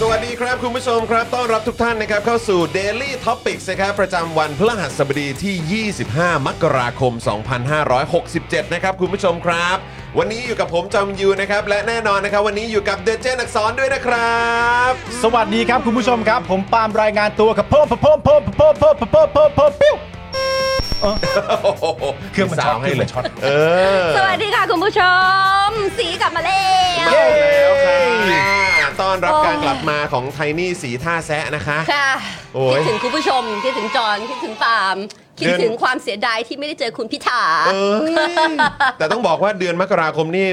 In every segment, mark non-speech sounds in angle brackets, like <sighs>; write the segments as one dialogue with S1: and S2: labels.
S1: สวัสดีครับคุณผู้ชมครับ ต้อนรับทุกท่านนะครับเข้าสู่ Daily Topics นะครับประจำวันพฤหัสบดีที่ 25 มกราคม 2567 นะครับคุณผู้ชมครับ วันนี้อยู่กับผมจอมยูนะครับ และแน่นอนนะครับ วันนี้อยู่กับเดเจนอักษรด้วยนะครับ <laughs>
S2: สวัสดีครับ คุณผู้ชมครับ ผมปาล์มรายงานตัวกับเพิ่มเพิ่มเพิ่มเพิ่มเพิ่มเพิ่มเพิ่มเพิ่มเพิ่มปิ้ว
S1: โอ้โห
S2: เครื่องมันช็อต
S1: ให้เลย
S2: เครื่องมันช็อต
S1: เออ
S3: สวัสดีค่ะ คุณผู้ชม สีกลับมาแล้
S1: มาว แล้วค่ะต้อนรับ
S3: โอ้ย
S1: การกลับมาของไทนี่สีท่าแซะนะคะ
S3: ค่ะ
S1: โอ้ย
S3: คิดถึงคุณผู้ชม คิดถึงจอนคิดถึงปาล์มคิด
S1: เดือน
S3: ถึงความเสียดายที่ไม่ได้เจอคุณพิธา
S1: เอ้ยแต่ต้องบอกว่าเดือนมกราคมนี่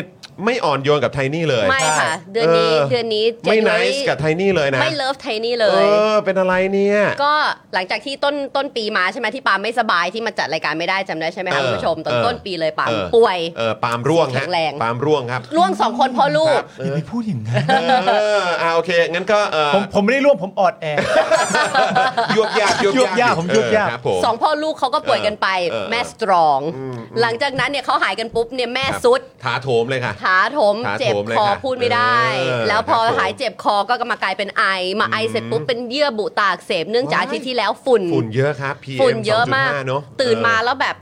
S1: ไม่อ่อนโยนกับไทนี่เลย
S3: ไม่ค่ะ เดือนนี้
S1: เออ
S3: เดือนนี้
S1: ไม่
S3: เจ
S1: n น
S3: January
S1: c e กับไทนี่เลยนะ
S3: ไม่เลิฟไทนี่เล
S1: เอย อ เป็นอะไรเนี่ย
S3: ก็หลังจากที่ต้นต้นปีมาใช่ไหมที่ปาล์มไม่สบายที่มาจัดรายการไม่ได้จำได้ใช่ไหมคะ
S1: เออ
S3: คุณผู้ชมตอน
S1: เออ
S3: ต้นปีเลยปาล์ม
S1: เออ
S3: ป่วย
S1: เออปาล์มร่วงฮะ
S3: แข็งแรง
S1: ปาล์มร่วงครับ
S3: ร่วงสองคนเพราะลู
S1: ค
S3: ก
S1: รับเอ
S2: อย่า
S1: อ
S2: ไปพูดอย่างนั้น
S1: เอออ่าโอเค งั้นก็เออ
S2: ผมผมไม่ได้ร่วมผมออดแอ
S1: <laughs> ยวบยากยวบ
S2: ยวบยากผมยวบยาก
S1: เออครับผม
S3: สองพ่อลูกเขาก็ป่วยกันไป
S1: เออเออ
S3: แม่สตรอง หลังจากนั้นเนี่ยเขาหายกันปุ๊บเนี่ยแม่
S1: ครับ
S3: ซุด
S1: ถาโถมเลยค่ะ
S3: ถาโถม
S1: ถาโถม
S3: เจ็บ
S1: เลย
S3: คอ
S1: ค่ะ
S3: พูดไม่ได้
S1: เออ
S3: แล้วพอ
S1: ครับผม
S3: หายเจ็บคอก็มากลายเป็นไอ มาไอเสร็จปุ๊บเป็นเยื่อบุตาอักเสบเนื่องจาก
S1: ว้าย
S3: อาทิตย์ที่แล้วฝุ่น
S1: ฝุ่นเยอะครับ PM
S3: ฝุ่นเยอะมาก
S1: 2.5เนอะ
S3: ตื่นมาแล้วแบบ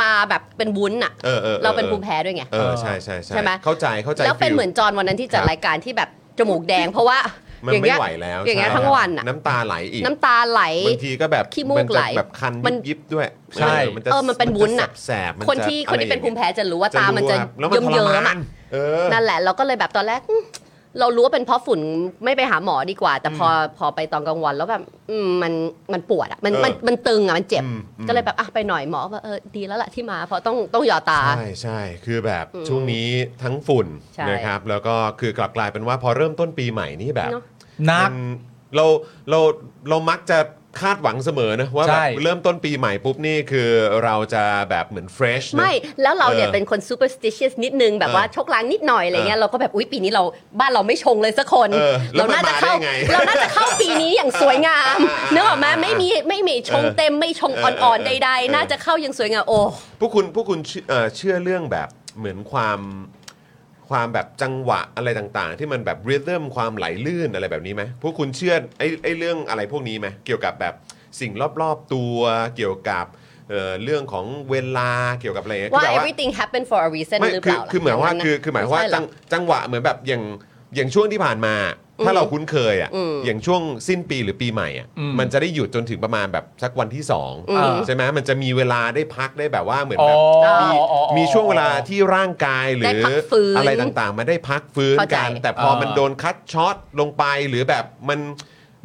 S3: ตาแบบเป็นวุ้นอ่ะ
S1: เออออออ
S3: เราเป็นภูมิแพ้ด้วยไง
S1: เออ ใช่ใช่
S3: ใช่ไหม
S1: เข้าใจเข้าใจ
S3: แล้วเป็น
S1: feel
S3: เหมือนจอนวันนั้นที่จั
S1: ค
S3: ด
S1: รับ
S3: รายการที่แบบจมูกแดง เพราะว่า
S1: มัน
S3: อย่าง
S1: ไม่
S3: เงี้ย
S1: ไหวแล้ว
S3: อย่างเงี้ย
S1: ใช่
S3: ทั้งวันอะ
S1: น้ำตาไหลอีก
S3: น้ำตาไหล
S1: บางทีก็แบบ
S3: ขี้มูกไหล
S1: นจะแบบคัน
S3: มัน
S1: ยิบๆด้วย
S2: ใช่
S1: เออมันจะ
S3: เออมันเป็นวุ้นอะ
S1: แสบๆมัจะ
S3: คนที่
S1: อะ
S3: ค
S1: ไร
S3: นที่เป็นภูมิแพ้จะรู้ว่า
S1: อย่
S3: ตาง มัน
S1: เงี้ย
S3: จะ
S1: รู้ครับแล้วมันทรมา
S3: เยิ้มๆอ่ะ
S1: นเออ
S3: นั่นแหละเราก็เลยแบบตอนแรกอื้อเรารู้ว่าเป็นเพราะฝุ่นไม่ไปหาหมอดีกว่า แต่พอพอไปตอนกลางวันแล้วแบบอืมมันมันปวดอ่ะมัน
S1: เออ
S3: มันมันตึงอ่ะมันเจ็บ
S1: อืมอืม
S3: ก็เลยแบบอ่ะไปหน่อยหมอว่าเออดีแล้วล่ะที่มาเพราะต้องต้องหยอดตา
S1: ใช่ใช่คือแบบ
S3: อืม
S1: ช่วงนี้ทั้งฝุ่น
S3: ใช่
S1: นะครับแล้วก็คือกลับกลายเป็นว่าพอเริ่มต้นปีใหม่นี่แบบ
S3: เนอะ
S2: นัก
S1: มันเราเราเรามักจะคาดหวังเสมอนะว่าแบ
S2: ใช่
S1: บเริ่มต้นปีใหม่ปุ๊บนี่คือเราจะแบบเหมือนเฟรช
S3: ไม่แล้วเราเนี่ย
S1: เออ
S3: เป็นคน superstitious นิดนึงแบบว่า
S1: เออ
S3: โชคลางนิดหน่อยอะไรเงี้ยเราก็แบบอุ๊ยปีนี้เราบ้านเราไม่ชงเลยสักคน
S1: เออแล้วมัน
S3: น่าจะเข้า
S1: มาได้ไง
S3: เราน่าจะเข้าปีนี้อย่างสวยงาม
S1: อ่า
S3: เนื้อออกไหมาไม่มีไม่มีชง
S1: เออ
S3: เต็มไม่ชง
S1: เออ
S3: อ่อนๆ
S1: เออ
S3: ใด
S1: เออ
S3: ๆ น่าจะเข้าอย่างสวยงามโอ้
S1: พวกคุณพวกคุณเชื่อเอ่อเชื่อเรื่องแบบเหมือนความความแบบจังหวะอะไรต่างๆ ที่มันแบบริทึมความไหลลื่นอะไรแบบนี้ไหมพวกคุณเชื่อไอ้ไอ้เรื่องอะไรพวกนี้ไหมเกี่ยวกับแบบสิ่งรอบๆตัวเกี่ยวกับเอ่อเรื่องของเวลาเกี่ยวกับอะไรเงี้ยคือ
S3: ว่า
S1: แบบ
S3: everything happen for a reason
S1: ไม่
S3: หรือ
S1: คือ
S3: เปล่าล่ะ
S1: คือหมายว่า
S3: ย่งนั้นน่ะ
S1: คือคือหมายว่า
S3: ไใช่รอ
S1: จังจังหวะเหมือนแบบอย่างอย่างช่วงที่ผ่านมา ถ้าเราคุ้นเคยอ่ะ
S3: อืม
S1: อย่างช่วงสิ้นปีหรือปีใหม่อ่ะ
S2: อืม
S1: มันจะได้หยุดจนถึงประมาณแบบสักวันที่สอง
S3: อืม
S1: ใช่ไหมมันจะมีเวลาได้พักได้แบบว่าเหมือนแบบ
S2: อ๋อ
S1: มี
S2: อ๋ออ๋ออ๋อ
S1: มีช่วงเวลาที่ร่างกายหรื
S3: ได้
S1: อ
S3: พักฟื้น
S1: อะไรต่างๆ มาได้พักฟื้น
S3: เข้าใจ
S1: กัน แต่พอมัน
S2: อ่า
S1: โดนคัดช็อตลงไปหรือแบบมัน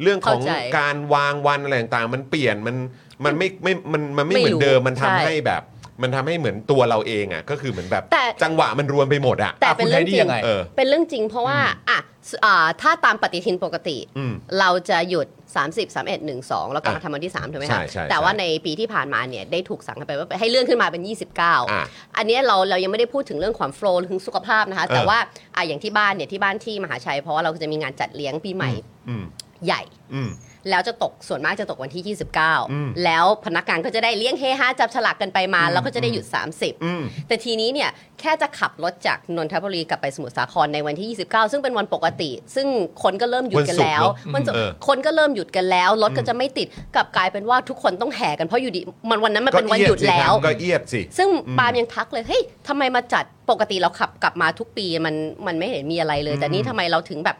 S1: เรื่องของ
S3: เข้าใจ
S1: การวางวันอะไรต่างๆ มันเปลี่ยนมันมันไม่ไม่มันมันไม่
S3: ไม่
S1: เหมือนเดิม
S3: รู้
S1: มันทำ
S3: ใช่
S1: ให้แบบ มันทำให้เหมือนตัวเราเองอ่ะก็คือเหมือนแบบ
S3: แต่
S1: จังหวะมันรวมไปหมดอ่ะ
S3: แต่เป็นเรื่องจริง
S2: คุณใช้ได้ยังไง
S1: เออ
S3: เป็นเรื่องจริงเพราะว่าอ่ะ อ่าถ้าตามปฏิทินปกติ
S1: อืม
S3: เราจะหยุด 30 31 1 2 แล้วกลับมา
S1: อ่ะ
S3: ทำวันที่ 3 ถูกไหม
S1: ใช่
S3: คะ
S1: ใช่
S3: แต่ว่า
S1: ใช่
S3: ในปีที่ผ่านมาเนี่ยได้ถูกสั่งไปว่าให้เลื่อนขึ้นมาเป็น 29
S1: อ่ะ
S3: อันเนี้ยเราเรายังไม่ได้พูดถึงเรื่องความโฟล์ถึงสุขภาพนะคะ
S1: เออ
S3: แต่ว่าอ่ะอย่างที่บ้านเนี่ยที่บ้านที่มหาชัย เพราะว่าเราจะมีงานจัดเลี้ยงปีใหม่
S1: อืม
S3: ใหญ่
S1: อืม
S3: แล้วจะตกส่วนมากจะตกวันที่
S1: อืม
S3: 29 แล้วพนักงานก็จะได้เลี้ยงเฮฮาจับฉลากกันไปมา แล้วก็จะได้หยุด 30
S1: อืม
S3: แต่ทีนี้เนี่ยแค่จะขับรถจากนนทบุรีกลับไปสมุทรสาครในวันที่ 29 ซึ่งเป็นวันปกติ ซึ่งคนก็เริ่มหยุดกันแล้ว
S1: วันศุกร์
S3: ศุก
S1: เนอะเอ
S3: ร์
S1: อ
S3: คนก็เริ่มหยุดกันแล้วรถก็
S1: อืม
S3: จะไม่ติดกลับกลายเป็นว่าทุกคนต้องแห่กันเพราะอยู่ดีมันวันนั้นมันเป็นวันหยุด
S1: ก็อีสิ
S3: แล้ว
S1: ครับก็เอียดสิ
S3: ซึ่ง
S1: อืม
S3: ปาล์มยังทักเลย เฮ้ยทำไมมาจัดปกติเราขับกลับมาทุกปีมันมันไม่เห็นมีอะไรเลย แต่นี่ทำไมเราถึงแบบ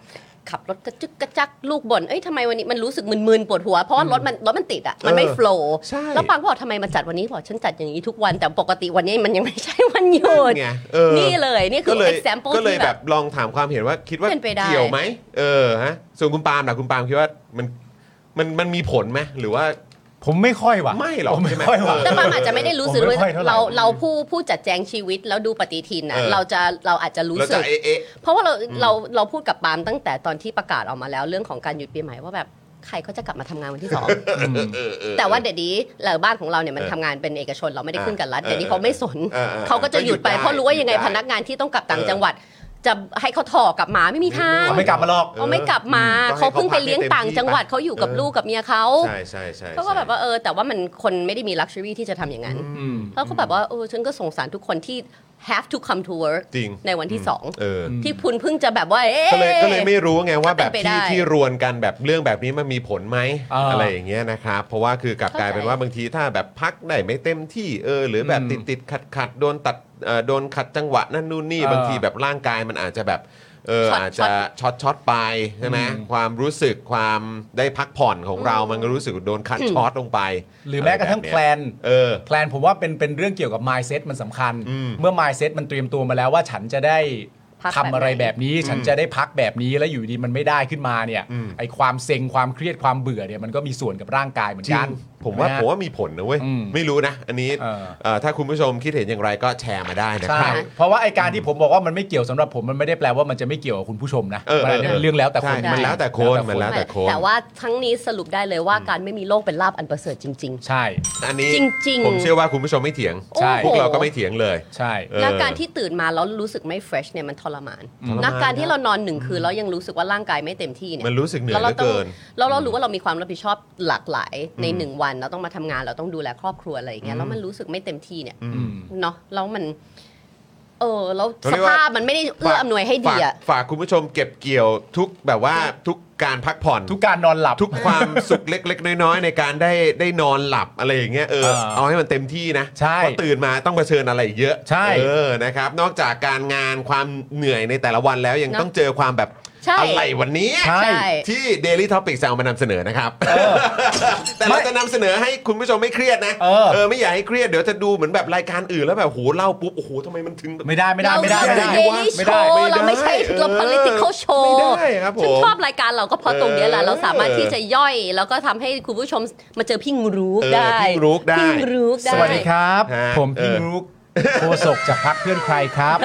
S3: ขับรถกระจึกกระจักลูกบ่นเอ้ยทำไมวันนี้มันรู้สึกมึนๆปวดหัว เพราะว่ารถมันรถมันติดอ่ะ มันไม่
S1: เออ
S3: โฟล์
S1: ใช่
S3: แล้วปาล์มก็บอกทำไมมาจัดวันนี้บอกฉันจัดอย่างนี้ทุกวันแต่ปกติวันนี้มันยังไม่ใช่วันหยุด
S1: ไงเออ
S3: นี่เลยนี่คื
S1: ก็
S3: อ
S1: เลย
S3: <laughs> example
S1: ก็เลย
S3: ที่
S1: แบ
S3: แบบ บ
S1: ลองถามความเห็นว่าคิดว่า
S3: เป็นไปได้
S1: เกี่ยวไหมเออฮะส่วนคุณปาล์มล่ะคุณปาล์มคิดว่ามันมันมันมีผลไหมหรือว่า
S2: ผมไม่ค่อยว่ะ
S1: ไม่หรอก
S2: ผม
S1: ใช่
S2: ไม่
S1: ไหม
S2: ค่อยว่ะ
S1: เ
S3: แต่ปาล์มอาจจะไม่ได้รู้สึก
S2: ผมไม่
S3: ด้วย
S2: ค่อยเท่าไหร่
S3: เราเราผู้ผู้จัดแจงชีวิตแล้วดูปฏิทินนะ
S1: เออ
S3: เราจะเราอาจจะรู้
S1: เรา
S3: สึ
S1: จะ
S3: ก
S1: เอ๊ะเอ๊ะ
S3: เพราะว่าเราเราเราพูดกับปาล์มตั้งแต่ตอนที่ประกาศออกมาแล้วเรื่องของการหยุดปีใหม่ว่าแบบใครเขาจะกลับมาทำงานวันที่
S1: <laughs>
S3: สอง
S1: เออเออ
S3: แต่ว่าเดี๋ยวนี้เหล่าบ้านของเราเนี่ยมัน
S1: เออ
S3: ทำงานเป็นเอกชนเราไม่ได้
S1: อ่า
S3: ขึ้นกับรัฐ
S1: เออ
S3: เดี๋ยวนี้เขาไม่สน
S1: เออเออ
S3: เขาก็จะหยุดไป
S1: ก็หยุดได้
S3: เพราะรู้ว่ายังไง
S1: หยุดได้
S3: พนักงานที่ต้องกลับต่า
S1: เองอ
S3: จังหวัด จะให้เขาถอกลับมาไม่มีทาง
S2: ไม่กลับมาหรอก
S3: เขาไม่กลับมา
S1: ก็ให้
S3: เขาเพิ่งไปเลี้ยง
S1: พักให้
S3: ต่างจังหวัด
S1: เต็มที่
S3: เขาอยู่กับ
S1: เออ
S3: ลูกกับเมียเขา
S1: ใช่ใช่ใช่
S3: เขาก็แบบว่าเออแต่ว่ามันคนไม่ได้มีลักชัวรี่ที่จะทำอย่างนั้นเขาก็แบบว่าเออฉันก็สงสารทุกคนที่ have to come to work
S1: จริง
S3: ในวันที่สอง
S1: เอออ
S3: ที่คุณเพิ่งจะแบบว่าอ๊ะ
S1: ก็เลยก็เลยไม่รู้ไงว่าแบบ
S3: เป็นไปได้
S1: ที่ที่รวนกันแบบเรื่องแบบนี้มันมีผลไหม
S2: เอออ
S1: อะไรอย่างเงี้ยนะครับเพราะว่าคือกลับกลายเป็น
S3: เข้าใจ
S1: ว่าบางทีถ้าแบบพักได้ไม่เต็มที่เออ หรือแบบติดติดขัดขัดๆโดนตัดเอ่อโดนขัดจังหวะนั่นนู่น
S2: เออบ
S1: นี่างทีแบบร่างกายมันอาจจะแบบเออ
S3: ช็อต
S1: อาจจะช็อตช็อตไปใช่ไหม
S2: อืม
S1: ความรู้สึกความได้พักผ่อนของเรามันก็รู้สึกโดนขัด
S3: อืม
S1: ช็อตลงไป
S2: หรือแม้กระทั่ง
S1: บบ
S2: แพ
S1: เย
S2: ลน
S1: เออ
S2: แพลนผมว่าเป็นเป็นเรื่องเกี่ยวกับ mindset มันสำคัญ
S1: อืม
S2: เมื่อ mindset มันเตรียมตัวมาแล้วว่าฉันจะได้
S3: พัก
S2: ทำ
S3: แบบไหน
S2: อะไรแบบนี้ ฉันจะได้พักแบบนี้แล้วอยู่ดีมันไม่ได้ขึ้นมาเนี่ย
S1: อืม
S2: ไอความเซ็งความเครียดความเบื่อเนี่ยมันก็มีส่วนกับร่างกายเหมือน
S1: จริ
S2: กั
S1: ง
S2: น
S1: ผมว่า
S2: ใช่ไหฮะ
S1: ผมว่ามีผลนะเว้ย
S2: อืม
S1: ไม่รู้นะ อันนี้
S2: เออ
S1: เอ่อถ้าคุณผู้ชมคิดเห็นอย่างไรก็แชร์มาได้นะ
S2: ใช่
S1: ครับ
S2: เพราะว่าไอการที่ผมบอกว่ามันไม่เกี่ยวสำหรับผมมันไม่ได้แปลว่ามันจะไม่เกี่ยวกับคุณผู้ชมนะ
S1: เออ
S2: มัน
S1: เออเออ
S2: เป็นเรื่องแล้วแต่คน
S1: ใช่มันแล้วแต่คนมันแล้ว ต่โค้ด
S3: แต่ว่าทั้งนี้สรุปได้เลยว่าการไม่มีโรคเป็นลาบอันประเสริฐจริง
S2: ใช่
S1: อันนี้
S3: จริงๆ
S1: ผมเชื่อว่าคุณผู้ชมไม่เถียง
S3: ๆ โอ้
S2: ใช่
S3: โห
S1: พวกเราก็ไม่เถียงเลย
S2: ใช่
S1: เออ
S3: แล้วการที่ตื่นมาแล้วรู้สึกไม่ fresh เนี่ยมันทรมาน
S1: ทรมาน
S3: นะการที่เรานอนหนึ่งคืนแล้วยังรู้สึกว่าร่างกายไม่เต็มที่เนี่ย
S1: มันรู้สึกเหนื่อยเห
S3: เรา
S1: ลือ
S3: ต้อง
S1: เกิน
S3: เราเรารู้ว่าเรามีความรับผิดชอบหลากหลายใน
S1: อืม
S3: หนึ่งวันเราต้องมาทำงานเราต้องดูแลครอบครัวอะไรอย่างเงี้ยแล้วมันรู้สึกไม่เต็มที่เนี่ย
S1: อื
S2: อืม
S3: เนาะแล้วมัน เออแล้ว
S1: เขา
S3: ส
S1: เรียกว่า
S3: ภาพมันไม่ได้เอื้ออำนวยให้ดี
S1: ฝาก
S3: อะ
S1: ฝากคุณผู้ชมเก็บเกี่ยวทุกแบบว่าทุกการพักผ่อน
S2: ทุกการนอนหลับ
S1: ทุกความสุขเล็ก ๆ น้อยๆในการได้ได้นอนหลับอะไรอย่างเงี้ยเออ
S2: เออ
S1: เอาให้มันเต็มที่นะ
S2: ใช่
S1: เพราะตื่นมาต้องเผชิญอะไรอีกเยอะ
S2: ใช่
S1: เออนะครับ นอกจากการงานความเหนื่อยในแต่ละวันแล้วยัง
S3: เนอะ
S1: ต้องเจอความแบบ
S3: ใช่
S1: อะไรวันนี้
S2: ใช่
S3: ใช่
S1: ที่ Daily Topic จะเอามานำเสนอนะครับ <laughs> แต่เรา
S2: ไม่
S1: จะนำเสนอให้คุณผู้ชมไม่เครียดนะ
S2: เออ
S1: ไม่อยากให้เครียดเดี๋ยวจะดูเหมือนแบบรายการอื่นแล้วแบบโหเล่าปุ๊บโอ้โหทำไมมันถึง
S2: ไม่ได้ไม่ได้ไม่ได้ไม่ได้
S3: เราคือ Daily
S2: ไม่ได้
S3: Show
S1: ไม่ได้
S3: เราไม่ใช่เรา
S1: เออ
S3: political show
S1: ไม่ได้ครับผม
S3: ฉันชอบรายการเราก็เพราะตรงเนี้ยแหละ
S1: เออ
S3: เราสามารถที่จะย่อย แล้วก็ทำให้คุณผู้ชมมาเจอพี่งรูกได้
S1: เออพี่งรูกได้
S3: พี่งรูกได้
S2: สวัสดีครับ
S1: ฮะ
S2: ผมพี่
S1: เออ
S2: นุกโฆษกจากพักเพื่อนใครครับ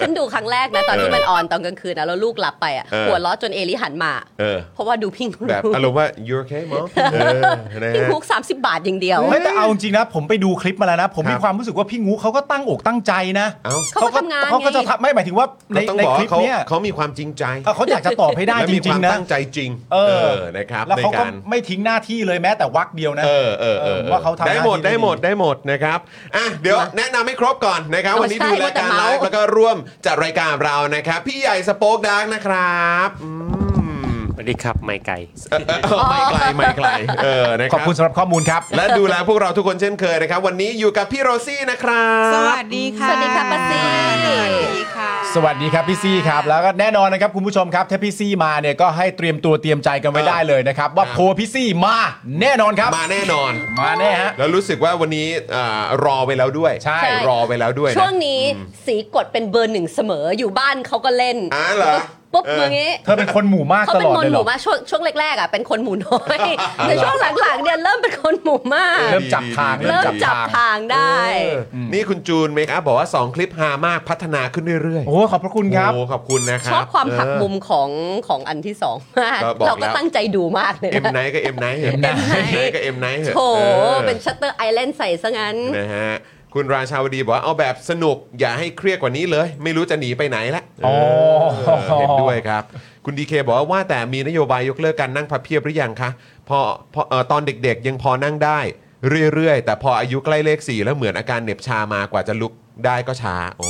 S3: ฉันดูครั้งแรกนะ ตอนที่มันออนตอนกลางคืนนะแล้วลูกหลับไปอ่ะ
S1: เออ
S3: หัวเราะจนเอลิหันมา
S1: เออ
S3: เพราะว่าดูพี่งรู
S1: แบบ
S3: ก
S1: อารมณ์ว่า you okay mom เออนะ
S3: พี่ง
S1: ฮะ
S3: รูก30 บาทอย่างเดียว
S2: ไม่แต่เอาจริงๆนะผมไปดูคลิปมาแล้วนะ ผม
S1: ครับ
S2: มีความรู้สึกว่าพี่งูเขาก็ตั้งอกตั้งใจนะ
S1: เอ้า
S3: เขาก็ทำงานไง
S2: เขาก็จะทำไม่หมายถึงว่าใน
S1: ก็ต้อง
S2: ใน
S1: บอก
S2: คลิ
S1: ว่า
S2: ป
S1: เขา
S2: เนี่ย
S1: เขามีความจริงใจ
S2: เออเขาอยากจะตอบให้ได้
S1: และ
S2: จ
S1: มีค
S2: ริ
S1: วาง ม
S2: ๆนะ
S1: ตั้งใจจริง
S2: เออ
S1: นะครับ
S2: แล้ว
S1: ใน
S2: เขาก็
S1: การ
S2: ไม่ทิ้งหน้าที่เลยแม้แต่วักเดียวนะ
S1: เออเออเออ
S2: เออว่าเขาทำ
S1: ได้หมด
S2: หน้าที่ได้
S1: ได้หมด
S2: ดี
S1: ได้หมดนะครับอ่ะเดี๋ยวแนะนำให้ครบก่อนนะครับ
S3: เออ
S1: วันนี้
S3: ใช่
S1: ดูรายการไล
S3: ว่าแต่เมาส์
S1: ฟ์แล้วก็ร่วมจัดรายการเรานะครับ พี่ใหญ่สป็อคดักนะครับอืม
S4: สวัสดีครับ ไม่ไก่
S1: เออเออไม่ไกลไม่ไกลเออนะค
S2: ข
S1: รั
S2: อบคุณสำหรับข้อมูลครับ
S1: และดูแลพวกเราทุกคนเช่นเคยนะครับ วันนี้อยู่กับพี่โรซี่นะครับ
S5: สวัสดีค่ะ
S3: สวัสดีค่ะป้าซี
S5: สวัสดีค่ะ
S2: สวัสดีครับพี่ซี่ครับ แล้วก็แน่นอนนะครับคุณผู้ชมครับ ถ้าพี่ซี่มาเนี่ยก็ให้เตรียมตัวเตรียมใจกันไว้ได้เลยนะครับ ว่า
S1: ครับ
S2: โพลพี่ซี่มาแน่นอนครับ
S1: มาแน่นอน
S2: มาแน่ฮะ
S1: แล้วรู้สึกว่าวันนี้อ่ารอไปแล้วด้วย
S2: ใช่
S1: รอไปแล้วด้วยนะ
S3: ช่วงนี้สีกดเป็นเบอร์หนึ่งเสมออยู่บ้านเขาก็เล่น
S1: อ่ะเหรอ
S3: ปุ๊บ
S1: เออ
S3: มืออย่างงี้
S2: เธอเป็นคนหมู่มาก
S3: เขา
S2: ต
S3: เป็
S2: ล
S3: น
S2: อด
S3: คน
S2: เลย
S3: ห
S2: เหรอ
S3: มู่มากช่วงช่วงแรกๆอ่ะเป็นคนหมู่น้อยแต่ช่วงหลังๆเนี่ยเริ่มเป็นคนหมู่มาก
S2: เริ่มจับทาง
S3: เริ่มจับทางได้
S1: เออนี่คุณจูนเมคอัพบอกว่า 2 คลิปฮามากพัฒนาขึ้นเรื่อยๆ
S2: โอ้ขอบพระคุณครับ
S1: โอ้ขอบคุณนะครั
S3: ช
S1: บ
S3: อบความหักมุม
S1: เอ
S3: ของของอันที่สองมาก
S1: ก็บอกแล้ว
S3: เราก็ตั้งใจดูมากเลย
S1: อ M
S3: นะ
S1: Night ก็ M Night เหอะ M
S3: M Night
S1: Night ก็ M Night เหอะ
S3: โถ
S1: ออ
S3: เป็นชัตเตอร์ไอแลนด์ใส่ซะงั้น
S1: นะฮะคุณราชาวดีบอกว่าเอาแบบสนุกอย่าให้เครียดกว่านี้เลย ไม่รู้จะหนีไปไหนละ
S2: อ๋อ
S1: เออเห็นด้วยครับ คุณดีเคบอกว่าว่าแต่มีนโยบายยกเลิกการนั่งพับเพียบหรือยังคะพอพอเอ่อตอนเด็กๆยังพอนั่งได้ เรื่อยๆ แต่พออายุใกล้เลขสี่แล้วเหมือนอาการเหน็บชามากว่าจะลุกได้ก็ช้าโอ้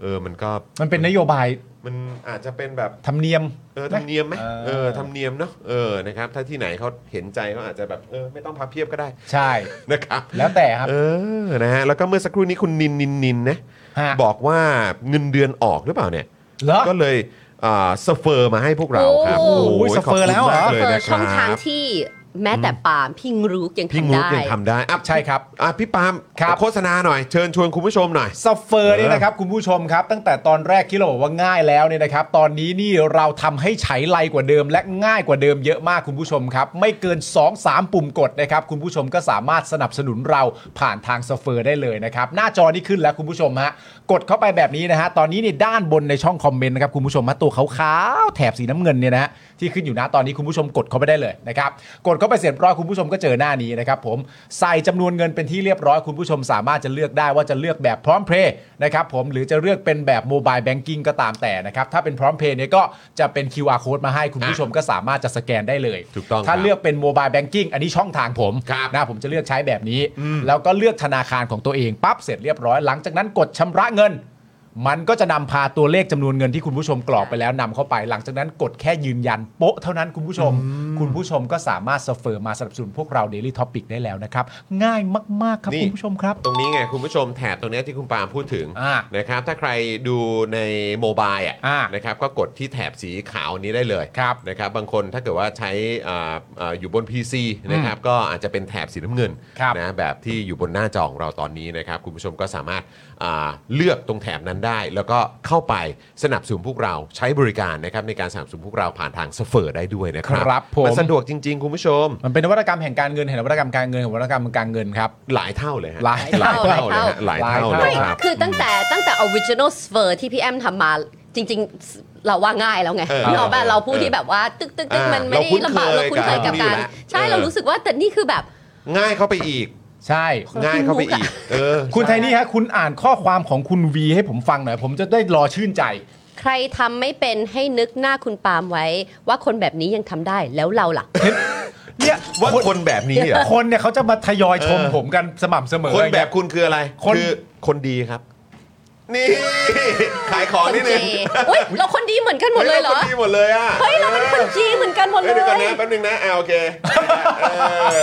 S1: เออมันก็
S2: มันเป็นนโยบาย
S1: มันอาจจะเป็นแบบ
S2: ธรรมเนียม
S1: เออธรรมเนียมไหม
S2: เออ
S1: เออธรรมเนียมเนาะเออนะครับถ้าที่ไหนเขาเห็นใจเขาอาจจะแบบเออไม่ต้องพับเพียบก็ได้ <laughs>
S2: ใช่
S1: นะครับ
S2: แล้วแต่ครับ
S1: เออ นะฮะ แล้วก็เมื่อสักครู่นี้คุณนินนินนินนะ
S2: ฮะ
S1: บอกว่าเงินเดือนออกหรือเปล่าเนี่ย
S2: เหรอ
S1: ก็เลยอ่าสเฟอร์มาให้พวกเราครับ
S3: โอ้
S2: โหสเฟอร์แล้วเหรอ
S1: ขบคุณมาก
S3: เจ
S1: ย
S3: อ
S1: นะค
S3: ช่องทาง
S1: รับ
S3: ที่แม้แต่ปาล์มพี่งรู้ยัง
S1: พี่
S3: ทำ
S1: งู
S3: ได้
S1: ยังทำได้อ่ะ
S2: ใช่ครับ
S1: อ่ะพี่ปาล์ม
S2: ครับ
S1: โฆษณาหน่อย เชิญชวนคุณผู้ชมหน่อย
S2: ซัฟเฟอร์นี่นะครับคุณผู้ชมครับ ตั้งแต่ตอนแรกที่เราบอกว่าง่ายแล้วเนี่ยนะครับ ตอนนี้นี่เราทำให้ไฉไลกว่าเดิม และง่ายกว่าเดิมเยอะมากคุณผู้ชมครับ ไม่เกิน 2-3 ปุ่มกดนะครับ คุณผู้ชมก็สามารถสนับสนุนเราผ่านทางซัฟเฟอร์ได้เลยนะครับ หน้าจอนี้ขึ้นแล้วคุณผู้ชมฮะกดเข้าไปแบบนี้นะฮะตอนนี้เนี่ยด้านบนในช่องคอมเมนต์นะครับคุณผู้ชมฮะตัวขาวๆแถบสีน้ำเงินเนี่ยนะฮะที่ขึ้นอยู่นะตอนนี้คุณผู้ชมกดเข้าไปได้เลยนะครับกดเข้าไปเสร็จเรียบร้อยคุณผู้ชมก็เจอหน้านี้นะครับผมใส่จำนวนเงินเป็นที่เรียบร้อยคุณผู้ชมสามารถจะเลือกได้ว่าจะเลือกแบบพร้อมเพย์นะครับผมหรือจะเลือกเป็นแบบโมบายแบงกิ้งก็ตามแต่นะครับถ้าเป็นพร้อมเพย์เนี่ยก็จะเป็น QR code มาให้คุณผู้ชมก็สามารถจะสแกนได้เลย
S1: ถูกต้อง
S2: ถ้า
S1: ครับ
S2: เลือกเป็นโมบายแบงกิ้งอันนี้ช่องทางผม
S1: ครับ
S2: นะผมจะเลือกใช้แบบนี้ แล้วก็เลือกธนาคารของตัวเองปั๊บเสร็จเรียบร้อยหลังจากนั้นกดชำระเงิน มันก็จะนำพาตัวเลขจำนวนเงินที่คุณผู้ชมกรอกไปแล้วนำเข้าไป หลังจากนั้นกดแค่ยืนยันโป๊ะเท่านั้นคุณผู้ชม คุณผู้ชมก็สามารถสเฟอร์มาสนับสนุนพวกเรา Daily Topic ได้แล้วนะครับ ง่ายมาก ๆ ครับ
S1: นี่
S2: คุณผู้ชมครับ
S1: ตรงนี้ไงคุณผู้ชมแถบตรงเนี้ยที่คุณปาล์มพูดถึง
S2: อ่า
S1: นะครับถ้าใครดูในโมบายอ่ะ
S2: อ่า
S1: นะครับก็กดที่แถบสีขาวนี้ได้เลย
S2: ครับ
S1: นะครับบางคนถ้าเกิดว่าใช้อ่าอ่าอยู่บน PC นะครับก็อาจจะเป็นแถบสีน้ำเงิน
S2: ครับ
S1: นะแบบที่อยู่บนหน้าจอของเราตอนนี้นะครับคุณผู้ชมก็สามารถอ่าเลือกตรงแถบนั้นได้ แล้วก็เข้าไปสนับสนุนพวกเราใช้บริการนะครับในการสนับสนุนพวกเราผ่านทางสเฟอร์ได้ด้วยนะครั
S2: ครับผม
S1: มันสะดวกจริง ๆ คุณผู้ชม
S2: มันเป็นนวัตกรรมแห่งการเงินแห่งนวัตกรรมการเงินของนวัตกรรมการเงินครับ
S1: หลายเท่าเลยฮะ
S2: หลาย
S1: หลา
S2: เท่า
S1: ยเท่าเลยฮะหลายเท่าเลย
S3: ไม่
S1: ครับ
S3: คือตั้งแต่ตั้งแต่ original sphere ที่พี่แอมทำมาจริง ๆ เราว่าง่ายแล้วไง
S1: เออ
S3: นึกออกป่ะ
S1: เออ
S3: เราพูดที่แบบว่า ตึกตึกตึก
S1: อ่า
S3: มันไม่ได้ลำบาก
S1: เรา
S3: เรา
S1: คุ้
S3: คุ้
S1: น
S3: น
S1: เค
S3: เค
S1: ย
S3: ย
S1: กั
S3: กั
S1: บบ การอ
S3: การ
S1: ยู่แล้ว
S3: ใช่
S1: เออ
S3: เรารู้สึกว่าแต่นี่คือแบบ
S1: ง่ายเข้าไปอีก
S2: ใช่
S1: ง่ายเข้าไปอีก เออ
S2: คุณไทนี่ฮะคุณอ่านข้อความของคุณวีให้ผมฟังหน่อยผมจะได้รอชื่นใจ
S3: ใครทำไม่เป็นให้นึกหน้าคุณปาล์มไว้ ว่าคนแบบนี้ยังทำได้แล้วเราล่ะ
S2: เนี่ย
S1: ว่าคนแบบนี้เหรอ
S2: คนเนี่ยเขาจะมาทยอยชม
S1: เออ
S2: ผมกันสม่ำเสมอ
S1: คน
S2: อะไร
S1: แบ
S2: เงี้
S1: บ
S2: ย
S1: คุณคืออะไร
S2: คน
S1: อคนดีครับ นี่ <laughs> ขายของ
S3: คน
S1: นิดนึง
S3: จีอุ้ยเราคนดีเหมือนกันหมดเลยเหรอ
S1: ฮ้าคนดีหมดเลยอ่ะ
S3: เฮ้ย เราเป็นคนจีเหมือนกันหมดเล
S1: เฮ้ยเดี๋ยวก่อน
S3: ย
S1: นะแป๊บนึงนะเอา
S2: <laughs>
S1: โอเคเอ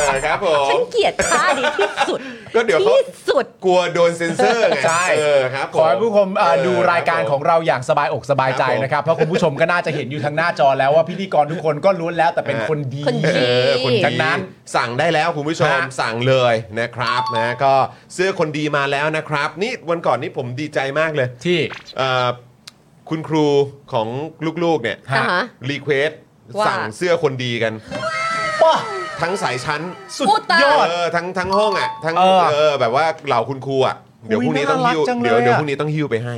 S1: อครับผม
S3: ฉันเกลียดท่าดีที่สุด
S1: ก็เดี๋ยวเขา
S3: ที่สุด
S1: กลัวโดนเซ็นเซอร์ไง
S2: ใช่
S1: เออครับผม
S2: ขอให้ผู้ชมอ่า
S1: เออ
S2: ดูรายการ
S1: คบผม
S2: ของเราอย่างสบายอกสบายใจนะครับ เพราะคุณผู้ชมก็น่าจะเห็นอยู่ทางหน้าจอแล้วว่าพิธีกรทุกคนก็ล้วนแล้วแต่เป็นคนดี
S3: คนดี
S1: เออคนดี
S2: ดังนั้น
S1: สั่งได้แล้วคุณผู้ชม
S2: ฮะ
S1: สั่งเลยนะครับนะก็เสื้อคนดีมาแล้วนะครับ นี่วันก่อนนี่ผมดีใจมากเลย
S2: ที่
S1: เอ่อคุณครูของลูกๆเนี่ย
S2: ฮะ
S3: อ่าฮะ
S1: รีเควส
S3: ว่า
S1: สั่งเสื้อคนดีกัน
S2: ป้า
S1: ทั้งสายชั้น
S2: สุด
S3: พูดตาม
S2: ยอด
S1: เออทั้งทั้งห้องอ่ะทั้ง
S2: เออ
S1: เออแบบว่าเหล่าคุณครูอ่ะเดี๋ยวพรุ่งนี้ต้องหิ้ว
S2: น่ารักจังเลย
S1: เดี๋ยว
S2: อะ
S1: เดี๋ยวพรุ่งนี้ต้องหิ้วไปให้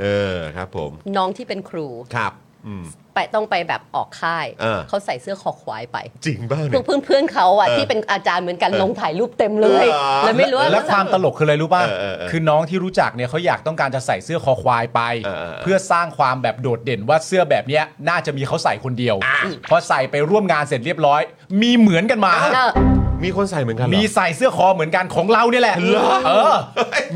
S1: เออครับผม
S3: น้องที่เป็นครู
S1: ครับอืม
S3: ไปต้องไปแบบออกค่าย
S1: เออ
S3: เขาใส่เสื้อคอควายไป
S1: จริงบ้า
S3: คื
S1: เนี่
S3: อย เพื่อนเพื่อนๆเขาอ่ะ
S1: เออ
S3: ที่เป็นอาจารย์เหมือนกัน
S1: เออ
S3: ลงถ่ายรูปเต็มเลย
S1: เหรอ
S3: เลยไม่รู้ว่า
S2: และความตลกคืออะไรรู้ป่ะ
S1: เออเออเออ
S2: คือน้องที่รู้จักเนี่ยเขาอยากต้องการจะใส่เสื้อคอควายไป
S1: เออเออเออ
S2: เพื่อสร้างความแบบโดดเด่นว่าเสื้อแบบเนี้ยน่าจะมีเขาใส่คนเดียวพอใส่ไปร่วมงานเสร็จเรียบร้อย มีเหมือนกันมา
S1: มีคนใส่เหมือนกันเหรอ
S2: มีใส่เสื้อคอเหมือนกันของเราเนี่ยแหละ
S1: เหรอ
S2: เออ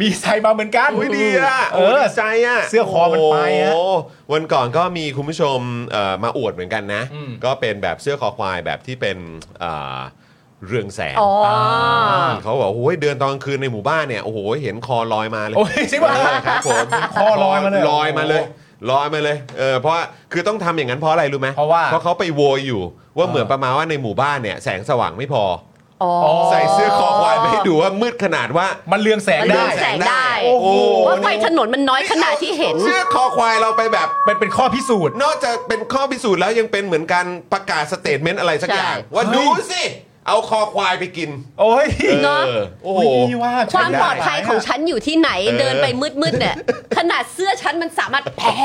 S2: มีใส่มาเหมือนกัน
S1: อุ้ยดีอ่ะ
S2: เอ
S1: โย
S2: อ
S1: ดีใจอ่ะ
S2: เสื้อคอมันไปอะ
S1: โโหวันก่อนก็มีคุณผู้ชมเอ่อมาอวดเหมือนกันนะ ก็เป็นแบบเสื้อคอควายแบบที่เป็นเอ่อเรืองแสง
S3: อ๋อ
S1: เขาบอกโอ้ยเดินตอนกลางคืนในหมู่บ้านเนี่ยโอ้โหเห็นคอลอยมาเลย
S2: โอ้ยจริงป่ะ
S1: เออครับผม
S2: คอลอยมาเลย
S1: ลอยมาเลยลอยมาเลยเออเพราะว่าคือต้องทำอย่างนั้นเพราะอะไรรู้ไหม
S2: เพราะว่า
S1: เพราะเขาไปโวยอยู่ว่า
S2: เออ
S1: เหมือนประมาณว่าในหมู่บ้านเนี่ยแสงสว่างไม่พอ
S3: อ๋อ
S1: ใส่เสื้อคอควายไปให้ดูว่ามืดขนาดว่า
S2: มันเรืองแสง
S3: มันเรื
S2: ได้
S3: องแสงได้
S1: โอ้โห
S3: ว่าไฟถนนมันน้อยขนาดที่เห็น
S1: เสื้อคอควายเราไปแบบ
S2: เป็นเป็นข้อพิสูจน์
S1: นอกจากเป็นข้อพิสูจน์แล้วยังเป็นเหมือนการประกาศสเตทเมนต์อะไรสัก
S3: ใช่
S1: อย่าง ว่า
S2: เฮ้ย
S1: ดูสิ เอาคอควายไปกิน
S2: โอ้ย
S3: เนอะ
S1: ออโอ้โห
S2: ยว่า
S3: ค
S2: ใช้
S3: วาม
S2: ไ
S3: ปลอดภัยของฉันอยู่ที่ไหน
S1: เออ
S3: เดินไปมืดๆเนี่ยขนาดเสื้อฉันมันสามารถแผ่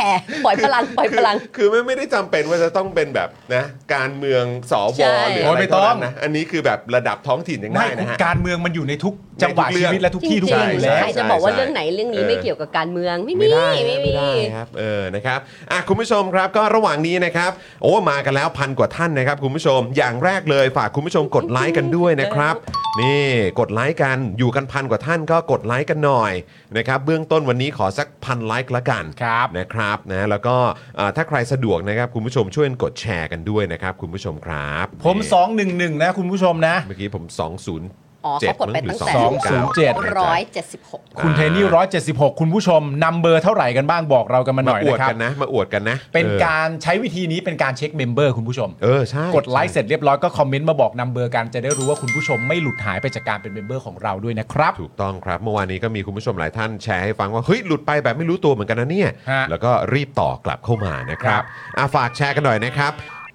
S3: ปล่อยพลังปล่อยพลัง
S1: คือคือไม่ไม่ได้จำเป็นว่าจะต้องเป็นแบบนะ การเมืองสว
S3: ใช่
S1: หรือ
S2: โอ้
S1: อะ
S2: ย
S1: ไร
S2: ไม่ต้
S1: ต้
S2: อ
S1: อง งนะอันนี้คือแบบระดับท้องถิ่นยัง
S2: ไม่
S1: ได้นะฮะ
S2: การเมืองมันอยู่ในทุกจังหวะ
S1: ในทุกเรื่อง
S2: ชีวิตและทุ
S3: จ
S2: กที่ทุก
S3: ริง
S2: ทางอยู่
S3: ๆ
S2: แล้
S3: ใคร
S2: ว
S3: จะบอกว่าเรื่องไหนเรื่องนี้
S1: เออ
S3: ไม่เกี่ยวกับการเมืองไม่มี
S1: ไม่ได้ฮะ
S3: ไม่มี
S1: ไม่ได้ครับเออนะครับอ่ะคุณผู้ชมครับก็ระหว่างนี้นะครับโอ้มากันแล้วพันกว่าท่านนะครับคุณผู้ชมอย่างแรกเลยฝากคุณผู้ชมกดไลค์กันด้วยนะครับ นี่กดไลค์กันอยู่กันพันกว่าท่านก็กดไลค์กันหน่อยนะครับเบื้องต้นวันนี้ขอสักพันไลค์ละกัน
S2: ครับ
S1: นะครับนะแล้วก็เอ่อถ้าใครสะดวกนะครับคุณผู้ชมช่วยกดแชร์กันด้วยนะครับคุณผู้ชมครับ
S2: ผม
S1: นี่
S2: 211 นะคุณผู้ชมนะ
S1: เมื่อกี้ผม 207
S3: อ๋อเขากดไปตั้งแต่
S1: 207
S3: ร้อยเจ็ดสิบหก
S2: คุณเทนี่ 176 คุณผู้ชมนำเบอร์เท่าไหร่กันบ้างบอกเรากันมาหน่
S1: มา
S2: อย
S1: อวด
S2: นะครับ
S1: กันนะมาอวดกันนะ
S2: เป็น
S1: ออ
S2: การใช้วิธีนี้เป็นการเช็คเมมเบอร์คุณผู้ชม
S1: เออใช่
S2: กดไลค์เสร็จเรียบร้อยก็คอมเมนต์มาบอกนำเบอร์กันจะได้รู้ว่าคุณผู้ชมไม่หลุดหายไปจากการเป็นเมมเบอร์ของเราด้วยนะครับ
S1: ถูกต้องครับ เมื่อวานนี้ก็มีคุณผู้ชมหลายท่านแชร์ให้ฟังว่า เฮ้ย หลุดไปแบบไม่รู้ตัวเหมือนกันนะเนี่ย
S2: ฮะ
S1: แล้วก็รีบต่อกลับเข้ามานะครั
S2: ครับ บ
S1: อ่ะฝากแชร์กันหน่อยนะครับ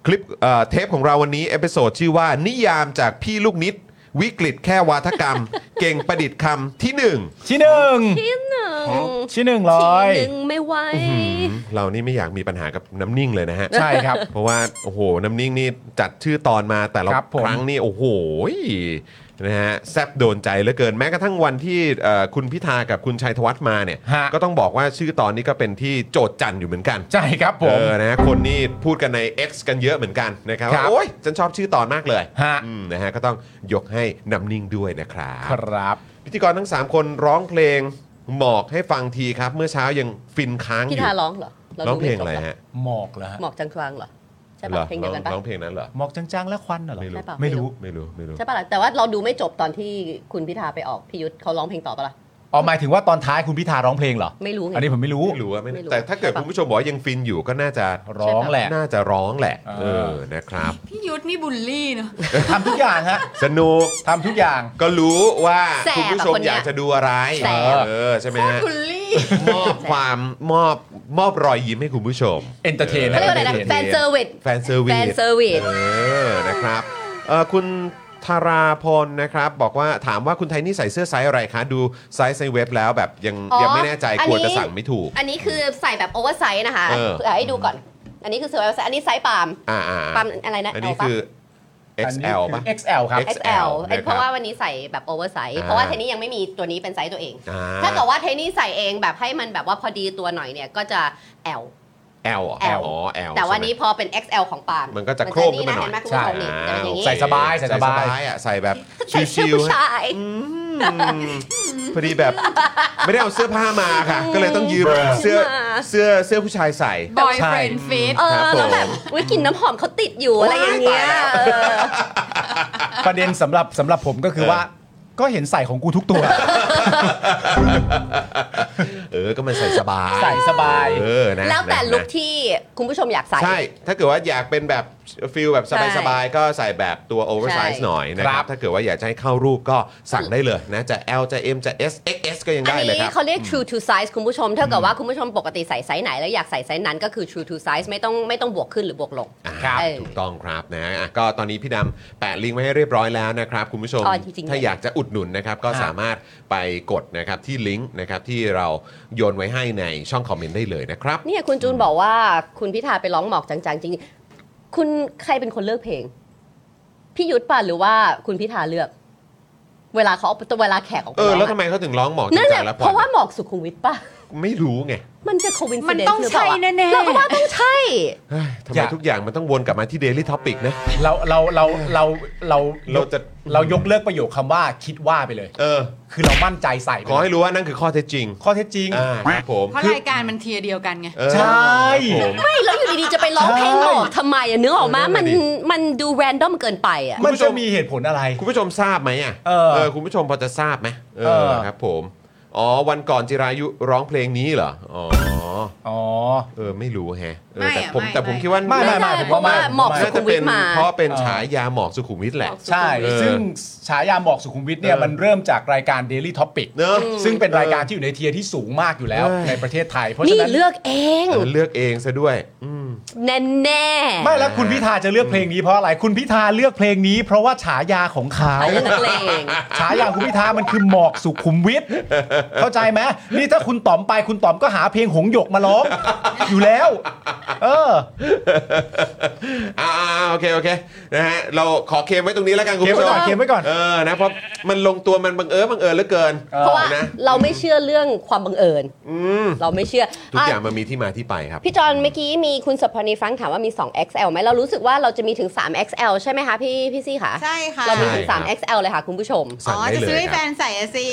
S1: คลิปเอ่อเทปของเราวันนี้ เอพิโซดชื่อว่า นิยามจากพี่ลูกนิด วิกฤตแค่วาทกรรม เก่งประดิษฐ์คำที่หนึ่ง
S2: ที่หนึ่ง
S3: หนึ่ง
S2: ที่หนึ่ง
S3: ที
S2: ร้อย
S3: หนึ่งไม่ไหว
S1: เรานี่ไม่อยากมีปัญหากับน้ำนิ่งเลยนะฮะ
S2: ใช่ครับ
S1: เพราะว่า โอ้โห น้ำนิ่งนี่จัดชื่อตอนมาแต่ละ
S2: ครับผม
S1: ครั้งนี่ โอ้โหนะฮะแซบโดนใจเหลือเกินแม้กระทั่งวันที่เอ่อคุณพิธากับคุณชัยธวัฒน์มาเนี่ย
S2: ฮะ
S1: ก็ต้องบอกว่าชื่อตอนนี้ก็เป็นที่โจทย์จันทร์อยู่เหมือนกัน
S2: ใช่ครับผ
S1: เอ
S2: ม
S1: อนะฮะคนนี่พูดกันใน X กันเยอะเหมือนกันนะครับ
S2: ครับ
S1: ว่าโอ้ยฉันชอบชื่อตอนมากเลย
S2: ฮะ
S1: อืมนะฮะก็ต้องยกให้น้ำนิ่งด้วยนะครับ
S2: ครับ
S1: พิธีกรทั้ง 3 คนร้องเพลงหมอกให้ฟังทีครับ เมื่อเช้ายังฟินค้างอ
S3: พี่
S1: ยู่
S3: ทาร้องเหรอา
S1: ร้
S3: ดู
S1: องเพลงอะไร
S3: ม่จบ
S1: ฮะ
S2: หมอกเหรอฮะ
S3: หมอกจังครางเหรอ ใช่
S1: หรอ
S3: ปะเพลงเดียวกันปะ
S1: ร้องเพลงนั้นเหรอ
S2: หมอกจางๆและควันน่ะเหรอ
S1: ไม่รู้
S3: ใช่เปล่า
S2: ไม่รู้
S1: ไม่รู้ไม่รู้
S3: ใช่ปะล่ะแต่ว่าเราดูไม่จบตอนที่คุณพิธาไปออกพิยุทธเขาร้องเพลงต่อปะล่ะ
S2: อ๋อหมายถึงว่าตอนท้ายคุณพิธาร้องเพลงเหรอ
S3: ไม่รู้ไง
S2: อันนี้ผมไม่รู้
S1: ไม่รู้ว่าไม่
S3: ไม่รู้
S1: แต่ถ้าเกิด
S3: ใช่ปะ
S1: คุณผู้ชมบอกว่ายังฟินอยู่ก็น่าจะ
S2: ร้องแหละ
S1: น่าจะร้องแหละ
S2: อ่า
S1: เออนะครับ
S4: พี่ยุทธนี่บุลลี่เนาะ
S2: ทำทุกอย่างฮะ
S1: สนุก
S2: ทำทุกอย่าง
S1: ก็รู้ว่า
S3: แสบ
S1: คุณผู้ชม
S3: อะคนเนี้
S1: อย ยากจะดูอะไร
S3: แสบ
S1: เออใช่ไหมฮะ
S4: บุลลี่
S1: มอบความมอบมอบรอยยิ้มให้คุณผู้ชม
S2: Entertain
S3: เขาเรียกว่าอะไรนะแฟนเซอร์วิส
S1: แฟนเซอร์วิส
S3: แฟนเซอร์วิส
S1: เออนะครับเออคุณธาราพลนะครับบอกว่าถามว่าคุณไทยนี่ใส่เสื้อไซส์อะไรคะ ดูไซส์ในเว็บแล้วแบบยังยังไม่แน่ใจกลัวจะสั่งไม่ถูก
S3: อันนี้คือใส่แบบโอเวอร์ไซส์นะคะ
S1: เออ
S3: เผื่อให้ดูก่อน อันนี้คือเซอร์ไวส์อันนี้ไซส์ปาล์ม
S1: อ่าอ่า
S3: ปาล์มอะไรนะ
S1: อันนี้
S3: L ปะ
S1: คือ XL ป่ะ
S2: XL ครับ
S1: XL
S3: XL เอ้ย
S1: นะครับ
S3: เพราะว่าวันนี้ใส่แบบโอเวอร์ไซส์
S1: อ่า
S3: เพราะว่าเทนนี่ยังไม่มีตัวนี้เป็นไซส์ตัวเอง
S1: อ่
S3: ถ้าเกิดว่าเทนนี่ใส่เองแบบให้มันแบบว่าพอดีตัวหน่อยเนี่ยก็จะ L
S1: L เหรอ
S3: L
S1: อ๋อ L
S3: แต่วัน
S1: ใช่ไหม
S3: นี้พอเป็น XL ของปาล์ม
S1: มันก็จะโครมขึ้นมาหน่อย
S3: เห็นไหมคุณผู้ชมนี่จะเป็นอย่างนี้
S2: ใส่สบายใส่สบาย
S1: ใอ่ะใส่แบบ
S3: ใส่เสื้อ
S1: ชิว
S3: ผู้
S1: ๆฮะ
S3: ชาย
S1: อืมพอดีแบบไม่ได้เอาเสื้อผ้ามาค่ะ ก็เลยต้องยืมเสื้อเสื้อเสื้อผู้ชายใส่
S4: บอยเฟรนด์ฟิต
S3: เอ
S1: ครัผม
S3: อบแล้วแบบ <laughs> อุ้ยกลิ่นน้ำหอมเขาติดอยู่อะไรอย่างเงี้ยเออ
S2: ประเด็นสำหรับสำหรับผมก็คือว่า ก็เห็นใส่ของกูทุกตัว
S1: เออ ก็มันใส่สบาย
S2: ใส่สบาย
S1: เออนะ
S3: แล้วแต่
S1: นะ
S3: ลุคที่คุณผู้ชมอยากใส่
S1: ใช่ ถ้าเกิดว่าอยากเป็นแบบฟิลแบบสบายๆ ก็ใส่แบบตัวโอเวอร์ไซส์
S3: ใช่
S1: หน่อยนะค
S2: ครั
S1: รับ
S2: บ
S1: ถ้าเกิดว่าอยากจะให้เข้ารูปก็สั่งได้เลยนะ จะ L จะ M จะ S X S ก็ยัง
S3: อัน
S1: ได้เลย
S3: นี้
S1: ครับ
S3: เขาเรียก true to size คุณผู้ชมเท่ากับว่าคุณผู้ชมปกติใส่ไซส์ไหนแล้วอยากใส่ไซส์นั้นก็คือ true to size ไม่ต้องไม่ต้องบวกขึ้นหรือบวกลง
S1: ครับ
S3: เออ
S1: ถูกต้องครับนะอ่ะก็ตอนนี้พี่ดำแปะลิงก์ไว้ให้เรียบร้อยแล้วนะครับ คุณผู้ชม
S3: อ๋อจริงๆ
S1: ถ้าอยากจะอุดหนุนนะครับ ก็
S2: อ่ะ
S1: สามารถไปกดนะครับที่ลิงก์นะครับที่เราโยนไว้ให้ในช่องคอมเมนต์ได้เลยนะครับ
S3: เนี่ยคุณจูนบอกว่าคุณพิธาไปร้องหมอกจังๆจริงๆคุณใครเป็นคนเลือกเพลง พี่ยุทธป่ะหรือว่าคุณพิธาเลือก เวลาเขาเอาเวลาแขกออกไป
S1: เออ
S3: ร้อง
S1: แล้ว
S3: อะ
S1: ทำไมเขาถึงร้องหมอก
S3: นั่นแห
S1: จั
S3: ละ
S1: งๆแล้ว
S3: เพราะว่าหมอกสุขุมวิทป่ะ
S1: ไม่รู้ไง
S3: มันจะโควิน
S4: มันต้องใช่แน่
S3: เราก็ว่าต้องใช่
S1: เฮ้ยทำไม
S2: อยาก
S1: ทุกอย่างมันต้องวนกลับมาที่ Daily Topic นะ
S2: เราเราเราเราเรา
S1: เราจะ
S2: เรายกเลิกประโยคคำว่าคิดว่าไปเลย
S1: เออ
S2: คือเรามั่นใจใส่ไป
S1: ขอให้รู้ว่านั่นคือข้อเท็จจริง
S2: ข้อเท็จจริง
S1: อ่าครับผม
S4: ๆ เพราะรายการมันเทียร์เดียวกันไง
S1: เออ
S2: ใช่
S1: ครับผม
S3: ไม่แล้วอยู่ดีๆจะไปร้องเพลงหมอกทำไมอะเนื้อออกมา
S1: เออนั่
S3: มัน น
S1: น่ะดิ
S3: มันดูแรนดอมเกินไปอะ
S2: มันจะมีเหตุผลอะไร
S1: คุณผู้ชมทราบไหมอ่ะ
S2: เออ
S1: คุณผู้ชมพอจะทราบไหมเอ
S2: เอ
S1: อ
S2: อ
S1: ครับผม อ๋อวันก่อนจิรายุร้องเพลงนี้เหรออ๋อ
S2: อ๋อ
S1: เออไม่รู้แฮะเออ
S4: ไม่
S1: แต่
S4: อะ
S1: ผม
S4: ไม่
S1: แต่ผม
S4: ไม่
S1: คิดว่า
S2: ไม่ไม่
S1: น่า
S2: ๆ
S3: ด้
S2: ผม
S3: เพราะ
S2: ว่า
S3: ว่าหมอกสุ
S1: น่า
S3: ขุ
S1: จะ
S3: มวิ
S1: เป็
S3: ท
S1: น
S3: มา
S1: เพราะเป็นฉายาหมอกสุขุมวิทแหละ
S2: ใช่
S1: เออ
S2: ซึ่งฉายาหมอกสุขุมวิทเนี่ย
S1: เออ
S2: มันเริ่มจากรายการ Daily Topic
S1: เนอะ
S2: ซึ่งเป็นรายการที่อยู่ในเทียร์ที่สูงมากอยู่แล้ว
S1: เออ
S2: ในประเทศไทย เพราะฉะ
S3: นี่
S2: นั้น
S3: เลือกเอง
S1: เออเลือกเองซะด้วย อืม <laughs>
S3: แน่แน่ๆ
S2: ไม่แล้วคุณพิธาจะเลือกเพลงนี้เพราะอะไรคุณพิธาเลือกเพลงนี้ เพราะว่าฉายาของเขา
S3: อาจจะนักเลง
S2: ฉายาของคุณพิธามันคือหมอกสุขุม
S1: <laughs>
S2: วิทเข้าใจไหมนี่ถ้าคุณต๋อมไปคุณต๋อมก็หาเพลงหงส์หยกมาร้องอยู่แล้ว เออ
S1: อ่าๆโอเค โอเค นะฮะ เราขอเคมไว้ตรงนี้แล้วกันคุณ
S2: เคม
S1: ผู้
S2: ไว้
S1: ช
S2: ก่อ
S1: ม
S2: นเคมไว้ก่อน
S1: เออนะเพราะมันลงตัวมันบังเอิญบังเอิญเหลือเกิน
S3: เพราะว่า
S1: เออนะ
S3: เราไม่เชื่อเรื่องความบังเอิญ เราไม่เชื่อ
S1: ทุกอย่าง
S3: อ่ะ
S1: มันมีที่มาที่ไปครับ
S3: พี่จอนเมื่อกี้มีคุณสัพพนีฟรังก์ถามว่ามี 2 XL ไหมเรารู้สึกว่าเราจะมีถึง 3 XL ใช่ไหมคะพี่พี่ซี่คะ
S4: ใช่ค่ะ
S3: เรามีถึง
S1: ใช่ครับ
S3: 3 XL เลยค่ะคุณผู้ชม
S1: สั่
S4: อ๋
S1: ง
S4: อ
S1: ได้
S4: จะ
S1: เล
S4: ซื้อย ให้
S1: ค
S4: แฟ
S1: รับ
S4: นใส่อะสิ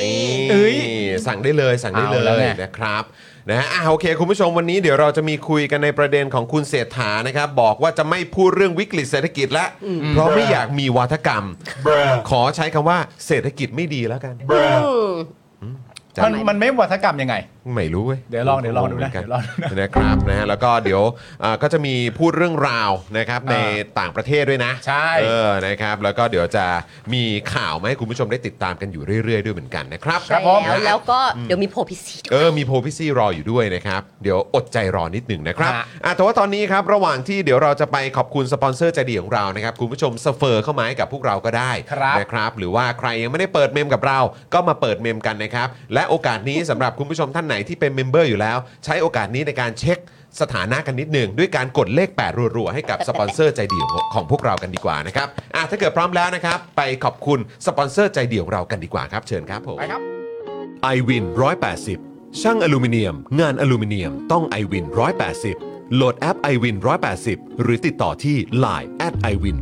S2: เอ้
S1: นี่
S2: ย
S1: สั่งได้เลยสั่งได้เล
S2: เอาแล้ว
S1: ย
S2: ไง
S1: นะครับนะฮะอ่ะโอเค คุณผู้ชมวันนี้เดี๋ยวเราจะมีคุยกันในประเด็นของคุณเศรษฐานะครับ บอกว่าจะไม่พูดเรื่องวิกฤตเศรษฐกิจละเพราะไม่อยากมีวาทกรรม ขอใช้คำว่าเศรษฐกิจไม่ดีแล้วกันจำ
S2: มันมันไม่วัฒกรรมยังไง
S1: ไม่รู้เว้ย
S2: เดี๋ยวลองเดี๋ยวลองดูนะ
S1: หมืกั
S2: เดี๋ยวลองดูนะ
S1: นะครับนะฮะแล้วก็เดี๋ยวเอ่อก็จะมีพูดเรื่องราวนะครับในต่างประเทศด้วยนะ
S2: ใช่
S1: เออนะครับแล้วก็เดี๋ยวจะมีข่าวมาให้คุณผู้ชมได้ติดตามกันอยู่เรื่อย ๆ ด้วยเหมือนกันนะครับ
S3: ใช่แล้วแล้วก็เดี๋ยวมีโพลพิซีด้วย
S1: เออมีโพลพิซี่รออยู่ด้วยนะครับ เดี๋ยวอดใจรอนิดหนึ่งนะครับ
S2: ฮะ
S1: อ่ะแต่ว่าตอนนี้ครับระหว่างที่เดี๋ยวเราจะไปขอบคุณสปอนเซอร์ใจดีของเรานะครับคุณผู้ชมสเฟอร์เข้ามาให้กับพวกเราก็ได้
S2: ครับ
S1: นะครับหรือว่าใครยังไม่ได้เปิดเมมกับเราก็มาเปิดเมมกันนะครับ และโอกาสนี้สำหรับคุณผู้ชมท่านไหนที่เป็นเมมเบอร์อยู่แล้ว ใช้โอกาสนี้ในการเช็คสถานะกันนิดหนึ่งด้วยการกดเลข 8 รัวๆ ให้
S2: <laughs>
S1: กับสปอนเซอร์ใจดีของของพวกเรากันดีกว่านะครับอ่ะถ้าเกิดพร้อมแล้วนะครับ ไปขอบคุณสปอนเซอร์ใจดีของเรากันดีกว่าครับ เชิญครับผม
S2: ไปครับ
S6: i w วิน180 ช่างอลูมิเนียม งานอลูมิเนียมต้อง i w วิน180 โหลดแอป i w วิน180 หรือติดต่อที่ Line at i w วิน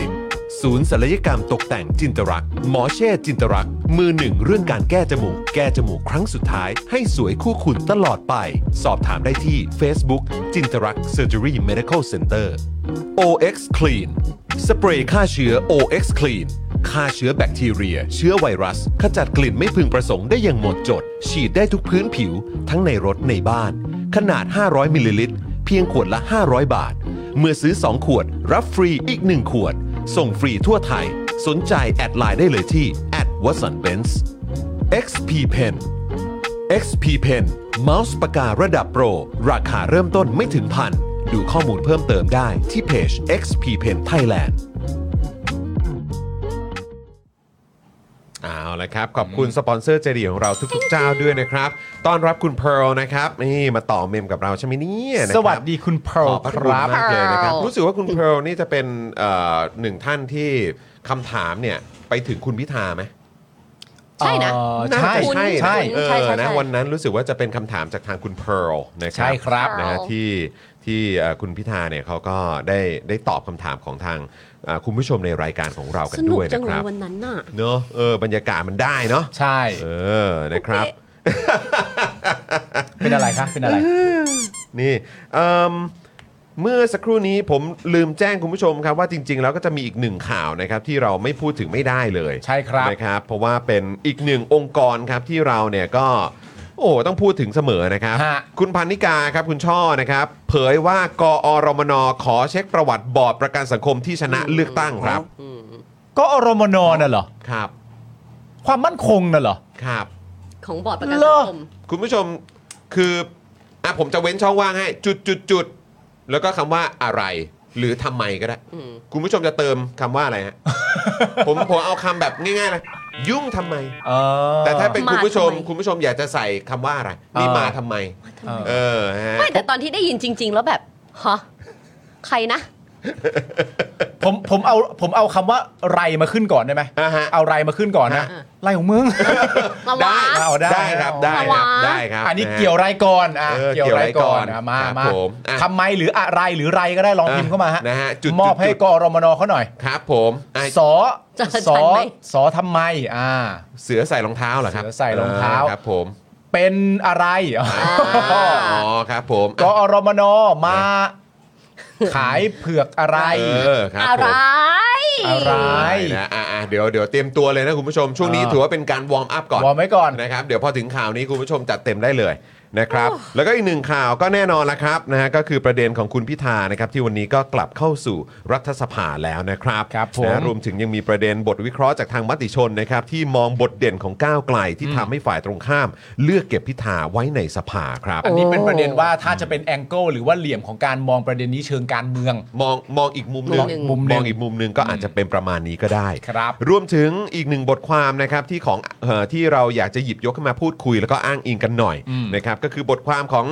S6: 180 ศูนย์ศัลยกรรมตกแต่งจินตรัก หมอเช่จินตรัก มือหนึ่งเรื่องการแก้จมูก แก้จมูกครั้งสุดท้าย ให้สวยคู่คุณตลอดไป สอบถามได้ที่ Facebook จินตรัก Surgery Medical Center OX Clean สเปรย์ฆ่าเชื้อ OX Clean ฆ่าเชื้อแบคทีเรีย เชื้อไวรัส ขจัดกลิ่นไม่พึงประสงค์ได้อย่างหมดจด ฉีดได้ทุกพื้นผิว ทั้งในรถในบ้าน ขนาด 500 มิลลิลิตร เพียงขวดละ 500 บาท เมื่อซื้อ 2 ขวด รับฟรีอีก 1 ขวด ส่งฟรีทั่วไทย สนใจแอดไลน์ได้เลยที่ w a t s o n b e n z XP Pen XP Pen เมาส์ปากการะดับโปร ราคาเริ่มต้นไม่ถึงพัน ดูข้อมูลเพิ่มเติมได้ที่เพจ XP Pen Thailand
S1: เอาละครับ ขอบคุณสปอนเซอร์ใจดีของเราทุกๆเจ้าด้วยนะครับต้อนรับคุณเพร์ลนะครับนี่มาต่อเมมกับเราใช่ไหมเนี่ยนะครับ
S2: สวัสดีคุณเพร์
S1: ข
S2: ล
S1: อบพระ
S2: ค
S1: คุณ
S2: รับ
S1: มากเลยนะครับ
S3: Pearl
S1: รู้สึกว่าคุณเพร์ลนี่จะเป็นเอ่อหนึ่งท่านที่คำถามเนี่ยไปถึงคุณพิธาไหม
S3: ใช่นะ
S2: เอ่อ
S1: น่า
S2: ใช่
S1: จะ
S3: คุณ
S1: ใช่
S2: ใช่
S1: เอ
S3: ใช่
S1: อ
S3: ใช่ใช่
S1: นะวันนั้นรู้สึกว่าจะเป็นคำถามจากทางคุณเพร์ลนะครั
S2: ใช่ครับ
S1: นะฮะที่ที่เอ่อคุณพิธาเนี่ยเขาก็ได้ได้ตอบคำถามของทางเอ่อคุณผู้ชมในรายการของเรากัน
S3: สนุก
S1: ด้วย
S3: จั
S1: นะ
S3: ง
S1: ค
S3: เล
S1: รั
S3: ย
S1: บ
S3: วันนั้นน่ะ
S1: เนอะเออบรรยากาศมันได้เนาะ
S2: ใช่
S1: เออนะครับ
S2: เป็นอะไรครับเป็นอะไร
S1: นี่เอิ่มเมื่อสักครู่นี้ผมลืมแจ้งคุณผู้ชมครับว่าจริง ๆ แล้วก็จะมีอีกหนึ่งข่าวนะครับที่เราไม่พูดถึงไม่ได้เลย
S2: ใช่ครับ
S1: นะครับเพราะว่าเป็นอีกหนึ่งองค์กรครับที่เราเนี่ยก็โอ้โหต้องพูดถึงเสมอนะครับ
S2: ฮะ
S1: คุณพันนิกาครับคุณช่อนะครับ เผยว่ากอรมนขอเช็คประวัติบอร์ดประกันสังคมที่ชนะเลือกตั้งครับ
S2: ก็อรมนน่ะเหรอ
S1: ครับ
S2: ความมั่นคงน่ะเหรอ
S1: ครับ
S3: ของบอร์ดประกัน
S2: เหร
S3: สั
S2: อ
S3: งคม
S1: คุณผู้ชมคืออ่ะผมจะเว้นช่องว่างให้จุดจุดจุดแล้วก็คำว่าอะไร หรือทำไมก็ได้
S3: อืม
S1: คุณผู้ชมจะเติมคำว่าอะไร
S2: <laughs>
S1: ฮะ ผมผมเอาคำแบบง่ายๆเลยยุ่งทำไม
S2: <laughs> เออ
S1: แต่ถ้าเป็นคุณผู้ชม
S3: มาทำไม
S1: คุณผู้ชมอยากจะใส่คำว่าอะไร
S2: เออ
S1: นี่มาทำไม
S2: เออ
S1: เออฮะ
S3: ไม่แต่ตอนที่ได้ยินจริง ๆ แล้วแบบฮะใครนะ
S2: ผมผมเอาผมเอาคำว่าไรมาขึ้นก่อนได้ไหม
S1: อ่ะฮะ
S2: เอาไรมาขึ้นก่อนนะ
S3: ฮะ
S2: ไรของ <laughs> มึง
S3: มา
S1: ได้
S3: วะ
S2: เอาได้
S1: ได้ครับได้
S2: เอา
S1: ครับ
S3: เอา
S1: ได้ครับ
S2: อันนี้
S1: ะฮะ
S2: เกี่ยวไรก่อนอ่ะ
S1: เออ
S2: เกี่ยวไรก่อน
S1: เกี่ยวไรก่อน
S2: อ่ะมา
S1: ครับ
S2: มา
S1: ผมอ่ะ
S2: ทำไมหรืออะไรหรือไรก็ได้ลองพิมพ์เข้ามาฮะ
S1: อ่ะนะฮะจุด
S2: มอบให้
S1: จุด
S2: กอรมนเขาหน่อย
S1: ครับผมอ่ะ
S2: สอ
S3: จะทัน
S2: สอ
S3: ไหม
S2: สอทำไมอ่า
S1: เสือใส่รองเท้าเหรอครับ
S2: เสือใส่รองเท้า
S1: ครับผม
S2: เป็นอะไรอ๋อ
S1: อ๋อครับผม
S2: กอรมนมา ขายเผือกอะไร
S1: เออครับผม
S3: อะไร
S2: อะไร
S1: นะอ่ะอ่ะเดี๋ยวเดี๋ยวเตรียมตัวเลยนะคุณผู้ชมช่วงนี้
S2: อ่า
S1: ถือว่าเป็นการวอร์มอัพก่อน
S2: วอร์มไว้ก่อน
S1: นะครับเดี๋ยวพอถึงข่าวนี้คุณผู้ชมจัดเต็มได้เลยนะครับ แล้วก็อีกหนึ่งข่าวก็แน่นอนละครับนะฮะก็คือประเด็นของคุณพิธานะครับที่วันนี้ก็กลับเข้าสู่รัฐสภาแล้วนะครับ
S2: ครับผม
S1: นะรวมถึงยังมีประเด็นบทวิเคราะห์จากทางมติชนนะครับที่มองบทเด่นของก้าวไกลที่ทำให้ฝ่ายตรงข้าม เลือกเก็บพิธาไว้ในสภาครับ
S2: ันนี้เป็นประเด็นว่าถ้าจะเป็นแองเกิลหรือว่าเหลี่ยมของการมองประเด็นนี้เชิงการเมือง
S1: มองมองอีกมุมหนึ่ง
S3: มองอีก
S1: ม
S3: มุ
S1: อง
S3: มหนึ่ง
S1: อีกมุมหนึ่งก็อาจจะเป็นประมาณนี้ก็ได้
S2: ครับ
S1: วมถึงอีกหนึ่งบทความนะครับที่ของเอ่อที่เราอยากจะหยิบยกขึ้นมาพูดคุย แล้วก็อ้างอิงกันหน่อยนะครับก็คือบทความของ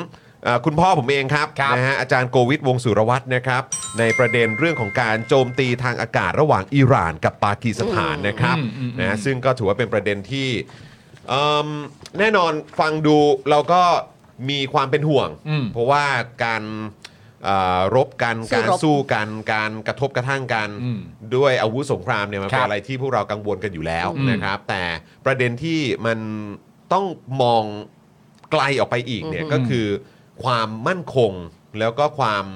S1: เอ่อคุณพ่อผมเองครับ
S2: ครับ
S1: นะฮะอาจารย์โกวิทวงศ์สุรวัตรนะครับ ในประเด็นเรื่องของการโจมตีทางอากาศระหว่างอิหร่านกับปากีสถานนะครับนะฮะซึ่งก็ถือว่าเป็นประเด็นที่ เอิ่มแน่นอนฟังดูเราก็มีความเป็นห่วง
S2: อืม
S1: เพราะว่าการเอ่อรบกัน
S3: สู้รบ
S1: การสู้กันการกระทบกระทั่งกัน
S2: อืม
S1: ด้วยอาวุธสงครามเนี่ยมันเป็
S2: คนรับ
S1: อะไรที่พวกเรากังวลกันอยู่แล้ว
S2: อืม
S1: นะครับ แต่ประเด็นที่มันต้องมองไกลออกไปอีกเนี่ย
S3: อืม
S1: ก็คือความมั่นคงแล้วก็ความ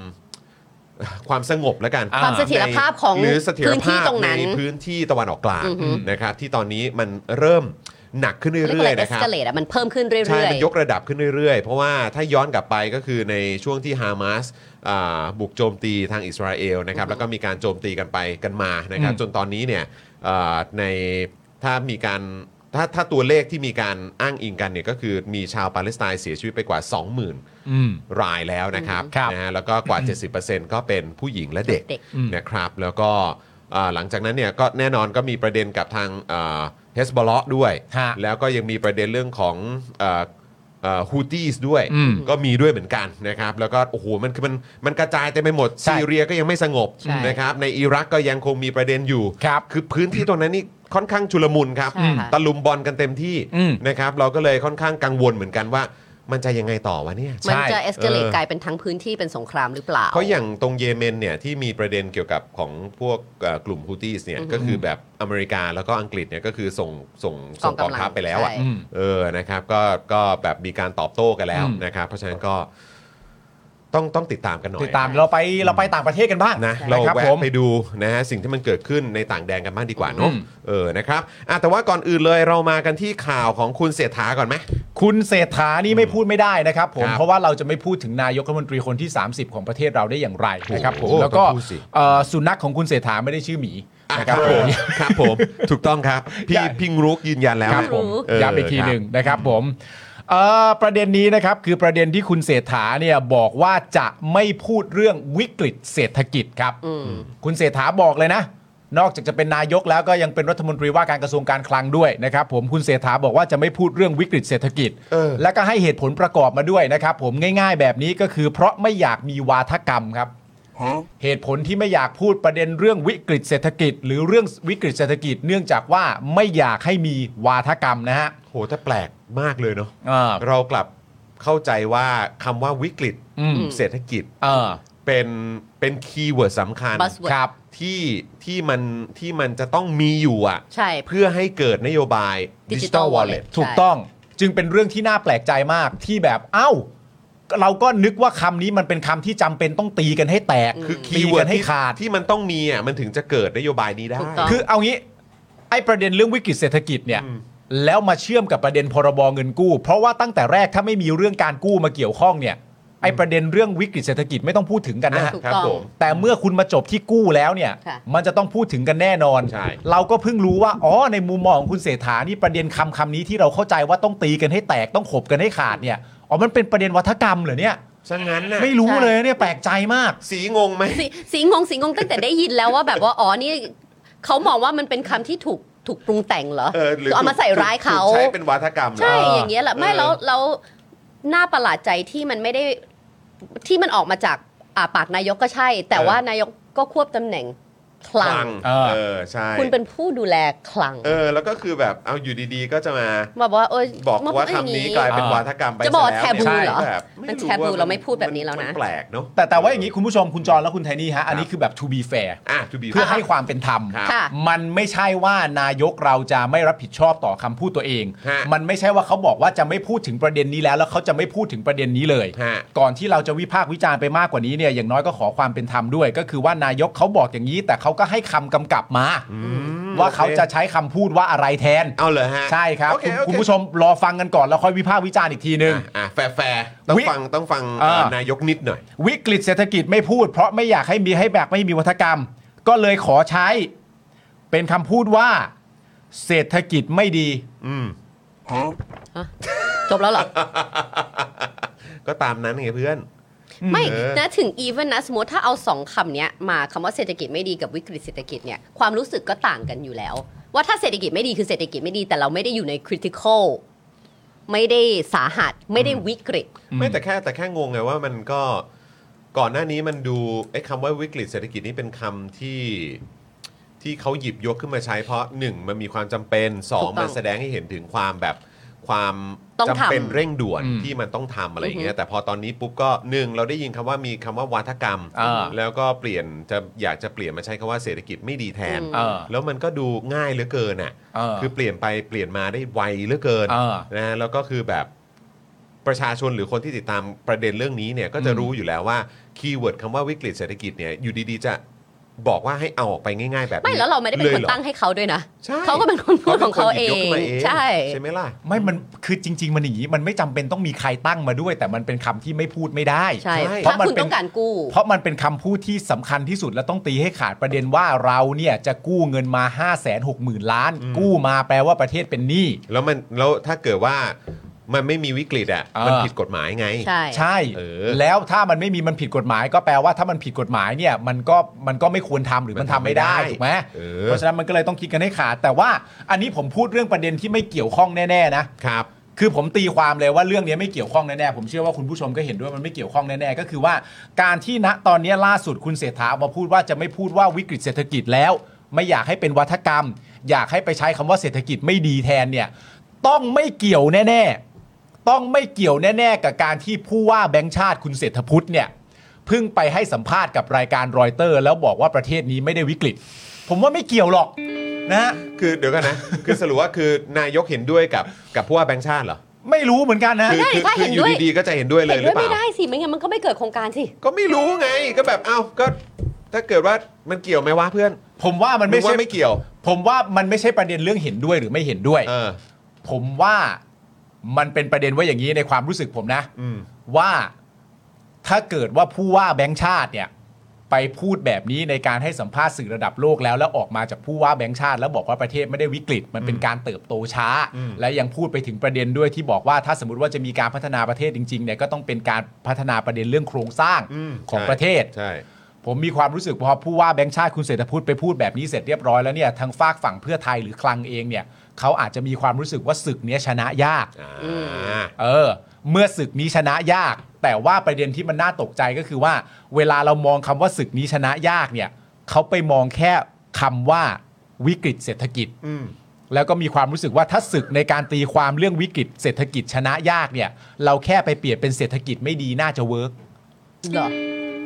S1: <sighs> ความสงบแล้วกัน
S2: อ่
S3: ความเสถียรภาพของ
S1: หรือเสถียร
S3: พื้นที่
S1: ภาพ
S3: ตรง
S1: ใน
S3: นั้น
S1: พื้นที่ตะวันออกกลาง
S3: อือฮึ
S1: นะครับที่ตอนนี้มันเริ่มหนักขึ้น
S3: เรียก
S1: เรื่
S3: ว่า
S1: อ
S3: อะไร
S1: ยๆ
S3: เอ็
S1: นะค
S3: กซ์
S1: รับ
S3: เกเลตอะมันเพิ่มขึ้นเรื่อยๆ
S1: ใช่มันยกระดับขึ้นเรื่อยๆ เพราะว่าถ้าย้อนกลับไปก็คือในช่วงที่ฮามาสอ่าบุกโจมตีทางอิสราเอลนะครับแล้วก็มีการโจมตีกันไปกันมานะครับ
S2: อืม
S1: จนตอนนี้เนี่ยอ่าในถ้ามีการถ้าถ้าตัวเลขที่มีการอ้างอิงกันเนี่ยก็คือมีชาวปาเลสไตน์เสียชีวิตไปกว่า 20,000
S2: อืม
S1: รายแล้วนะครับ
S2: ครับ
S1: นะฮะแล้วก็กว่า 70%ก็เป็นผู้หญิงและเด็ก
S3: เด็ก
S2: อืม
S1: นะครับ แล้วก็อ่าหลังจากนั้นเนี่ยก็แน่นอนก็มีประเด็นกับทางเฮสบอลด้วย
S2: ฮะ
S1: แล้วก็ยังมีประเด็นเรื่องของฮูตี้สด้วย
S2: อืม
S1: ก็มีด้วยเหมือนกันนะครับ แล้วก็โอ้โหมันคือมันมันกระจายเต็มไปหมด
S2: ใช่
S1: ซีเรียก็ยังไม่สงบ
S3: ใช่
S1: นะครับในอิรักก็ยังคงมีประเด็นอยู่
S2: ครับ
S1: อพื้นที่ตรงนั้นนี่ค่อนข้างชุลมุนครับ
S3: ใช่ค่ะ
S1: ตะลุมบอลกันเต็มที่
S2: อืม
S1: นะครับ เราก็เลยค่อนข้างกังวลเหมือนกันว่า มันจะยังไงต่อวะเนี่ย
S3: มันจะ
S2: ใช่
S3: เอ็กซ์เกเลต
S1: เออ
S3: กลายเป็นทั้งพื้นที่เป็นสงครามหรือเปล่า
S1: เพราะอย่างตรงเยเมนเนี่ยที่มีประเด็นเกี่ยวกับของพวกเอ่อกลุ่มฮูตี้เนี่ย
S3: อือฮึ
S1: ก็คือแบบอเมริกาแล้วก็อังกฤษเนี่ยก็คือส่งส่งส่งก
S3: ก
S1: อ
S3: อง งกำลัง
S1: ทัพไปแล้วอ่ะ
S3: ใช่
S2: อืม
S1: เออนะครับก็ก็แบบมีการตอบโต้กันแล้ว
S2: อืม
S1: นะครับ เพราะฉะนั้นก็ต้องต้องติดตามกันหน่อย
S2: ติดตามเราไปเราไปต่างประเทศกันบ้าง
S1: นะ
S2: น
S1: เรา
S2: ครับผ
S1: แวะ
S2: ม
S1: ไปดูนะฮะสิ่งที่มันเกิดขึ้นในต่างแดนกันบ้างดีกว่าเนอะ
S2: อืม
S1: เออนะครับอ่ะแต่ว่าก่อนอื่นเลยเรามากันที่ข่าวของคุณเศรษฐาก่อนไหม
S2: คุณเศรษฐานี่ไม่พูดไม่ได้นะครับผ
S1: ค
S2: ม
S1: รับ
S2: เพราะว่าเราจะไม่พูดถึงนายกรัฐมนตรีคนที่ 30 ของประเทศเราได้อย่างไรนะครับผม
S1: โอ้โห
S2: แล้วก็
S1: ต้องพูดสิ
S2: เอ่อสุนัขของคุณเศรษฐาไม่ได้ชื่อหมี
S1: อ่ะ
S2: นะ
S1: ค
S2: ค
S1: รั
S2: รั
S1: บบ ผ
S2: ผม ม
S1: ครับผมถูกต้องครับพี่
S2: อย่า
S1: พิงรุกยืนยันแล้ว
S2: ครับ
S1: นะ
S2: ผม
S1: เออ
S2: ย้ำอีกที
S1: ครับ
S2: หนึ่งนะครับผมเอ่อประเด็นนี้นะครับคือประเด็นที่คุณเศรษฐาเนี่ยบอกว่าจะไม่พูดเรื่องวิกฤตเศรษฐกิจครับ
S3: อืม
S2: คุณเศรษฐาบอกเลยนะ นอกจากจะเป็นนายกแล้วก็ยังเป็นรัฐมนตรีว่าการกระทรวงการคลังด้วยนะครับผมคุณเศรษฐาบอกว่าจะไม่พูดเรื่องวิกฤตเศรษฐกิจ
S1: เออ
S2: แล้วก็ให้เหตุผลประกอบมาด้วยนะครับผมง่ายๆแบบนี้ก็คือ เพราะไม่อยากมีวาทกรรมครับ เหตุผลที่ไม่อยากพูดประเด็นเรื่องวิกฤตเศรษฐกิจ หรือเรื่องวิกฤตเศรษฐกิจ เนื่องจากว่าไม่อยากให้มีวาทกรรมนะฮะ
S1: โหแต่แปลกมากเลยเนาะ
S2: เออ
S1: เรากลับเข้าใจว่าคำว่าวิกฤต
S2: อืม
S1: เศรษฐกิจ
S2: เออ
S1: เป็นเป็นคีย์เวิร์ดสำคัญ
S3: Buzzword
S2: ครับ
S1: ที่ที่มันที่มันจะต้องมีอยู่อ่ะ
S3: ใช่ <laughs>
S1: เพื่อให้เกิดนโยบาย
S3: Digital
S1: Digital Wallet
S3: Wallet
S2: ถูกต้องจึงเป็นเรื่องที่น่าแปลกใจมากที่แบบเอ้า เราก็นึกว่าคำนี้มันเป็นคำที่จำเป็นต้องตีกันให้แตก
S1: คือคี
S2: ตี
S1: ย์เวิร์
S2: กั
S1: ด
S2: นให้ขาด
S1: ที่มันต้องมีอ่ะมันถึงจะเกิดนโยบายนี้ได้
S3: ถูกต้อง
S2: คือเอางี้ไอ้ประเด็นเรื่องวิกฤตเศรษฐกิจเนี่ย
S1: อืม
S2: แล้วมาเชื่อมกับประเด็นพรบเงินกู้ เพราะว่าตั้งแต่แรกถ้าไม่มีเรื่องการกู้มาเกี่ยวข้องเนี่ยไอ้ประเด็นเรื่องวิกฤตเศรษฐกิจไม่ต้องพูดถึงกัน
S1: อ่ะ
S2: นะฮะ
S3: ถูก
S1: ครับ
S3: ต้อง
S1: ผม
S2: แต่เมื่อคุณมาจบที่กู้แล้วเนี่ย
S3: ค่ะ
S2: มันจะต้องพูดถึงกันแน่นอน
S1: ใช่
S2: เราก็เพิ่งรู้ว่าอ๋อในมุมมองของคุณเศรษฐานี่ประเด็นคำคำนี้ที่เราเข้าใจว่าต้องตีกันให้แตกต้องขบกันให้ขาดเนี่ยอ๋อมันเป็นประเด็นวัฒกรรมเหรอเนี่ย
S1: ซะงั้นน่ะ
S2: ไม่รู้เลยเนี่ยแปลกใจมาก
S1: สีงงไหม
S3: สีสีงงสีงงตั้งแต่ได้ยินแล้วว่าแบบว่าอ๋อนี่เขามองว่ามันเป็นคำที่ถูกถูกปรุงแต่งเหรอ
S1: เออหรือ
S3: เอามาใส่ร้ายเขา
S1: ถูกใช้เป็นวาทกรรมเหรอ
S3: ใช่ อย่างเงี้ยแหละไม่
S1: เออ
S3: แล้วแล้วน่าประหลาดใจที่มันไม่ได้ที่มันออกมาจากอ่าปากนายกก็ใช่ แต่ว่านายกก็ควบตำแหน่งค
S1: ค
S3: ลั
S1: ลั
S3: ง
S1: ง
S2: เออ
S1: เออใช่
S3: คุณเป็นผู้ดูแลคลัง
S1: เออแล้วก็คือแบบเอาอยู่ดีๆ ก็จะมา
S3: มาบอกว่าเอย
S1: บอก
S3: มพูด
S1: ว่า
S3: อย่ง
S1: คำนี้กลายเป็
S2: อ่าว
S1: นาทกรรมไป
S3: จะบอก
S1: ซ
S3: แทบู
S1: แล้วนี่ย
S3: เหรอ
S1: แบบ
S3: มัน
S1: รู้
S3: แทบู
S1: ว่
S3: เราไม่พูดแบบนี้แล้วนะ
S1: มัแปลกเนาะ
S2: แต่แต่ว่าอย่างนี้คุณผู้ชมคุณจรและคุณไทนี่ฮะอันนี้คือแบบ to be fair
S1: อ่ะ to be
S2: เพื่อให้ความเป็นธรรม
S1: ครับ
S3: ค่ะ
S2: มันไม่ใช่ว่านายกเราจะไม่รับผิดชอบต่อคำพูดตัวเอง
S1: ฮะ
S2: มันไม่ใช่ว่าเขาบอกว่าจะไม่พูดถึงประเด็นนี้แล้ว แล้วเขาจะไม่พูดถึงประเด็นนี้เลย
S1: ฮะ
S2: ก่อนที่เราจะวิพากษ์วิจารณ์ไปมากกว่านี้เนี่ยอย่างน้อยก็ขอความเป็นธรรมด้วย ก็คือว่านายกเขาบอกอย่างนี้ แต่เขา ก็ให้คำกำกับมา ว่าเขาจะใช้คำพูดว่าอะไรแทน
S1: เอาเลยฮะ
S2: ใช่ครับ
S1: โอเ
S2: คุณคุณผู้
S1: ชม
S2: ชมรอฟังกันก่อนแล้วค่อยวิพากษ์วิจารณ์อีกทีนึง
S1: อ่ะแฟร์แฟร์ต้อง
S2: วิ
S1: ฟังต้องฟังเอ่อ
S2: เออ
S1: นายกนิดหน่อย
S2: วิกฤตเศรษฐกิจไม่พูด เพราะไม่อยากให้มีให้แบบไม่มีวัฒกรรม ก็เลยขอใช้เป็นคำพูดว่า เศรษฐกิจไม่ดี
S1: อืม <laughs>
S3: จบแล้วเหรอ
S1: ก็ตามนั้นไงเพื่อน
S3: ไม่
S1: เออ
S3: นะถึงอีเวนนะสมมติถ้าเอาสองคำเนี้ยมาคำว่าเศรษฐกิจไม่ดีกับวิกฤตเศรษฐกิจเนี่ยความรู้สึกก็ต่างกันอยู่แล้ว ว่าถ้าเศรษฐกิจไม่ดีคือเศรษฐกิจไม่ดีแต่เราไม่ได้อยู่ในคริติคอลไม่ได้สาหัสไม่ได้วิกฤต
S1: ไม่แต่แค่แต่แค่งงไงว่ามันก็ก่อนหน้านี้มันดูไอ้คำว่าวิกฤตเศรษฐกิจนี่เป็นคำที่ที่เขาหยิบยกขึ้นมาใช้เพราะหนึ่งมันมีความจำเป็นสอง
S3: ถูกต้อง
S1: มันแสดงให้เห็นถึงความแบบความ
S3: ต้องทำ
S1: จำเป็นเร่งด่วน
S2: อืม
S1: ที่มันต้องทำอะไรอย่างเงี้
S3: อื
S1: ย
S3: อฮึ
S1: แต่พอตอนนี้ปุ๊บก็หนึ่งเราได้ยินคำว่ามีคำว่าวาทกรรม
S2: อ่า
S1: แล้วก็เปลี่ยนจะอยากจะเปลี่ยนมาใช้คำว่าเศรษฐกิจไม่ดีแทน
S2: เออ
S1: แล้วมันก็ดูง่ายเหลือเกินอ่ะ
S2: เออ
S1: คือเปลี่ยนไปเปลี่ยนมาได้ไวเหลือเกิน
S2: เออ
S1: นะฮะแล้วก็คือแบบประชาชนหรือคนที่ติดตามประเด็นเรื่องนี้เนี่ยก็จะ
S2: อืม
S1: รู้อยู่แล้วว่าคีย์เวิร์ดคำว่าวิกฤตเศรษฐกิจเนี่ยอยู่ดีๆ จะบอกว่าให้เอาออกไปง่าย ๆ แบบนี้
S3: ไม่แล้วเราไม่ได้
S1: ล
S3: เป็นค
S1: ย
S3: น
S1: หรอ
S3: ตั้งให้เขาด้วยนะ
S1: ใช่
S3: เขาก็เป็นคนพูดของเขาเอ
S1: ป็นคนหยิบยกขึ้
S3: ง
S1: นมา
S3: ใช่
S1: ใช่ไหมล่ะ
S2: ไม่มันคือจริง ๆ มันอย่างนี้มันไม่จำเป็นต้องมีใครตั้งมาด้วย แต่มันเป็นคำที่ไม่พูดไม่ได้
S3: ใช่
S1: ใช่
S2: เพ
S3: ถ้า
S2: ราะมัน
S3: คุณ
S2: เป็
S3: ต้อ
S2: น
S3: งการกู้
S2: เพราะมันเป็นคำพูดที่สำคัญที่สุดและต้องตีให้ขาดประเด็นว่าเราเนี่ยจะกู้เงินมา5้าแสนหกหมื่นล้าน กู้มาแปลว่าประเทศเป็นหนี้
S1: แล้วมันแล้วถ้าเกิดว่ามันไม่มีวิกฤตอ่ะ
S2: เออ
S1: มันผิดกฎหมายไง
S3: ใช่
S2: ใช่
S1: เออ
S2: แล้วถ้ามันไม่มีมันผิดกฎหมาย ก็แปลว่าถ้ามันผิดกฎหมายเนี่ยมันก็มันก็ไม่ควรทำหรือมันทำไม่ได้
S1: มันทำไม่ได้
S2: ถูกไหม
S1: เออ
S2: เพราะฉะนั้นมันก็เลยต้องคิดกันให้ขาดแต่ว่าอันนี้ผมพูดเรื่องประเด็นที่ไม่เกี่ยวข้องแน่ๆนะ
S1: ครับ
S2: คือผมตีความเลยว่าเรื่องนี้ไม่เกี่ยวข้องแน่ๆ ผมเชื่อว่าคุณผู้ชมก็เห็นด้วยมันไม่เกี่ยวข้องแน่ๆ ก็คือว่าการที่ณตอนนี้ล่าสุดคุณเศรษฐาออกมาพูดว่าจะไม่พูดว่าวิกฤตเศรษฐกิจแล้ว ไม่อยากให้เป็นวัฒกรรม อยากให้ไปใช้คำว่าเศรษฐกิจไม่ดีแทนเนี่ยต้องไม่เกี่ยวแน่ๆ ต้องไม่เกี่ยวแน่ๆ กับการที่ผู้ว่าแบงค์ชาติคุณเศรษฐพุทธเนี่ยเพิ่งไปให้สัมภาษณ์กับรายการรอยเตอร์ แล้วบอกว่าประเทศนี้ไม่ได้วิกฤต ผมว่าไม่เกี่ยวหรอกนะฮะ
S1: คือเดี๋ยวกันนะ คือสรุปว่าคือนายกเห็นด้วยกับกับผู้ว่าแบงค์ชาติเหรอ
S2: ไม่รู้เหมือนกันนะ
S1: คือ
S3: ได้
S1: คือ
S3: ถ้า
S1: คือ
S3: เห็น
S1: อยู่
S3: ด้วย
S1: ดีๆก็จะเห็นด้วยเลย
S3: เห็น
S1: หรื
S3: ด้
S1: อ
S3: ว
S1: ย เป
S3: ไม่
S1: ล่า
S3: ได้สิไม่งั้นมันก็ไม่เกิดโครงการสิ
S1: ก็ไม่รู้ไงก็แบบเอ้าก็ถ้าเกิดว่ามันเกี่ยวไหมวะเพื่อน
S2: ผมว่ามันไม่
S1: งว่า
S2: ใช่
S1: ไม่เกี่ยว
S2: ผมว่ามันไม่ใช่ประเด็นเรื่องเห็นด้วยหรือไม่เห็นด้วย
S1: เออ
S2: ผมว่ามันเป็นประเด็นว่าอย่างนี้ในความรู้สึกผมนะ
S1: อืม
S2: ว่าถ้าเกิดว่าผู้ว่าแบงค์ชาติเนี่ย ไปพูดแบบนี้ในการให้สัมภาษณ์สื่อระดับโลกแล้วแล้วออกมาจากผู้ว่าแบงค์ชาติ แล้วบอกว่าประเทศไม่ได้วิกฤต มันเป็นการเติบโตช้า และยังพูดไปถึงประเด็นด้วยที่บอกว่าถ้าสมมติว่าจะมีการพัฒนาประเทศจริงๆเนี่ยก็ต้องเป็นการพัฒนาประเด็นเรื่องโครงสร้าง
S1: อืม
S2: ของ
S1: ใช่
S2: ประเทศ
S1: ใช่
S2: ผมมีความรู้สึกพอผู้ว่าแบงค์ชาติคุณเศรษฐพุทธไปพูดแบบนี้เสร็จเรียบร้อยแล้วเนี่ยทางฝากฝั่งเพื่อไทยหรือคลังเองเนี่ยเขาอาจจะมีความรู้สึกว่าศึกเนี้ยชนะยาก
S1: อ่า
S2: เออ เมื่อศึกนี้ชนะยาก แต่ว่าประเด็นที่มันน่าตกใจก็คือว่า เวลาเรามองคำว่าศึกนี้ชนะยากเนี่ยเขาไปมองแค่คำว่าวิกฤตเศรษฐกิจ
S1: อืม
S2: แล้วก็มีความรู้สึกว่าถ้าศึกในการตีความเรื่องวิกฤตเศรษฐกิจชนะยากเนี่ย เราแค่ไปเปลี่ยนเป็นเศรษฐกิจไม่ดีน่าจะเวิร์ก
S3: เหรอ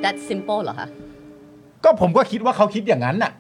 S3: that simple เหรอคะ
S2: ก็ผมก็คิดว่าเขาคิดอย่างนั้นน่ะ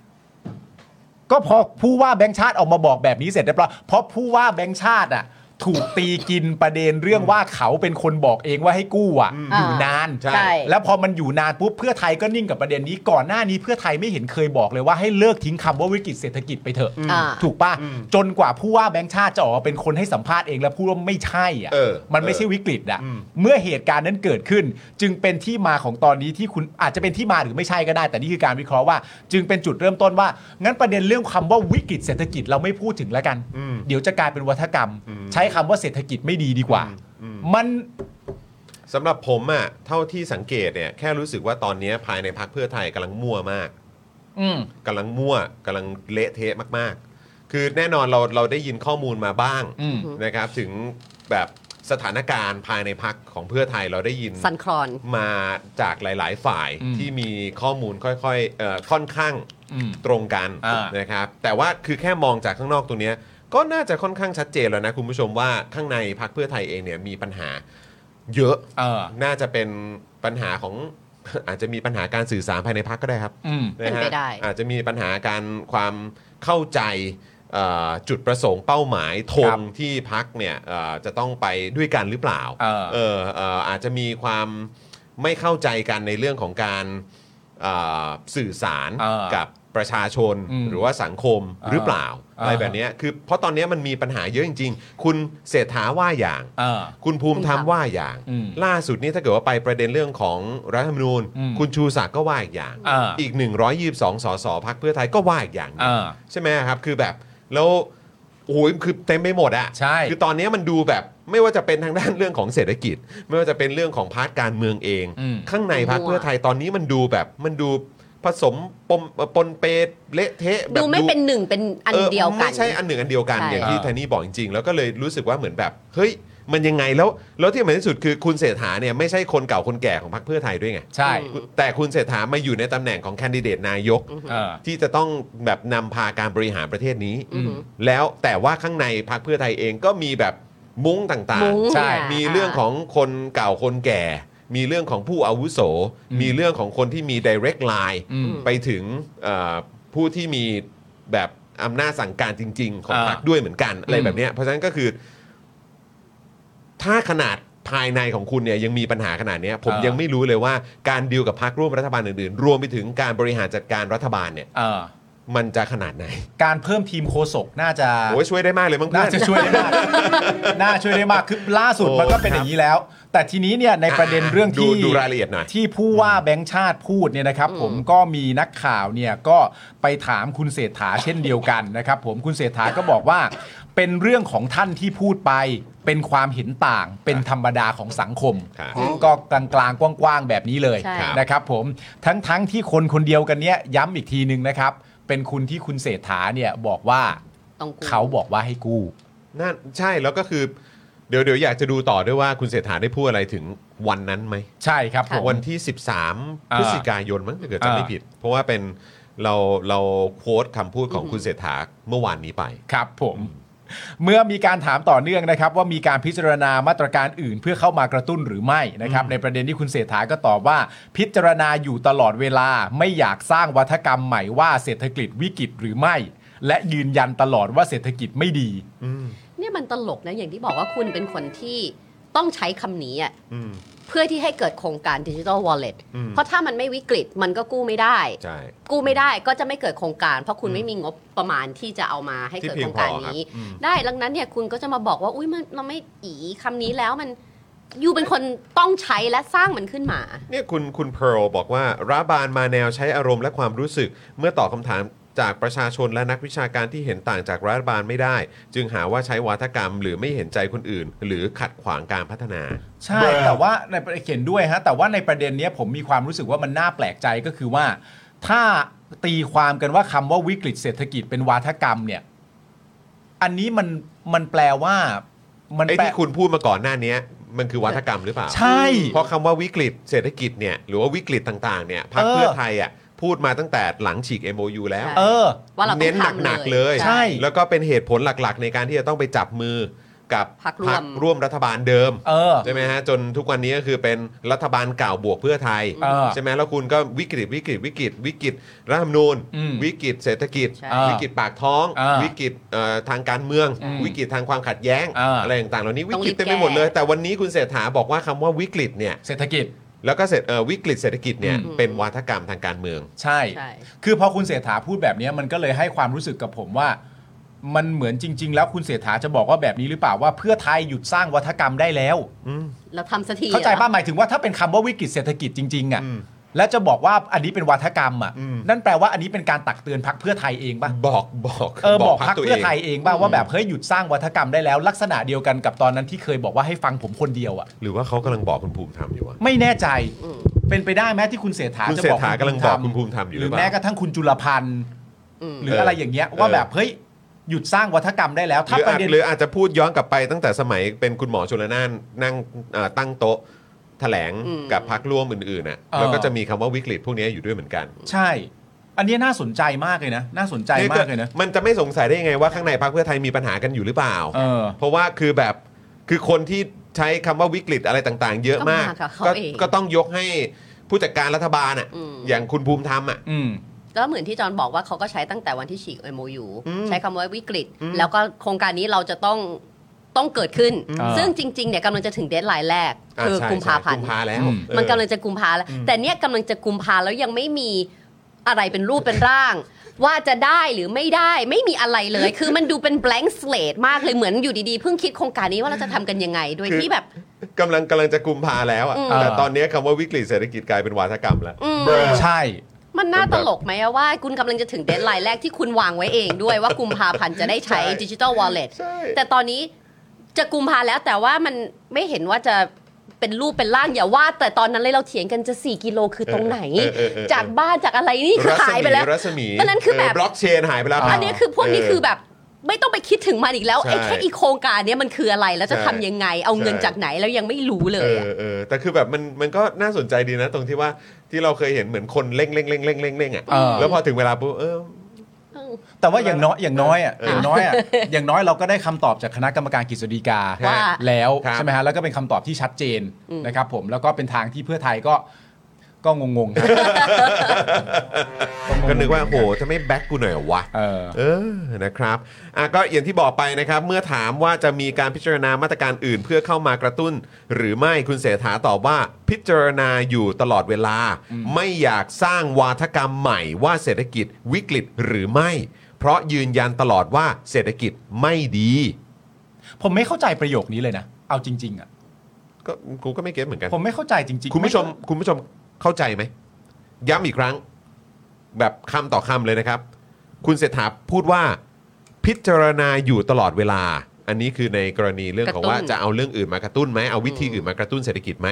S2: ก็พอผู้ว่าแบงค์ชาติออกมาบอกแบบนี้เสร็จเรียบร้อยเพราะผู้ว่าแบงค์ชาติอ่ะ ถูกตีกินประเด็นเรื่องว่าเขาเป็นคนบอกเองว่าให้กู้อ่ะ อยู่นาน
S3: ใช่ใช่
S2: แล้วพอมันอยู่นานปุ๊บเพื่อไทยก็นิ่งกับประเด็นนี้ก่อนหน้านี้เพื่อไทยไม่เห็นเคยบอกเลยว่าให้เลิกทิ้งคำว่าวิกฤตเศรษฐกิจไปเถอะ
S3: อ่า
S2: ถูกป่ะจนกว่าผู้ว่าแบงค์ชาติจะออกมาเป็นคนให้สัมภาษณ์เองแล้วพูดว่าไม่ใช่อ่ะ
S1: เออ
S2: มันไม่ใช่วิกฤตอ่ะเมื่อเหตุการณ์นั้นเกิดขึ้น จึงเป็นที่มาของตอนนี้ที่คุณอาจจะเป็นที่มาหรือไม่ใช่ก็ได้ แต่นี่คือการวิเคราะห์ว่า จึงเป็นจุดเริ่มต้นว่า งั้นประเด็นเรื่องคำว่าวิกฤตเศรษฐกิจเราไม่พูดถึงแล้วกัน
S1: อืม
S2: เดี๋ยวจะกลายเป็นวัฒกรรม
S1: อืม
S2: ใช้คำว่าเศรษฐกิจไม่ดีดีกว่า
S1: อืม
S2: มัน
S1: สำหรับผมอ่ะ เท่าที่สังเกตเนี่ย แค่รู้สึกว่าตอนเนี้ยภายในพักเพื่อไทยกำลังมั่วมาก
S2: อืม
S1: กำลังมั่วกำลังเละเทะมาก ๆ คือแน่นอนเราเราได้ยินข้อมูลมาบ้าง
S2: อืม
S1: นะครับถึงแบบสถานการณ์ภายในพักของเพื่อไทยเราได้ยิน
S3: สันครอน
S1: มาจากหลาย ๆ ฝ่าย
S2: อืม
S1: ที่มีข้อมูลค่อยๆเอ่อค่อนข้าง
S2: อืม
S1: ตรงกัน
S2: อ่าน
S1: นะครับ แต่ว่าคือแค่มองจากข้างนอกตัวเนี้ยก็น่าจะค่อนข้างชัดเจนแล้วนะคุณผู้ชมว่าข้างในพรรคเพื่อไทยเองเนี่ยมีปัญหาเยอะ
S2: เออ
S1: น่าจะเป็นปัญหาของ <laughs> อาจจะมีปัญหาการสื่อสารภายในพรรคก็ได้ครับ
S2: อืม
S1: นะฮะ
S3: เป็นไปได้
S1: อาจจะมีปัญหาการความเข้าใจเอ่อจุดประสงค์เป้าหมายธ
S2: ครั
S1: ง
S2: บ
S1: ที่พักเนี่ยเอ่อจะต้องไปด้วยกันหรือเปล่า
S2: เออ
S1: เออเอ่ออาจจะมีความไม่เข้าใจกันในเรื่องของการเอ่อสื่อสาร
S2: เออ
S1: กับ ประชาชน
S2: อืม
S1: หรือว่าสังคม
S2: อ่า
S1: หรือเปล่า อะไร
S2: อ่า
S1: แบบเนี้ยคือเพราะตอนเนี้ยมันมีปัญหาเยอะจริง ๆ คุณเศรษฐาว่าอย่าง
S2: เออ
S1: คุณภูมิธรรมว่าอย่าง
S2: อืม
S1: ล่าสุดนี่ถ้าเกิดว่าไปประเด็นเรื่องของรัฐธรรมนูญ
S2: อืม
S1: คุณชูศักดิ์ก็ว่าอีกอย่าง
S2: อ่า
S1: อีก 122สสพักเพื่อไทยก็ว่าอีกอย่างหนึ่ง
S2: เออ
S1: ใช่ไหมครับคือแบบแล้วโอ้ยคือเต็มไปหมดอะ
S2: ใช่
S1: คือตอนนี้มันดูแบบไม่ว่าจะเป็นทางด้านเรื่องของเศรษฐกิจ ไม่ว่าจะเป็นเรื่องของพาร์ทการเมืองเอง
S2: อืม
S1: ข้างในพรรคเพื่อไทยตอนนี้มันดูแบบมันดูผสมปมปนเปเละเทะแบบ
S3: ดูไม่เป็นหนึ่งเป็นอันเดียวกัน
S1: ไม่ใช่อันหนึ่งอันเดียวกัน
S3: ใช่
S1: อย่างที่ไทนี่บอกจริงๆ แล้วก็เลยรู้สึกว่าเหมือนแบบ เฮ้ยมันยังไงแล้วแล้วที่สำคัญที่สุดคือคุณเศรษฐาเนี่ยไม่ใช่คนเก่าคนแก่ของพรรคเพื่อไทยด้วยไง
S2: ใช่
S1: แต่คุณเศรษฐามาอยู่ในตำแหน่งของแคนดิเดตนายก
S2: เออ
S1: ที่จะต้องแบบนำพาการบริหารประเทศนี้
S3: อือหือ
S1: แล้วแต่ว่าข้างในพรรคเพื่อไทยเองก็มีแบบมุ้งต่าง
S3: มุ้ง
S1: ๆ
S2: ใช่
S3: ะ
S1: มีเรื่องของคนเก่าคนแก่ มีเรื่องของผู้อาวุโส
S2: อืม
S1: มีเรื่องของคนที่มี direct line
S2: อืม
S1: ไปถึงเอ่อผู้ที่มีแบบอำนาจสั่งการจริง ๆ ของ
S2: อ่า
S1: พรรคด้วยเหมือนกันอะไร
S2: อืม
S1: แบบเนี้ยเพราะฉะนั้นก็คือ ถ้าขนาดภายในของคุณเนี่ยยังมีปัญหาขนาดเนี้ยผมยังไม่รู้เลยว่าการดีลกับพรรคร่วมรัฐบาลอื่นๆ รวมไปถึงการบริหารจัดการรัฐบาลเนี่ย
S2: เออ
S1: มันจะขนาดไหน
S2: การเพิ่มทีมโคศกน่าจะ
S1: โอ้ยช่วยได้มากเลยมั้งเพื่
S2: น่า
S1: อน
S2: จะช่วยได้มาก น่าช่วยได้มาก คือล่าสุด
S1: โอ้
S2: มันก็เป็นอย่างนี้แล้ว แต่ทีนี้เนี่ยในประเด็นเรื่องที่
S1: ดูดูรายละเอียดหน่อย
S2: ที่ผู้ว่าแบงค์ชาติพูดเนี่ยนะครับ ผมก็มีนักข่าวเนี่ยก็ไปถามคุณเศรษฐาเช่นเดียวกันนะครับผมคุณเศรษฐาก็บอกว่า เป็นเรื่องของท่านที่พูดไป เป็นความเห็นต่าง เป็นธรรมดาของสังคม
S1: ครับ
S2: ก็กลางๆกว้างๆแบบนี้เลย
S3: ใช่
S2: นะครับผมทั้งๆที่คนคนเดียวกันเนี้ยย้ำอีกทีหนึ่งนะครับ เป็นคุณที่คุณเศรษฐาเนี่ยบอกว่า
S3: ต้องกู
S2: เขาบอกว่าให้กู้
S1: น่าใช่แล้วก็คือ เดี๋ยวเดี๋ยวอยากจะดูต่อด้วยว่าคุณเศรษฐาได้พูดอะไรถึงวันนั้นไหม
S2: ใช่ครับผม
S1: วันที่ 13
S2: อ่า
S1: พฤศจิกายนมั้งถ้าเกิด
S2: อ่า
S1: จำไม่ผิด เพราะว่าเป็นเราเราโค้ดคำพูดของคุณเศรษฐาเมื่อวานนี้ไป
S2: ครับผม เมื่อมีการถามต่อเนื่องนะครับ ว่ามีการพิจารณามาตรการอื่น เพื่อเข้ามากระตุ้นหรือไม่นะครับ ในประเด็นที่คุณเศรษฐาก็ตอบว่า พิจารณาอยู่ตลอดเวลาไม่อยากสร้างวัฒกรรมใหม่ว่าเศรษฐกิจวิกฤตหรือไม่ และยืนยันตลอดว่าเศรษฐกิจไม่ดี
S3: เนี่ยมันตลกนะอย่างที่บอกว่าคุณเป็นคนที่ต้องใช้คำนี้อะ
S1: อืม
S3: เพื่อที่ให้เกิดโครงการดิจิ t a ลวอลเล็ต
S1: อืม
S3: เพราะถ้ามันไม่วิกฤตมันก็กู้ไม่ได้
S1: ใช่
S3: กู้ไม่ได้ก็จะไม่เกิดโครงการ เพราะคุณไม่มีงบประมาณที่จะเอามาให้เกิด
S1: ที่เพีย
S3: โครง งการ
S1: พอครับ
S3: นี้
S1: อืม
S3: ได้ดังนั้นเนี่ยคุณก็จะมาบอกว่าอุ้ยมันมันไม่อีคำนี้แล้วมันยูเป็นคนต้องใช้และสร้างมันขึ้นมา
S1: เนี่ยคุณคุณเพร์ลบอกว่ารัฐบาลมาแนวใช้อารมณ์และความรู้สึก เมื่อตอบคำถามจากประชาชนและนักวิชาการที่เห็นต่างจากรัฐบาลไม่ได้ จึงหาว่าใช้วาทกรรม หรือไม่เห็นใจคนอื่น หรือขัดขวางการพัฒนา
S2: ใช่แต่ว่าในประเด็นเขียนด้วยฮะแต่ว่าในประเด็นเนี้ยผมมีความรู้สึกว่ามันน่าแปลกใจก็คือว่า ถ้าตีความกันว่าคำว่าวิกฤตเศรษฐกิจเป็นวาทกรรมเนี่ย อันนี้มันมันแปลว่า มัน
S1: ไอ้
S2: แปล
S1: ที่คุณพูดมาก่อนหน้าเนี้ยมันคือวัฒกรรมหรือเปล่า
S2: ใช่
S1: เพราะคำว่าวิกฤตเศรษฐกิจเนี่ยหรือว่าวิกฤตต่างๆเนี่ยพรรค
S2: เออ
S1: เพื่อไทยอ่ะพูดมาตั้งแต่หลังฉีก MOU แล้ว
S2: เออ
S3: ว่าเราต้อน งทำ
S1: หนักๆเลย
S2: ใช่
S1: แล้วก็เป็นเหตุผลหลักๆ ในการที่จะต้องไปจับมือกับ
S3: พรรคร่วม
S1: พร่วมรัฐบาลเดิม
S2: เออ
S1: ใช่ไหมฮะจนทุกวันนี้ก็คือเป็นรัฐบาลเก่าบวกเพื่อไทย
S2: เออ
S1: ใช่ไหมแล้วคุณก็วิกฤตวิกฤตวิกฤตวิกฤตรัฐธรรมนูญ
S2: อืม
S1: วิกฤตเศรษฐกิจ
S3: ใช่
S1: วิกฤตปากท้อง
S2: เออ
S1: วิกฤตเอ่อทางการเมือง
S2: อืม
S1: วิกฤตทางความขัดแย้ง
S2: เอออ
S1: อะไรต่างๆเหล่านี้วิ
S3: ต้อง
S1: ก
S3: รี
S1: ฤต
S3: บ
S1: เต็มไปหมดเลย
S3: แก้
S1: แต่วันนี้คุณเศรษฐาบอกว่าคำว่าวิกฤตเนี่ย
S2: เศรษฐกิจ
S1: แล้วก็เสร็จเอ่อวิกฤตเศรษฐกิจเนี่ย
S2: อืม
S1: เป็นวาทกรรมทางการเมือง
S2: ใช่
S3: ใช่
S2: คือพอคุณเสถาพูดแบบเนี้ยมันก็เลยให้ความรู้สึกกับผมว่า มันเหมือนจริง ๆ แล้วคุณเสถาจะบอกว่าแบบนี้หรือเปล่าว่าเพื่อไทยหยุดสร้างวัฒกรรมได้แล้ว
S3: เราทำสักที
S2: เข้าใจ
S3: หรอ
S2: ป่ะหมายถึงว่าถ้าเป็นคำว่าวิกฤตเศรษฐกิจจริง ๆ อ่ะ
S1: อืม
S2: แล้วจะบอกว่าอันนี้เป็นวาทกรรมอ่ะ
S1: อืม
S2: นั่นแปลว่าอันนี้เป็นการตักเตือนพักเพื่อไทยเองป่ะ
S1: บอกบอก
S2: เออบอกพัก
S1: ตัว
S2: เพื่อไทยเองป่ะว่าแบบเฮ้ยหยุดสร้างวัฒกรรมได้แล้ว ลักษณะเดียวกันกับตอนนั้นที่เคยบอกว่าให้ฟังผมคนเดียวอ่ะ
S1: หรือว่าเขากำลังบอกคุณภูมิธรรมอยู่วะ
S2: ไม่แน่ใจ
S3: อืม
S2: เป็นไปได้ไหมที่คุณเสถา
S1: คุณ
S2: จะ
S1: เศร
S2: บ
S1: ษ
S2: อก
S1: ฐากำลังบอกคุณภูมิธรรมอยู่
S2: ห
S1: หรื
S2: รือ อ
S1: เปล่า
S2: แม้กระทั่งคุณจุลพันธ์
S3: อืม
S2: หรืออะไรอย่างเงี้ยว่า
S1: เออ
S2: แบบเฮ้ยหยุดสร้างวัฒกรรมได้แล้ว
S1: ห
S2: ถ้า
S1: รือ
S2: ประ
S1: อาจ
S2: เด็น
S1: หรืออาจจะพูดย้อนกลับไปตั้งแต่สมัยเป็นคุณหมอชลนานนั่งเอ่อตั้งโต๊ะแถลง
S3: อืม
S1: กับพักร่วมอื่นๆน่ะ
S2: เออ
S1: แล้วก็จะมีคำว่าวิกฤตพวกนี้อยู่ด้วยเหมือนกัน
S2: ใช่ อันเนี้ยน่าสนใจมากเลยนะ น่าสนใจมากเลยนะ
S1: มันจะไม่สงสัยได้ยังไงว่าข้างในพักเพื่อไทยมีปัญหากันอยู่หรือเปล่า
S2: เออ
S1: เพราะว่าคือแบบคือคนที่ใช้คำว่าวิกฤตอะไรต่างๆ เยอะมาก
S3: ก็มากับเขา
S1: ก็
S3: เอง
S1: ก็ต้องยกให้ผู้จัดการรัฐบาลอ่ะ
S3: อืม
S1: อย่างคุณภูมิธรรมอ่ะ
S2: อืม
S3: ก็เหมือนที่จอห์นบอกว่าเขาก็ใช้ตั้งแต่วันที่ฉีก MOU
S1: อืม
S3: ใช้คำว่าวิกฤต
S1: อืม
S3: แล้วก็โครงการนี้เราจะต้องต้องเกิดขึ้น
S1: อืม
S3: ซึ่งจริงๆเนี่ยกำลังจะถึงเดทไลน์แรก คือา
S1: ใช่
S3: กุมภาพั
S1: ใช่
S3: น
S1: กุ
S3: ธ์
S1: มภาแล้ว
S2: อืม
S1: เออ
S3: มันกำลังจะกุมภาแล้ว
S1: อืม
S3: แต่เนี่ยกำลังจะกุมภาแล้วยังไม่มี อะไรเป็นรูปเป็นร่าง ว่าจะได้หรือไม่ได้ไม่มีอะไรเลย คือมันดูเป็น blank slate มากเลยเหมือนอยู่ดีๆ เพิ่งคิดโครงการนี้ว่าเราจะทำกันยังไง โดยที่แบบ
S1: กำลังกำลังจะกุมภาแล้วอะ
S3: อืม
S1: แต่ตอนเนี้ยคำว่าวิกฤตเศรษฐกิจกลายเป็นวาทกรรมแล้ว
S3: อืม
S2: ใช่
S3: มันน่าตลกไหมอะว่าคุณกำลังจะถึงเดทไลน์แรกที่คุณวางไว้เองด้วยว่ากุมภาพันธ์จะได้ใช้
S1: ใช่
S3: ดิจิ t a ลวอลเล็ต
S1: ใช่
S3: แต่ตอนนี้จะกุมภาแล้วแต่ว่ามันไม่เห็นว่าจะเป็นรูปเป็นร่างอย่าว่า แต่ตอนนั้นเลยเราเถียงกันจะ 4 กิโลคือตรงไหน
S1: เออเออเออ
S3: จากบ้านจากอะไรนี่
S1: รัศมี
S3: หายไปแล้ว
S1: รัศมี
S3: อันนั้นคือแบบ
S1: บล็อกเชนหายไปแล้ว
S3: อันนี้คือพวกนี้คือแบบไม่ต้องไปคิดถึงมันอีกแล้ว
S1: ใช่
S3: ไอ้แค่อีโครงการเนี้ยมันคืออะไรแล้วจะ
S1: ใช่
S3: ทำยังไง เอาเงิน
S1: ใช่
S3: จากไหนแล้วยังไม่รู้เลยอะ
S1: เออเออแต่คือแบบมันมันก็น่าสนใจดีนะ ตรงที่ว่าที่เราเคยเห็นเหมือนคนเร่งเร่งเร่งเร่งเร่งเร่งอ่ะ
S2: เออ
S1: แล้วพอถึงเวลาปุ๊บเออ
S2: แต่ว่าอย่างน้อยอย่างน้อยอ่ะ
S1: เออ
S2: อ
S1: อ
S2: ย่างน้อยอ่ะ <laughs> อย่างน้อยเราก็ได้คำตอบจากคณะกรรมการกฤษฎีกา
S3: ว่า
S2: แล้ว
S1: ครับ
S2: ใช่ไหมฮะแล้วก็เป็นคำตอบที่ชัดเจน
S3: อืม
S2: นะครับผมแล้วก็เป็นทางที่เพื่อไทยก็ก็งงๆครับ
S1: <laughs> ก็นึกว่าโหจะไม่แบ็กกูหน่อยเหรอวะ
S2: เออ
S1: เออ นะครับอ่ะก็อย่างที่บอกไปนะครับ เมื่อถามว่าจะมีการพิจารณามาตรการอื่น เพื่อเข้ามากระตุ้น หรือไม่คุณเสถาตอบว่าพิจารณาอยู่ตลอดเวลา ไม่อยากสร้างวาทกรรมใหม่ว่าเศรษฐกิจวิกฤตหรือไม่ เพราะยืนยันตลอดว่าเศรษฐกิจไม่ดี
S2: ผมไม่เข้าใจประโยคนี้เลยนะ เอาจริง ๆ อ่ะ
S1: ก็กูก็ไม่เก็ตเหมือนกัน
S2: ผมไม่เข้าใจจริงๆ
S1: คุณผู้ชมคุณผู้ชมเข้าใจไหม ย้ำอีกครั้ง แบบคำต่อคำเลยนะครับ คุณเศรษฐาพูดว่า พิจารณาอยู่ตลอดเวลา อันนี้คือในกรณีเรื่องของ
S3: กระตุ้น
S1: ว่าจะเอาเรื่องอื่นมากระตุ้นไหมเอาวิธีอื่นมากระตุ้นเศรษฐกิจไหม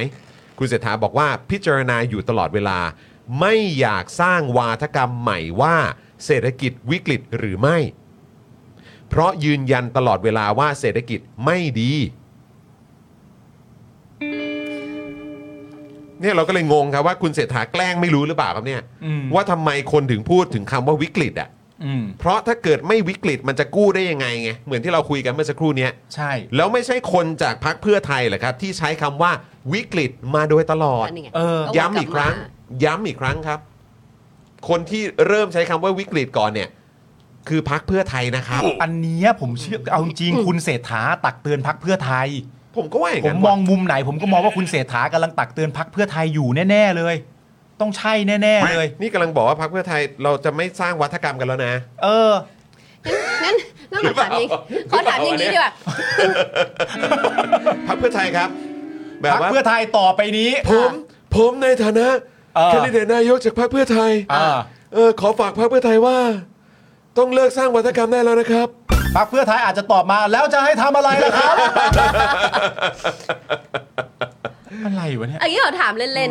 S1: คุณเศรษฐาบอกว่าพิจารณาอยู่ตลอดเวลา ไม่อยากสร้างวาทกรรมใหม่ว่า เศรษฐกิจวิกฤตหรือไม่ เพราะยืนยันตลอดเวลาว่าเศรษฐกิจไม่ดี เนี่ยเราก็เลยงงครับว่าคุณเศรษฐาแกล้งไม่รู้หรือเปล่าครับเนี่ย
S2: อืม
S1: ว่าทำไมคนถึงพูดถึงคำว่าวิกฤตอ่ะ
S2: อืม
S1: เพราะถ้าเกิดไม่วิกฤตมันจะกู้ได้ยังไงไง เหมือนที่เราคุยกันเมื่อสักครู่เนี้ย
S2: ใช่
S1: แล้วไม่ใช่คนจากพรรคเพื่อไทยเหรอครับ ที่ใช้คำว่าวิกฤตมาโดยตลอด
S3: อันนี้ไง
S2: เออ
S3: ก็วน
S1: ย้ำอีกครั้ง
S3: กลับ
S1: ย้ำอีกครั้งครับ คนที่เริ่มใช้คำว่าวิกฤตก่อนเนี่ย คือพรรคเพื่อไทยนะครับ
S2: อันเนี้ยผมเชื่อเอาจริงๆคุณเศรษฐาตักเตือนพักเพื่อไทย
S1: ผมก็ว่าอย่าง
S2: ผ
S1: นั้
S2: ม
S1: น
S2: ม
S1: ว่ะ
S2: องมุมไหน ผมก็มองว่าคุณเศรษฐากำลังตักเตือนพักเพื่อไทยอยู่แน่ ๆ เลย ต้องใช่แน่ ๆ เลย
S1: นี่กำลังบอกว่าพรรคเพื่อไทยเราจะไม่สร้างวัฒกรรมกัน
S2: <laughs>
S1: แล้วนะ
S2: เออ
S3: งั้นงั้นขอถามอย่างนี้ขอถามอย่างนี้ดีกว่า
S1: พรรคเพื่อไทยครับ แบบ
S2: พัก
S1: ว่า
S2: เพื่อไทยต่อไปนี้
S1: ผมผมในฐานะ
S2: เออ
S1: แคนดิเดตนายกจากพรรคเพื่อไทย
S2: เออ
S1: เออขอฝากพรรคเพื่อไทยว่า ต้องเลิกสร้างวัฒกรรมได้แล้วนะครับ
S2: พักเพื่อไทยอาจจะตอบมาแล้วจะให้ทำอะไรล่ะครับ อะไรวะเนี่ย
S3: อันนี้เราถามเล่น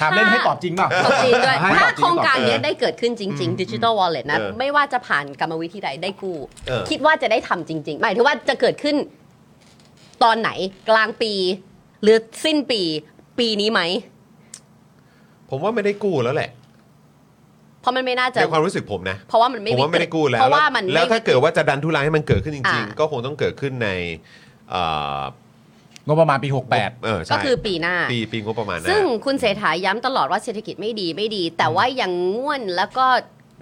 S2: ถามเล่นให้ตอบจริงเปล่า
S3: ๆ ตอบจริงด้วย
S2: ให้ต
S3: ถ้า
S2: อบจ
S3: โครงการ
S2: ตอบจ
S3: เนี้ยได้เกิดขึ้นจริง ๆ ดิจิ t a ลวอลเล็ตนะ
S1: เออ
S3: ไม่ว่าจะผ่านกรรมวิธีใดได้กู้
S1: เออ
S3: คิดว่าจะได้ทำจริง ๆ หมายถึงว่าจะเกิดขึ้นตอนไหนกลางปี หรือสิ้นปี ปีนี้ไหม
S1: ผมว่าไม่ได้กู้แล้วแหละ
S3: เพราะมันไม่น่าจะ
S1: ในความรู้สึกผมนะ
S3: เพราะว่ามันไม่
S1: ผมว่าไม่ได้กู้แล้ว
S3: เพราะว่ามัน
S1: แล้ว
S3: ไม่
S1: ถ้าเกิดว่าจะดันทุรังให้มันเกิดขึ้นจริง
S3: อ่า
S1: ๆ ก็คงต้องเกิดขึ้นในเอ่อง
S2: บประมาณปี
S1: เออใช่
S3: ก็คือปีหน้า
S1: ปีปีงบประมาณหนะ
S3: ซึ่งคุณเศรษฐาย้ำตลอดว่าเศรษฐกิจไม่ดีไม่ดี แต่ว่ายังง่วนแล้วก็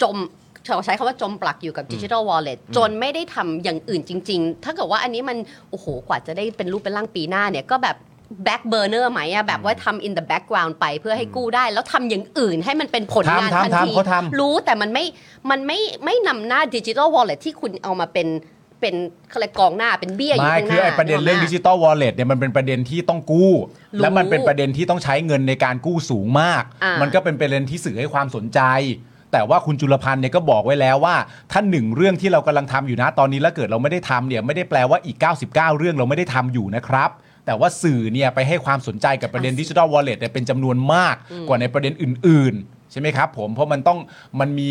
S3: จมเขาใช้คำว่าจมปลักอยู่กับดิจิทัลวอลเล็ตจนไม่ได้ทำอย่างอื่นจริง ๆ ถ้าเกิดว่าอันนี้มัน โอ้โห กว่าจะได้เป็นรูปเป็นร่างปีหน้าเนี่ย ก็แบบแบ็กเบอร์เนอร์ไหมอะแบบว่าทำ in the background ไปเพื่อให้กู้ได้ แล้วทำอย่างอื่นให้มันเป็นผลงาน
S2: ทำ
S3: ทัน
S2: ทำ
S3: ที
S2: ทำเขาทำ
S3: รู้แต่มันไม่ มันไม่ไม่นำหน้าดิจิทัลวอลเล็ตที่คุณเอามาเป็นเป็นอะไรกองหน้าเป็นเบี้ยอยู่
S2: ไม่
S3: ข้างห
S2: คือ
S3: น้า
S2: ไอ้ประเด็นเรื่อง
S3: ก
S2: ดิ
S3: กไหม
S2: จิตอลวอลเล็ตเนี่ยมันเป็นประเด็นที่ต้องกู้
S3: รู้
S2: และมันเป็นประเด็นที่ต้องใช้เงินในการกู้สูงมาก
S3: อ่ามั
S2: มันก็เป็นประเด็นที่สื่อให้ความสนใจ แต่ว่าคุณจุลพันธ์เนี่ยก็บอกไว้แล้วว่า ถ้าหนึ่งเรื่องที่เรากำลังทำอยู่นะตอนนี้แล้วเกิดเราไม่ได้ทำเนี่ยไม่ได้แปลว่าอีก 99 เรื่องเราไม่ได้ทำอยู่นะครับ แต่ว่าสื่อเนี่ยไปให้ความสนใจกับประเด็น
S3: อ่ะสิ
S2: ดิจิทัลวอลเล็ตเนี่ยเป็นจำนวนมากกว่าในประเด็นอื่น ๆ ใช่ไหมครับผมเพราะมันต้องมันมี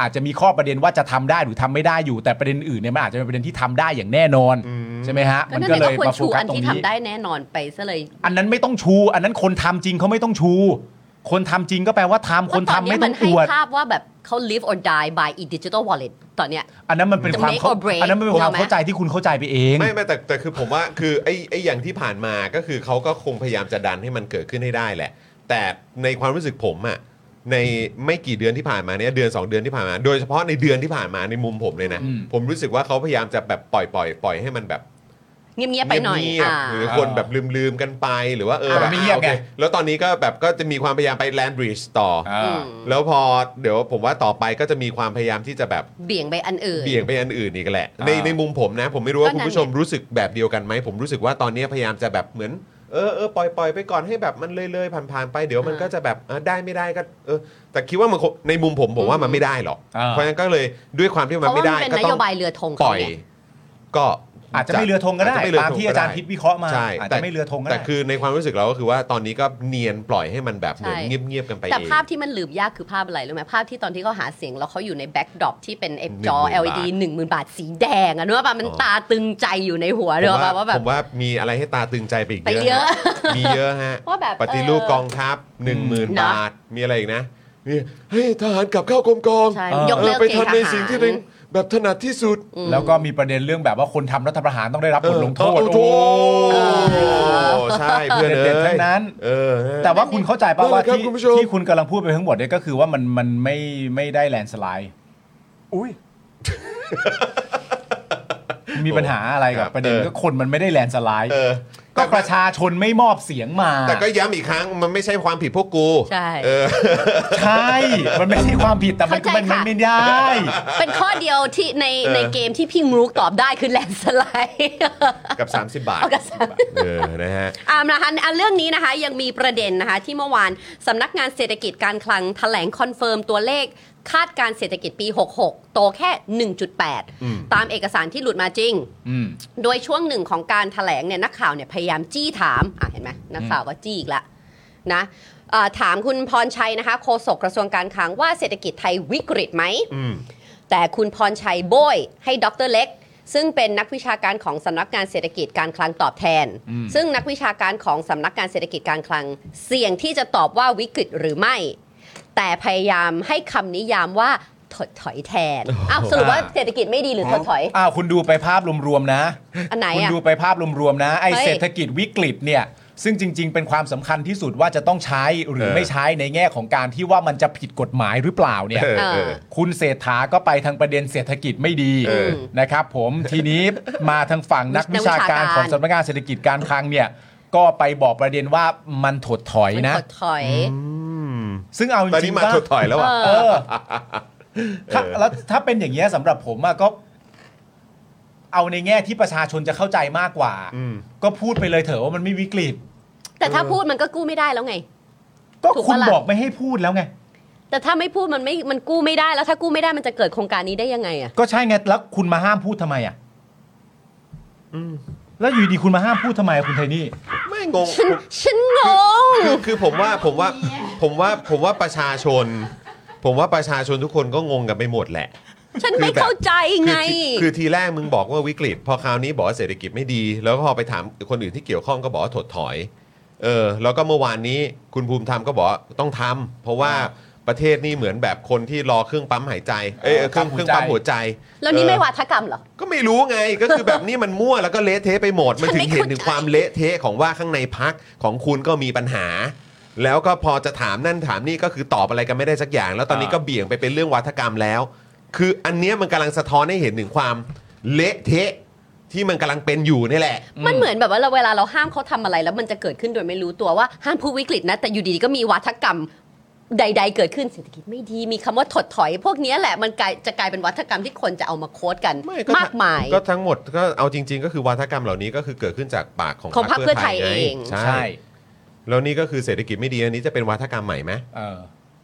S2: อาจจะมีข้อประเด็นว่าจะทำได้หรือทำไม่ได้อยู่แต่ประเด็นอื่นเนี่ยมันอาจจะเป็นประเด็นที่ทำได้อย่างแน่นอน ใช่ไหมฮะ
S3: ก็
S2: มัน
S3: นั่น
S2: ก็
S3: แห
S2: เล
S3: ละก็
S2: ย
S3: ควร
S2: มาโฟ
S3: ชู
S2: กั
S3: อั
S2: ส
S3: น
S2: ตรง
S3: ที่ทำ
S2: นี้
S3: ได้แน่นอนไปซะเลย
S2: อันนั้นไม่ต้องชู อันนั้นคนทำจริงเขาไม่ต้องชู คนทำจริงก็แปลว่าทำคนทำไม่ต้อง
S3: เพราะ
S2: อวด
S3: ตนเนี้ยมันให้ภาพว่าแบบเขา live or die by e digital wallet ตอนเนี้ย
S2: อันนั้นมันเป็นความ
S3: make or
S2: เข้า
S3: break
S2: อันนั้นมันเป็นความ
S3: ถูกไหม
S2: เข้าใจที่คุณเข้าใจไปเอง
S1: ไม่ไม่แต่แต่คือผมว่าคือไอ้ไอ้อย่างที่ผ่านมาก็คือเขาก็คงพยายามจะดันให้มันเกิดขึ้นให้ได้แหละ แต่ในความรู้สึกผมอะในไม่กี่เดือนที่ผ่านมาเนี่ยเดือน 2 เดือนที่ผ่านมา โดยเฉพาะในเดือนที่ผ่านมาในมุมผมเลยนะ
S2: อืม
S1: ผมรู้สึกว่าเขาพยายามจะแบบปล่อยปล่อยปล่อยให้มันแบบ
S3: เงียบๆไปหน่อย
S1: เงีบ
S3: อ่า
S1: ๆหรือคนแบบลืมๆกันไปหรือว่าเออ
S2: อ่า
S1: แบบ
S2: ไม่เงียบ
S1: โอค
S2: ไง
S1: แล้วตอนนี้ก็แบบก็จะมีความพยายามไปแลนบริดจ์ต่ออ
S2: อ่า
S3: อืม
S1: แล้วพอเดี๋ยวผมว่าต่อไปก็จะมีความพยายามที่จะแบบ
S3: เบี่ยงไปอันอื่น
S1: เบี่ยงไปอันอื่นอีกแหละ
S2: อ่า
S1: ในในมุมผมนะ ผมไม่รู้ว่า
S3: ก็นั่
S1: คุณ
S3: นไง
S1: ผู้ชมรู้สึกแบบเดียวกันไหมผมรู้สึกว่าตอนนี้พยายามจะแบบเหมือนเออเออปล่อยปล่อยไปก่อนให้แบบมันเลยเลยผ่านๆไปเดี๋ยวมันก็จะแบบเออได้ไม่ได้ก็เออแต่คิดว่ามันคงในมุมผมผมว่ามันไม่ได้หรอก
S2: อ่า
S1: เพราะฉะนั้นก็เลยด้วยความที่
S3: เพ
S1: มัน
S3: ราะ
S1: ไม่
S3: ว่ามั
S1: ได้
S3: น
S1: ก็
S3: เป็นน
S1: ต้
S3: โย
S1: อง
S3: บายเรือธง
S1: ปล่อย ก็
S2: อาจจะไม่เรือธงก็ได้
S1: าจจะไม่เรือธ
S2: ตาม
S1: ง
S2: ที่อาจารย์
S1: ก็ได้
S2: พิษวิเคราะห์มา
S1: ใช่
S2: อาจจะไม่เรือธงก็
S1: แต่
S2: ได้
S1: คือในความรู้สึกเราก็คือว่าตอนนี้ก็เนียนปล่อยให้มันแบบเหมือน
S3: ใช่
S1: เงียบๆกันไป
S3: แต่
S1: เอง
S3: ภาพที่มันลืมยากคือภาพอะไรรู้ไหมภาพที่ตอนที่เขาหาเสียงแล้วเขาอยู่ในแบ็กดรอปที่เป็นไอ้จอ
S1: 10,000
S3: LED 10,000 บาทสีแดงอะนึกว่าป่ะมัน
S1: อ๋อ
S3: ตาตึงใจอยู่ในหัวเรือป่ะว่าแบ
S1: ผ
S3: บ
S1: มว่ามีอะไรให้ตาตึงใจไปอีก
S3: ไป
S1: เย
S3: เย
S1: อะ
S3: อะ <laughs>
S1: ฮะมีเยอะฮะ
S3: ว่าแบบ
S1: ปฏิรูป
S3: เออก
S1: องทัพหนึ่งหมื่น
S3: นะ
S1: บาท มีอะไรอีกนะนี่เฮ้ยทหารกลับเข้ากรมกอง
S3: ใช่
S2: เออ
S3: ยก
S1: เอ
S3: เลิ
S1: อก ไป
S3: เกณฑ์ท
S1: ทำใน
S3: หา
S1: สิ่ง
S3: ร
S1: ที่ตัวเองแบบถนัดที่สุด
S3: อืม
S2: แล้วก็มีประเด็นเรื่องแบบว่าคนทำรัฐประหารต้องได้รับบทลงโทษ
S1: เออโอ้
S2: โอ้
S1: โหใช่เพื่อน
S2: เด็ดๆ
S1: เอ้
S2: ทั้
S1: ย
S2: งนั้น
S1: เออฮะ
S2: แต่ว่าคุณเข้าใจป่ะ
S1: นั่นแห
S2: ว่า
S1: ละครับ
S2: ที่
S1: คุณผู้ชม
S2: ที่คุณกำลังพูดไปทั้งหมดเนี่ยก็คือว่ามันมันไม่ไม่ได้แลนด์สไลด์
S7: อุ้ย
S2: มีปัญหาอะไรกับประเด็น
S1: เออ
S2: ก็คนมันไม่ได้แลนด์สไลด์
S1: เออ
S2: ก็ประชาชนไม่มอบเสียงมา
S1: แต่ก็ย้ำอีกครั้งมันไม่ใช่ความผิดพวกกู
S3: ใช่
S1: เออ
S2: ใช่ มันไม่ใช่ความผิดแต่มันก็
S3: เข้าใจ
S2: มัน
S3: ค่ะ
S2: ไม่
S1: <laughs>
S2: ได้
S3: เป็นข้อเดียวที่ใน
S1: เออ
S3: ในเกมที่พี่มรุกตอบได้คือ <laughs> แลนด์สไลด์
S1: กับ 30 บาท
S3: เอากับ
S1: เออนะฮะ
S3: อ่านะคะอันเรื่องนี้นะคะยังมีประเด็นนะคะที่เมื่อวานสำนักงานเศรษฐกิจการคลังแถลงคอนเฟิร์มตัวเลข คาดการเศรษฐกิจปี 66 โตแค่
S1: อืม
S3: 1.8 ตามเอกสารที่หลุดมาจริง
S2: อืม
S3: โดยช่วงหนึ่งของการแถลงเนี่ยนักข่าวเนี่ยพยายามจี้ถามอ่ะเห็นไหมนักข่าวก็จี้อีกละนะเอ่อถามคุณพรชัยนะคะโฆษกกระทรวงการคลังว่าเศรษฐกิจไทยวิกฤตไหม
S1: อืม
S3: แต่คุณพรชัยโบยให้ดรเล็ก ซึ่งเป็นนักวิชาการของสำนักงานเศรษฐกิจการคลังตอบแทน
S2: อืม
S3: ซึ่งนักวิชาการของสำนักงานเศรษฐกิจการคลัง เสี่ยงที่จะตอบว่าวิกฤตหรือไม่ แต่พยายามให้คำนิยามว่าถดถอยแทนอ้าวสรุปว่าเศรษฐกิจไม่ดีหรือถดถอย
S2: อ้าวคุณดูไปภาพรวมๆนะ
S3: อันไหน
S2: คุณ
S3: อ่ะ
S2: ดูไปภาพรวมๆนะ ไอ
S3: เฮ้ย
S2: เศรษฐกิจวิกฤตเนี่ย ซึ่งจริง ๆ เป็นความสำคัญที่สุดว่าจะต้องใช้หรือ
S1: เออ
S2: ไม่ใช้ในแง่ของการที่ว่ามันจะผิดกฎหมายหรือเปล่าเนี่ย
S1: เออเออ
S2: คุณเศรษฐาก็ไปทางประเด็นเศรษฐกิจไม่ดี
S1: เออ
S2: นะครับผมทีนี้มาทางฝั่งนัก
S3: นั
S2: วิ
S3: กวิ
S2: ชา
S3: ชา
S2: การ
S3: การ
S2: ของสำนักงานเศรษฐกิจการคลังเนี่ยก็ไปบอกประเด็นว่ามันถดถอย
S3: มัน
S2: นะ
S3: ถดถอย
S2: ซึ่งเอาจ
S1: ตอน
S2: ริ
S1: นี้
S2: ง
S1: มา
S2: ๆว่า
S1: ถดถอยแล้วอ่ะ
S2: เออถ้าแล้วถ้าเป็นอย่างเงี้ยสำหรับผมอะก็ เอาในแง่ที่ประชาชนจะเข้าใจมากกว่า
S1: อืม
S2: ก็พูดไปเลยเถอะว่ามันไม่วิกฤต
S3: แต่ถ้าพูดมันก็กู้ไม่ได้แล้วไง
S2: ก็
S3: ถูกปะ
S2: คุณ
S3: ล่ะ
S2: บอกไม่ให้พูดแล้วไง
S3: แต่ถ้าไม่พูดมันไม่มันกู้ไม่ได้แล้วถ้ากู้ไม่ได้มันจะเกิดโครงการนี้ได้ยังไงอ่ะ
S2: ก็ใช่ไงแล้วคุณมาห้ามพูดทำไมอ่ะแล้วอยู่ดีคุณมาห้ามพูดทำไมอะคุณไทนี่
S1: ไม่งง
S3: ฉันฉันงง
S1: คือคือผมว่าผมว่าผมว่าผมว่าประชาชน ผมว่าประชาชนทุกคนก็งงกันไปหมดแหละ
S3: ฉันไม่เข้าใจ
S1: คือ
S3: ไง
S1: ทีคือทีแรกมึงบอกว่าวิกฤต พอคราวนี้บอกว่าเศรษฐกิจไม่ดี แล้วก็พอไปถามคนอื่นที่เกี่ยวข้องก็บอกว่าถดถอย เออ แล้วก็เมื่อวานนี้คุณภูมิธรรมก็บอกว่าต้องทำเพราะว่าประเทศนี่เหมือนแบบคนที่รอเครื่องปั๊มหายใจเอยเออเครื่องเครื่องปั๊มหัวใจ
S3: แล้วนี่ไม่
S1: เออ
S3: วาทกรรมเหรอ
S1: ก็ไม่รู้ไงก็คือแบบนี้มันมั่วแล้วก็เละเทะไปหมด มันถึงเห็นถึงความเละเทะของว่าข้างในพักของคุณก็มีปัญหา แล้วก็พอจะถามนั่นถามนี่ก็คือตอบอะไรกันไม่ได้สักอย่าง แล้วตอนนี้ก็เบี่ยงไปเป็นเรื่องวัฒกรรมแล้ว คืออันเนี้ยมันกำลังสะท้อนให้เห็นถึงความเละเทะที่มันกำลังเป็นอยู่นี่แหละ
S3: มันเหมือนแบบว่าเราเวลาเราห้ามเขาทำอะไรแล้วมันจะเกิดขึ้นโดยไม่รู้ตัวว่าห้ามพูดวิกฤตนะ แต่อยู่ดีๆก็มีวาทกรรมใด ๆ เกิดขึ้นเศรษฐกิจไม่ดีมีคำว่าถดถอย พวกเนี้ยแหละมันกลายจะกลายเป็นวัฒกรรมที่คนจะเอามาโค้ดกัน
S1: ไม่ก็
S3: มากมาย
S1: ก็ทั้งหมดก็เอาจริง ๆ ก็คือวัฒกรรมเหล่านี้ก็คือเกิดขึ้นจากปากของ
S3: ของพรรคเพื่อไทย
S1: พรรค
S3: เอง
S1: ไงใช่แล้วนี่ก็คือเศรษฐกิจไม่ดีอันนี้จะเป็นวัฒกรรมใหม่ไหม
S2: เออ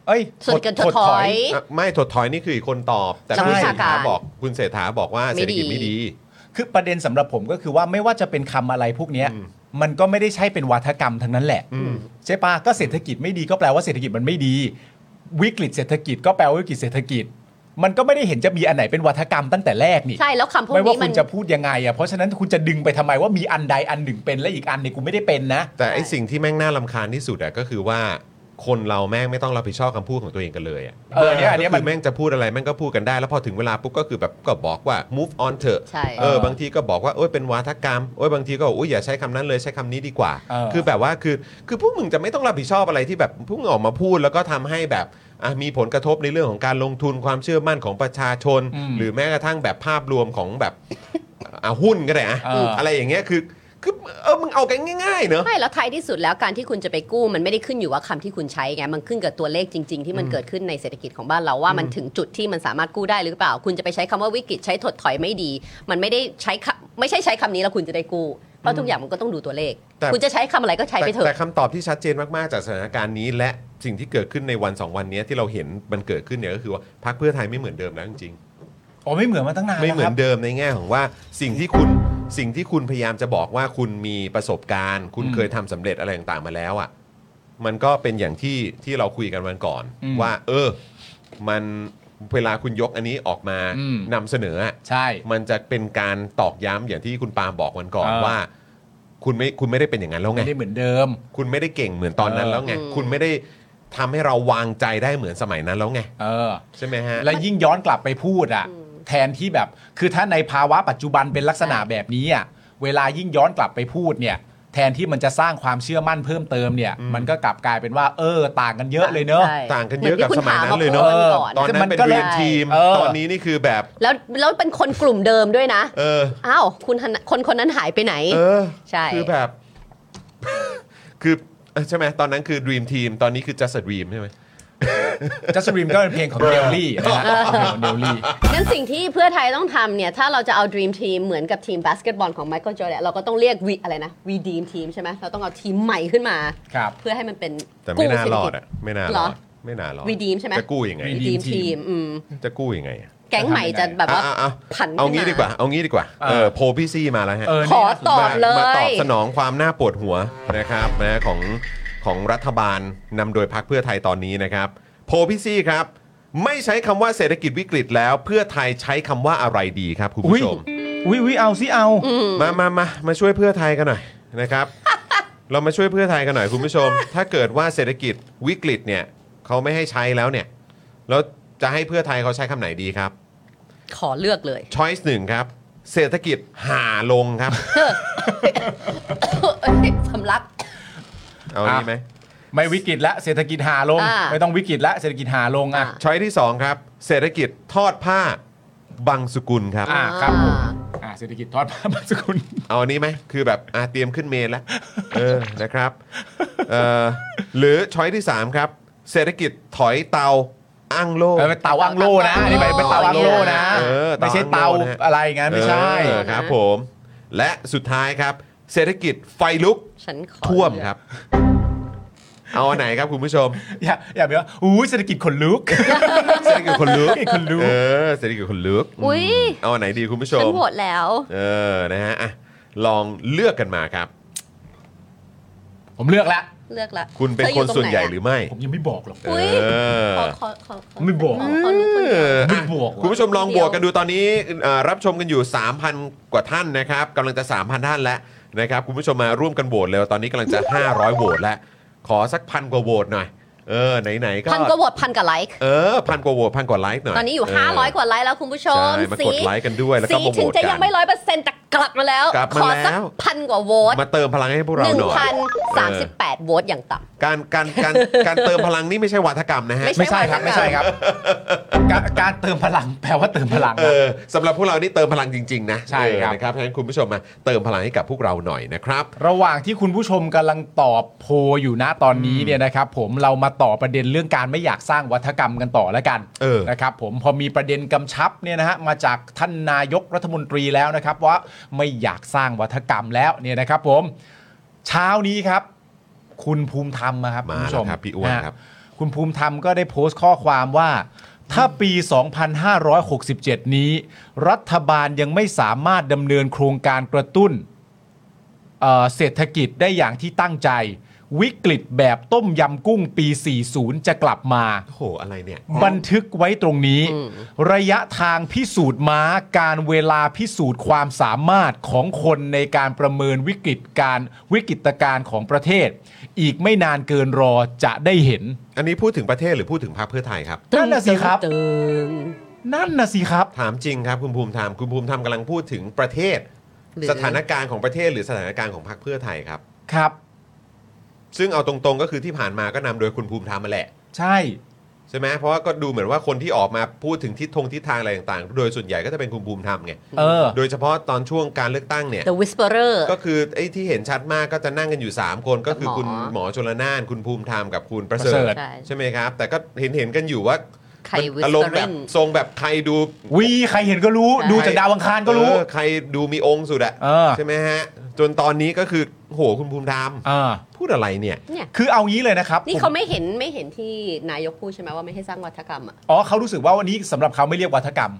S2: เอ้ย
S3: ส่วนเกินถดถอย
S1: อ่ะไม่ถดถอยนี่คืออีกคนตอบ แต่คุณ
S3: ใช่
S1: เศรษฐา
S3: ค่ะ
S1: บอกคุณเศรษฐาบอกว่าเศ
S3: ไม่
S1: รษฐกิจ
S3: ดี
S1: ไม่ดี
S2: คือประเด็นสำหรับผมก็คือว่าไม่ว่าจะเป็นคำอะไรพวกเนี้ย
S1: อืม
S2: มันก็ไม่ได้ใช่เป็นวาทกรรมทั้งนั้นแหละ
S1: อืม
S2: ใช่ปะก็เศรษฐกิจไม่ดีก็แปลว่าเศรษฐกิจมันไม่ดี วิกฤตเศรษฐกิจก็แปลว่าวิกฤตเศรษฐกิจ มันก็ไม่ได้เห็นจะมีอันไหนเป็นวัฒกรรมตั้งแต่แรกนี่
S3: ใช่แล้วคำพวก
S2: ไม่ว่า
S3: นี้
S2: คุ
S3: มัน
S2: ณจะพูดยังไงอ่ะเพราะฉะนั้นคุณจะดึงไปทำไมว่ามีอันใดอันหนึ่งเป็นและอีกอันเนี่ยกูไม่ได้เป็นนะ
S1: แต่ไอสิ่งที่แม่งน่าลำคาญที่สุดอะก็คือว่าคนเราแม่งไม่ต้องรับผิดชอบคำพูดของตัวเองกันเลยอะ
S2: เออเนี่ยอันเนี้ย
S1: ก็
S2: มั
S1: คือ
S2: น
S1: แม่งจะพูดอะไรแม่งก็พูดกันได้ แล้วพอถึงเวลาปุ๊บก็คือแบบก็บอกว่า move on เถอะ
S3: ใช่
S1: เออบางทีก็บอกว่าโอ้ยเป็นวาทกรรมโอ้ยบางทีก็บอกอุ้ยอย่าใช้คำนั้นเลยใช้คำนี้ดีกว่า
S2: เออ
S1: คือแบบว่าคือคือพวกมึงจะไม่ต้องรับผิดชอบอะไรที่แบบพวกมึงออกมาพูดแล้วก็ทำให้แบบอ่ะมีผลกระทบในเรื่องของการลงทุนความเชื่อมั่นของประชาชน หรือแม้กระทั่งแบบภาพรวมของแบบ เอาหุ้นก็ได้อะ
S2: เอออ
S1: อะไรอย่างเงี้ยคือคือเออมึงเอากันง่ายๆเนอะ
S3: ไม่แล้วท้ายที่สุดแล้วการที่คุณจะไปกู้มันไม่ได้ขึ้นอยู่ว่าคำที่คุณใช้ไงมันขึ้นกับตัวเลขจริง ๆ ที่มันเกิดขึ้นในเศรษฐกิจของบ้านเราว่ามันถึงจุดที่มันสามารถกู้ได้หรือเปล่า คุณจะไปใช้คำว่าวิกฤตใช้ถดถอยไม่ดี มันไม่ได้ใช้คำไม่ใช่ใช้คำนี้แล้วคุณจะได้กู้เพราะทุกอย่างมันก็ต้องดูตัวเลข
S1: แต่
S3: คุณจะใช้คำอะไรก็ใช้ไป
S1: แต่
S3: เถอะ
S1: แต่คำตอบที่ชัดเจนมากๆจากสถานการณ์นี้ และสิ่งที่เกิดขึ้นในวันสองวันเนี้ยที่เราเห็นมันเกิดขึ้นเนี่ยก็คือว่าพรรคเพื่อไทยไม่เหมือนเดิมแล้วจริง
S2: อ๋อไม่เหมือนมาตั้งนาน
S1: ๆไม่เหมือ
S2: แล้วครั
S1: น
S2: บ
S1: เดิมในแง่ของว่าสิ่งที่คุณสิ่งที่คุณพยายามจะบอกว่าคุณมีประสบการณ์ คุณ
S2: อืม
S1: เคยทำสำเร็จอะไรต่างๆมาแล้วอ่ะมันก็เป็นอย่างที่ที่เราคุยกันวันก่อน
S2: อืม
S1: ว่า เออ มันเวลาคุณยกอันนี้ออกมา
S2: อืม
S1: นำเสนออะ
S2: ใช่
S1: มันจะเป็นการตอกย้ำอย่างที่คุณปาล์มบอกวันก่อน
S2: เออ
S1: ว่า คุณไม่คุณไม่ได้เป็นอย่างนั้นแล้วไง
S2: ไม่ได้เหมือนเดิม
S1: คุณไม่ได้เก่งเหมือนตอนนั้นแล้วไง
S3: เออ
S1: คุณไม่ได้ทำให้เราวางใจได้เหมือนสมัยนั้นแล้วไง
S2: เออ
S1: ใช่ไหมฮะ
S2: และยิ่งย้อนกลับไปพูดอ่ะ แทนที่แบบ คือถ้าในภาวะปัจจุบันเป็นลักษณะแบบนี้อ่ะเวลายิ่งย้อนกลับไปพูดเนี่ย แทนที่มันจะสร้างความเชื่อมั่นเพิ่มเติมเนี่ย มันก็กลับกลายเป็นว่า เออ ต่างกันเยอะเลยเนอะ
S3: ใช่
S1: ต่างกันเยอะกับสมัยนั้นเลยเนอะ
S3: หมือที่คุณถามมาโพสต์ก่
S1: ตอนนั้นเป็น
S2: ก็ล
S1: เรีย
S2: ย
S1: นทีม
S2: เออ
S1: ตอนนี้นี่คือแบบ
S3: แล้วแล้วเป็นคนกลุ่มเดิมด้วยนะ
S1: เออ
S3: อ้าวคุณธนคนคนนั้นหายไปไหน
S1: เออ
S3: ใช่
S1: คือแบบ <laughs> คือเออใช่ไหมตอนนั้นคือ Dream Team ตอนนี้คือ Just a Dream ใช่ไหม
S2: จัสตินก็เป็นเพลงของเดลลี่นะฮะเดลลี่
S3: งั้นสิ่งที่เพื่อไทยต้องทำเนี่ย ถ้าเราจะเอา Dream Team เหมือนกับทีมบาสเกตบอลของไมเคิลจอร์แดนเราก็ต้องเรียกวีอะไรนะวีดีมทีมใช่ไหมเราต้องเอาทีมใหม่ขึ้นมา
S2: ครับ
S3: เพื่อให้มันเป็น
S1: แต่ไม่น่ารอด
S3: จ
S1: อ่ะ ไม่น่าร
S3: เหร
S1: อ
S3: อ
S1: ด ไม่น่ารอด
S3: วีดีมใช่ไหม
S1: จะกู้ยังไง
S3: วีดีม
S2: Team
S3: ทีมอืม
S1: จะกู้ยังไงอะ
S3: แก๊งใหม่จะแบบว่า
S1: อ่ะอ่ะอ่ะ
S3: ผันขึ้นมา
S1: เอางี้ดีกว่า เอางี้ดีกว่า เอ
S2: เอ
S1: อ
S2: อ
S1: โพลพี่ซี่มาแล้วฮะ
S2: เออ
S3: ขอ
S2: นี่
S3: ตอบเล
S1: มาตอบ
S3: ย
S1: สนองความน่าปวดหัวนะครับนะของของรัฐบาลนำโดยพรรคเพื่อไทยตอนนี้นะครับ โพลพี่ซี่ครับ ไม่ใช้คำว่าเศรษฐกิจวิกฤตแล้วเพื่อไทยใช้คำว่าอะไรดีครับคุณ
S2: อุ้ย
S1: ผู้ชม
S2: อุ้ยอุ้ยเอาสิเอา
S1: มามามามาช่วยเพื่อไทยกันหน่อยนะครับ <laughs> เรามาช่วยเพื่อไทยกันหน่อยคุณผู้ชม ถ้าเกิดว่าเศรษฐกิจวิกฤตเนี่ยเขาไม่ให้ใช้แล้วเนี่ยแล้วจะให้เพื่อไทยเขาใช้คำไหนดีครับ
S3: ขอเลือกเลย
S1: ช้อยส์หนึ่งครับ เศรษฐกิจห่าลงครับ
S3: <laughs> เอ้ยสำลัก
S1: เอานี้ไหม
S2: ไม่วิกฤตละเศรษฐกิจหาลง
S3: อ่า
S2: ไม่ต้องวิกฤตละเศรษฐกิจหาลงอ่ะ
S1: ช้อยที่ 2 ครับ เศรษฐกิจทอดผ้าบังสุกุลครับ
S2: อ่า ครับผม
S3: อ่า
S2: อ่าเศรษฐกิจทอด <laughs> ผ้าบางสกุล
S1: เอาอันนี้ไหมคือแบบอาเตรียมขึ้นเมนแล้วเออนะครับเอ่อหรือช้อยที่ 3 ครับ เศรษฐกิจถอยเตาอ้างโลก
S2: เออเป็นเตาอังโลนะอันนี้เป็นเป็นเตาอังโลนะ
S1: เออเตา
S2: ไม่ใช่
S1: อัง
S2: เตา
S1: โล่นะ
S2: อะไรงั้นไม่ใช่
S1: เออครับผม และสุดท้ายครับ เศรษฐกิจไฟลุก
S3: ฉันขอ
S1: ท่วมครับ เอาอันไหนครับคุณผู้ชม
S2: อย่าอย่าไปว่าอู้เศรษฐกิจขนลุก
S1: <laughs> เศรษฐกิจคนลุก
S2: คนลุก
S1: เออเศรษฐกิจคนลุก
S3: อุ้ย
S1: เอาอันไหนดีคุณผู้ช
S3: ฉัน
S1: ม
S3: โหวตแล้ว
S1: เออนะฮะอ่ะลองเลือกกันมาครับ
S2: ผมเลือกละ
S3: เลือกละ
S1: คุณเป็น
S3: ธออ
S1: คน
S3: ยู่ตรง
S1: ส่วนใหญ่
S3: ไะ
S1: หรือไม่
S2: ผมยังไม่บอกหรอก
S3: อุ้ย
S1: เออ
S3: ขอขอขอขอ
S2: ไม่บอก
S3: ขขอรู้ค
S1: เอ
S3: นเดี
S1: อ
S3: ยว
S2: ไม่
S1: อ่ะ
S2: บอกว่ะ
S1: คุณผู้ชมลองบวกกันดูตอนนี้เอ่อรับชมกันอยู่ 3,000 กว่าท่านนะครับกำลังจะ 3,000 ท่านแล้วนะครับคุณผู้ชมมาร่วมกันโหวตเลยตอนนี้กำลังจะ 500โหวตแล้ว ขอสักพันกว่าโหวตหน่อย เออ ไหน ๆ ก็
S3: พันกว่าโหวตพันกว่าไลค์
S1: เออพันกว่าโหวตพันกว่าไลค์หน่อย
S3: ตอนนี้อยู่
S1: เ
S3: 500 กว่าไลค์แล้วคุณผู้ชม
S1: ใช่มากดไลค์กันด้วยแล้วก็
S3: สี
S1: มาโหว
S3: ถึง
S1: ต
S3: จะ
S1: กั
S3: ยัง
S1: น
S3: ไม่ร้อยเปอร์เซ็นต์แต่กลับมาแล้ว
S1: กลับมา
S3: ขอสั
S1: แล้ว
S3: พันกว่าโหวต
S1: มาเติมพลังให้พวกเรา
S3: หนึ่ง
S1: หน่อย
S3: พันสามสิบ
S1: เออ
S3: แปดโหวตอย่างต่ำ
S1: การการการการเติมพลังนี่ไม่ใช่วาทกรรมนะฮะ
S3: ไม่
S2: ไม่ใช่ครับไม่ใช่ครับ การการเติมพลังแปลว่าเติมพลัง
S1: เอ
S2: นะ
S1: อสำหรับพวกเรานี่เติมพลังจริง ๆ นะ
S2: ใช่ค
S1: เอ
S2: รับ
S1: อนะครับเพราะฉะนั้นคุณผู้ชมมาเติมพลังให้กับพวกเราหน่อยนะครับ
S2: ระหว่างที่คุณผู้ชมกำลังตอบโพลอยู่นะตอนนี้เนี่ยนะครับ ผมเรามาต่อประเด็นเรื่องการไม่อยากสร้างวัฒกรรมกันต่อแล้วกัน
S1: เออ
S2: นะครับผมพอมีประเด็นกำชับเนี่ยนะฮะมาจากท่านนายกรัฐมนตรีแล้วนะครับ ว่าไม่อยากสร้างวัฒกรรมแล้วเนี่ยนะครับ ผมเช้านี้ครับ คุณภูมิธรรมอะครับ
S1: มา
S2: คุณผู้ชม
S1: แล้วครับพี่อ้วนะ
S2: ฮะ
S1: ครับ
S2: คุณภูมิธรรมก็ได้โพสต์ข้อความว่า ถ้าปี 2567 นี้ รัฐบาลยังไม่สามารถดำเนินโครงการกระตุ้น เอ่อเศรษฐกิจได้อย่างที่ตั้งใจ วิกฤตแบบต้มยำกุ้งปี 40 จะกลับมา
S1: โอ้โห อะไรเนี่ย
S2: บันทึกไว้ตรงนี้ ระยะทางพิสูจน์ม้าการเวลาพิสูจน์ความสามารถของคนในการประเมินวิกฤตการวิกฤตการณ์ของประเทศ อีกไม่นานเกินรอจะได้เห็น
S1: อันนี้พูดถึงประเทศหรือพูดถึงพรรคเพื่อไทยครับ
S2: นั่นน่ะสิครับ นั่นน่ะสิครับ
S1: ถามจริงครับคุณภูมิธรรมคุณภูมิธรรมกำลังพูดถึงประเทศ
S3: หรือ
S1: สถานการณ์ของประเทศหรือสถานการณ์ของพรรคเพื่อไทยครับ
S2: ครับ
S1: ซึ่งเอาตรงๆก็คือที่ผ่านมาก็นำโดยคุณภูมิธรรมมาแหละ
S2: ใช่
S1: ใช่ไหมเพราะว่าก็ดูเหมือนว่าคนที่ออกมาพูดถึงทิศทงทิศทางอะไรต่างๆ โดยส่วนใหญ่ก็จะเป็นคุณภูมิธรรมไง
S2: เออ
S1: โดยเฉพาะตอนช่วงการเลือกตั้งเนี่ย
S3: The Whisperer
S1: ก็คือไอ้ที่เห็นชัดมากก็จะนั่งกันอยู่ 3 คนก็คือ
S3: หมอ
S1: คุณหมอชลนาน คุณภูมิธรรมกับคุณประเสริ
S2: ประเสริ
S1: ฐ
S2: ฐ
S3: ใช่
S1: ใช่ไหมครับ แต่ก็เห็นเห็นๆกันอยู่ว่า
S3: ใคร
S1: อารมณ์แบบ
S3: Whispering
S1: ทรงแบบใครดู
S2: วีใครเห็นก็รู้
S3: ใช่
S2: ดูจากดาวอังคารก็รู้
S1: เออใครดูมีองค์สุดอะ
S2: เออ
S1: ใช่ไหมฮะ จนตอนนี้ก็คือโหคุณภูมิธรรม
S2: อ่า
S1: พูดอะไรเนี่ย
S3: เนี่ย
S2: คือเอางี้เลยนะครับ
S3: นี่
S2: ผม
S3: เขาไม่เห็นไม่เห็นที่นายกพูดใช่ไหมว่าไม่ให้สร้างวัฒกรรมอ่ะ
S2: อ๋อเขารู้สึกว่าวันนี้สำหรับเขาไม่เรียกวัฒกรรม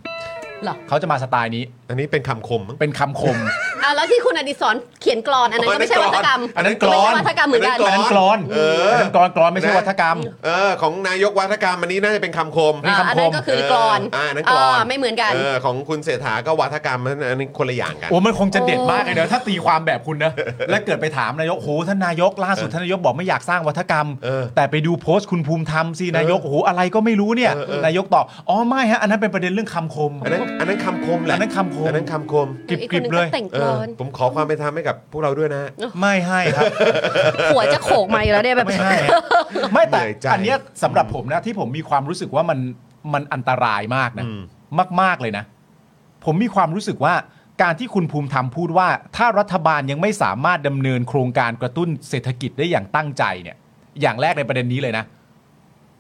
S3: หรอ
S2: เขาจะมาสไตล์นี้
S1: อันนี้เป็นคำคมมั้ง
S2: เป็นคำคม
S3: อ้าวแล้วที่คุณอดิศรเขียนกรอนอันนั้นก็ไม่ใช่วัฒกรรม
S2: อันนั้นกร
S3: ไม่
S2: อน
S3: ใช่วัฒกรรมเหมือนกัน
S1: กร
S2: อันนั้นกรอน
S1: เอออั
S2: นนั้นกรอนกรอนไม่ใช่วัฒกรรม
S1: เออของนายกวัฒกรรมอันนี้น่าจะเป็นคำคม
S2: นี่
S3: อ่า
S2: คำคม
S3: อันนั้นก็คือกรอน
S1: อ่านั่นกรอน
S3: อ่าไม่เหมือนกัน
S1: เออของคุณเศรษฐาก็วัฒกรรมอันนั้นอันนี้คนละอย่างกัน
S2: โอ้มันคงจะเด็ดมากเลยเนอะถ้าตีความแบบคุณนะ และเกิดไปถามนายกโอ้โหท่านนายกล่าสุดท่านนายกบอกไม่อยากสร้างวัฒกรรม
S1: เออ
S2: แต่ไปดูโพสต์คุณภูมิธรรมสินายกโอ้โหอะไรก็ไม่รู้เนี่ย
S1: เออเออ
S2: นายกตอบอ๋อไม่ฮะอันนั้นเป็นประเด็นเรื่องคำคม
S1: อันนั้นอันนั้นคำคมแหละ
S2: อันนั้นคำคม
S1: อันนั้นคำคม
S2: กริบๆเลย
S3: อีคนหนึ่งแต่ง
S1: เอก
S3: ร
S1: อ
S3: อน
S1: ผมขอความเป็นธรรมให้กับพวกเราด้วยนะ
S2: ไม่ให้ครับ
S3: หัวจะโขกมาอยู่แล้วเนี่ยแบบ
S2: ไม่
S1: <laughs>
S2: ให้ ไม่แต่
S1: เหนื่อยใจ
S2: อันเนี้ยสำหรับผมนะที่ผมมีความรู้สึกว่ามันมันอันตรายมากนะ
S1: อืม
S2: มาก ๆเลยนะ ผมมีความรู้สึกว่าการที่คุณภูมิธรรมพูดว่า ถ้ารัฐบาลยังไม่สามารถดำเนินโครงการกระตุ้นเศรษฐกิจได้อย่างตั้งใจเนี่ย อย่างแรกในประเด็นนี้เลยนะ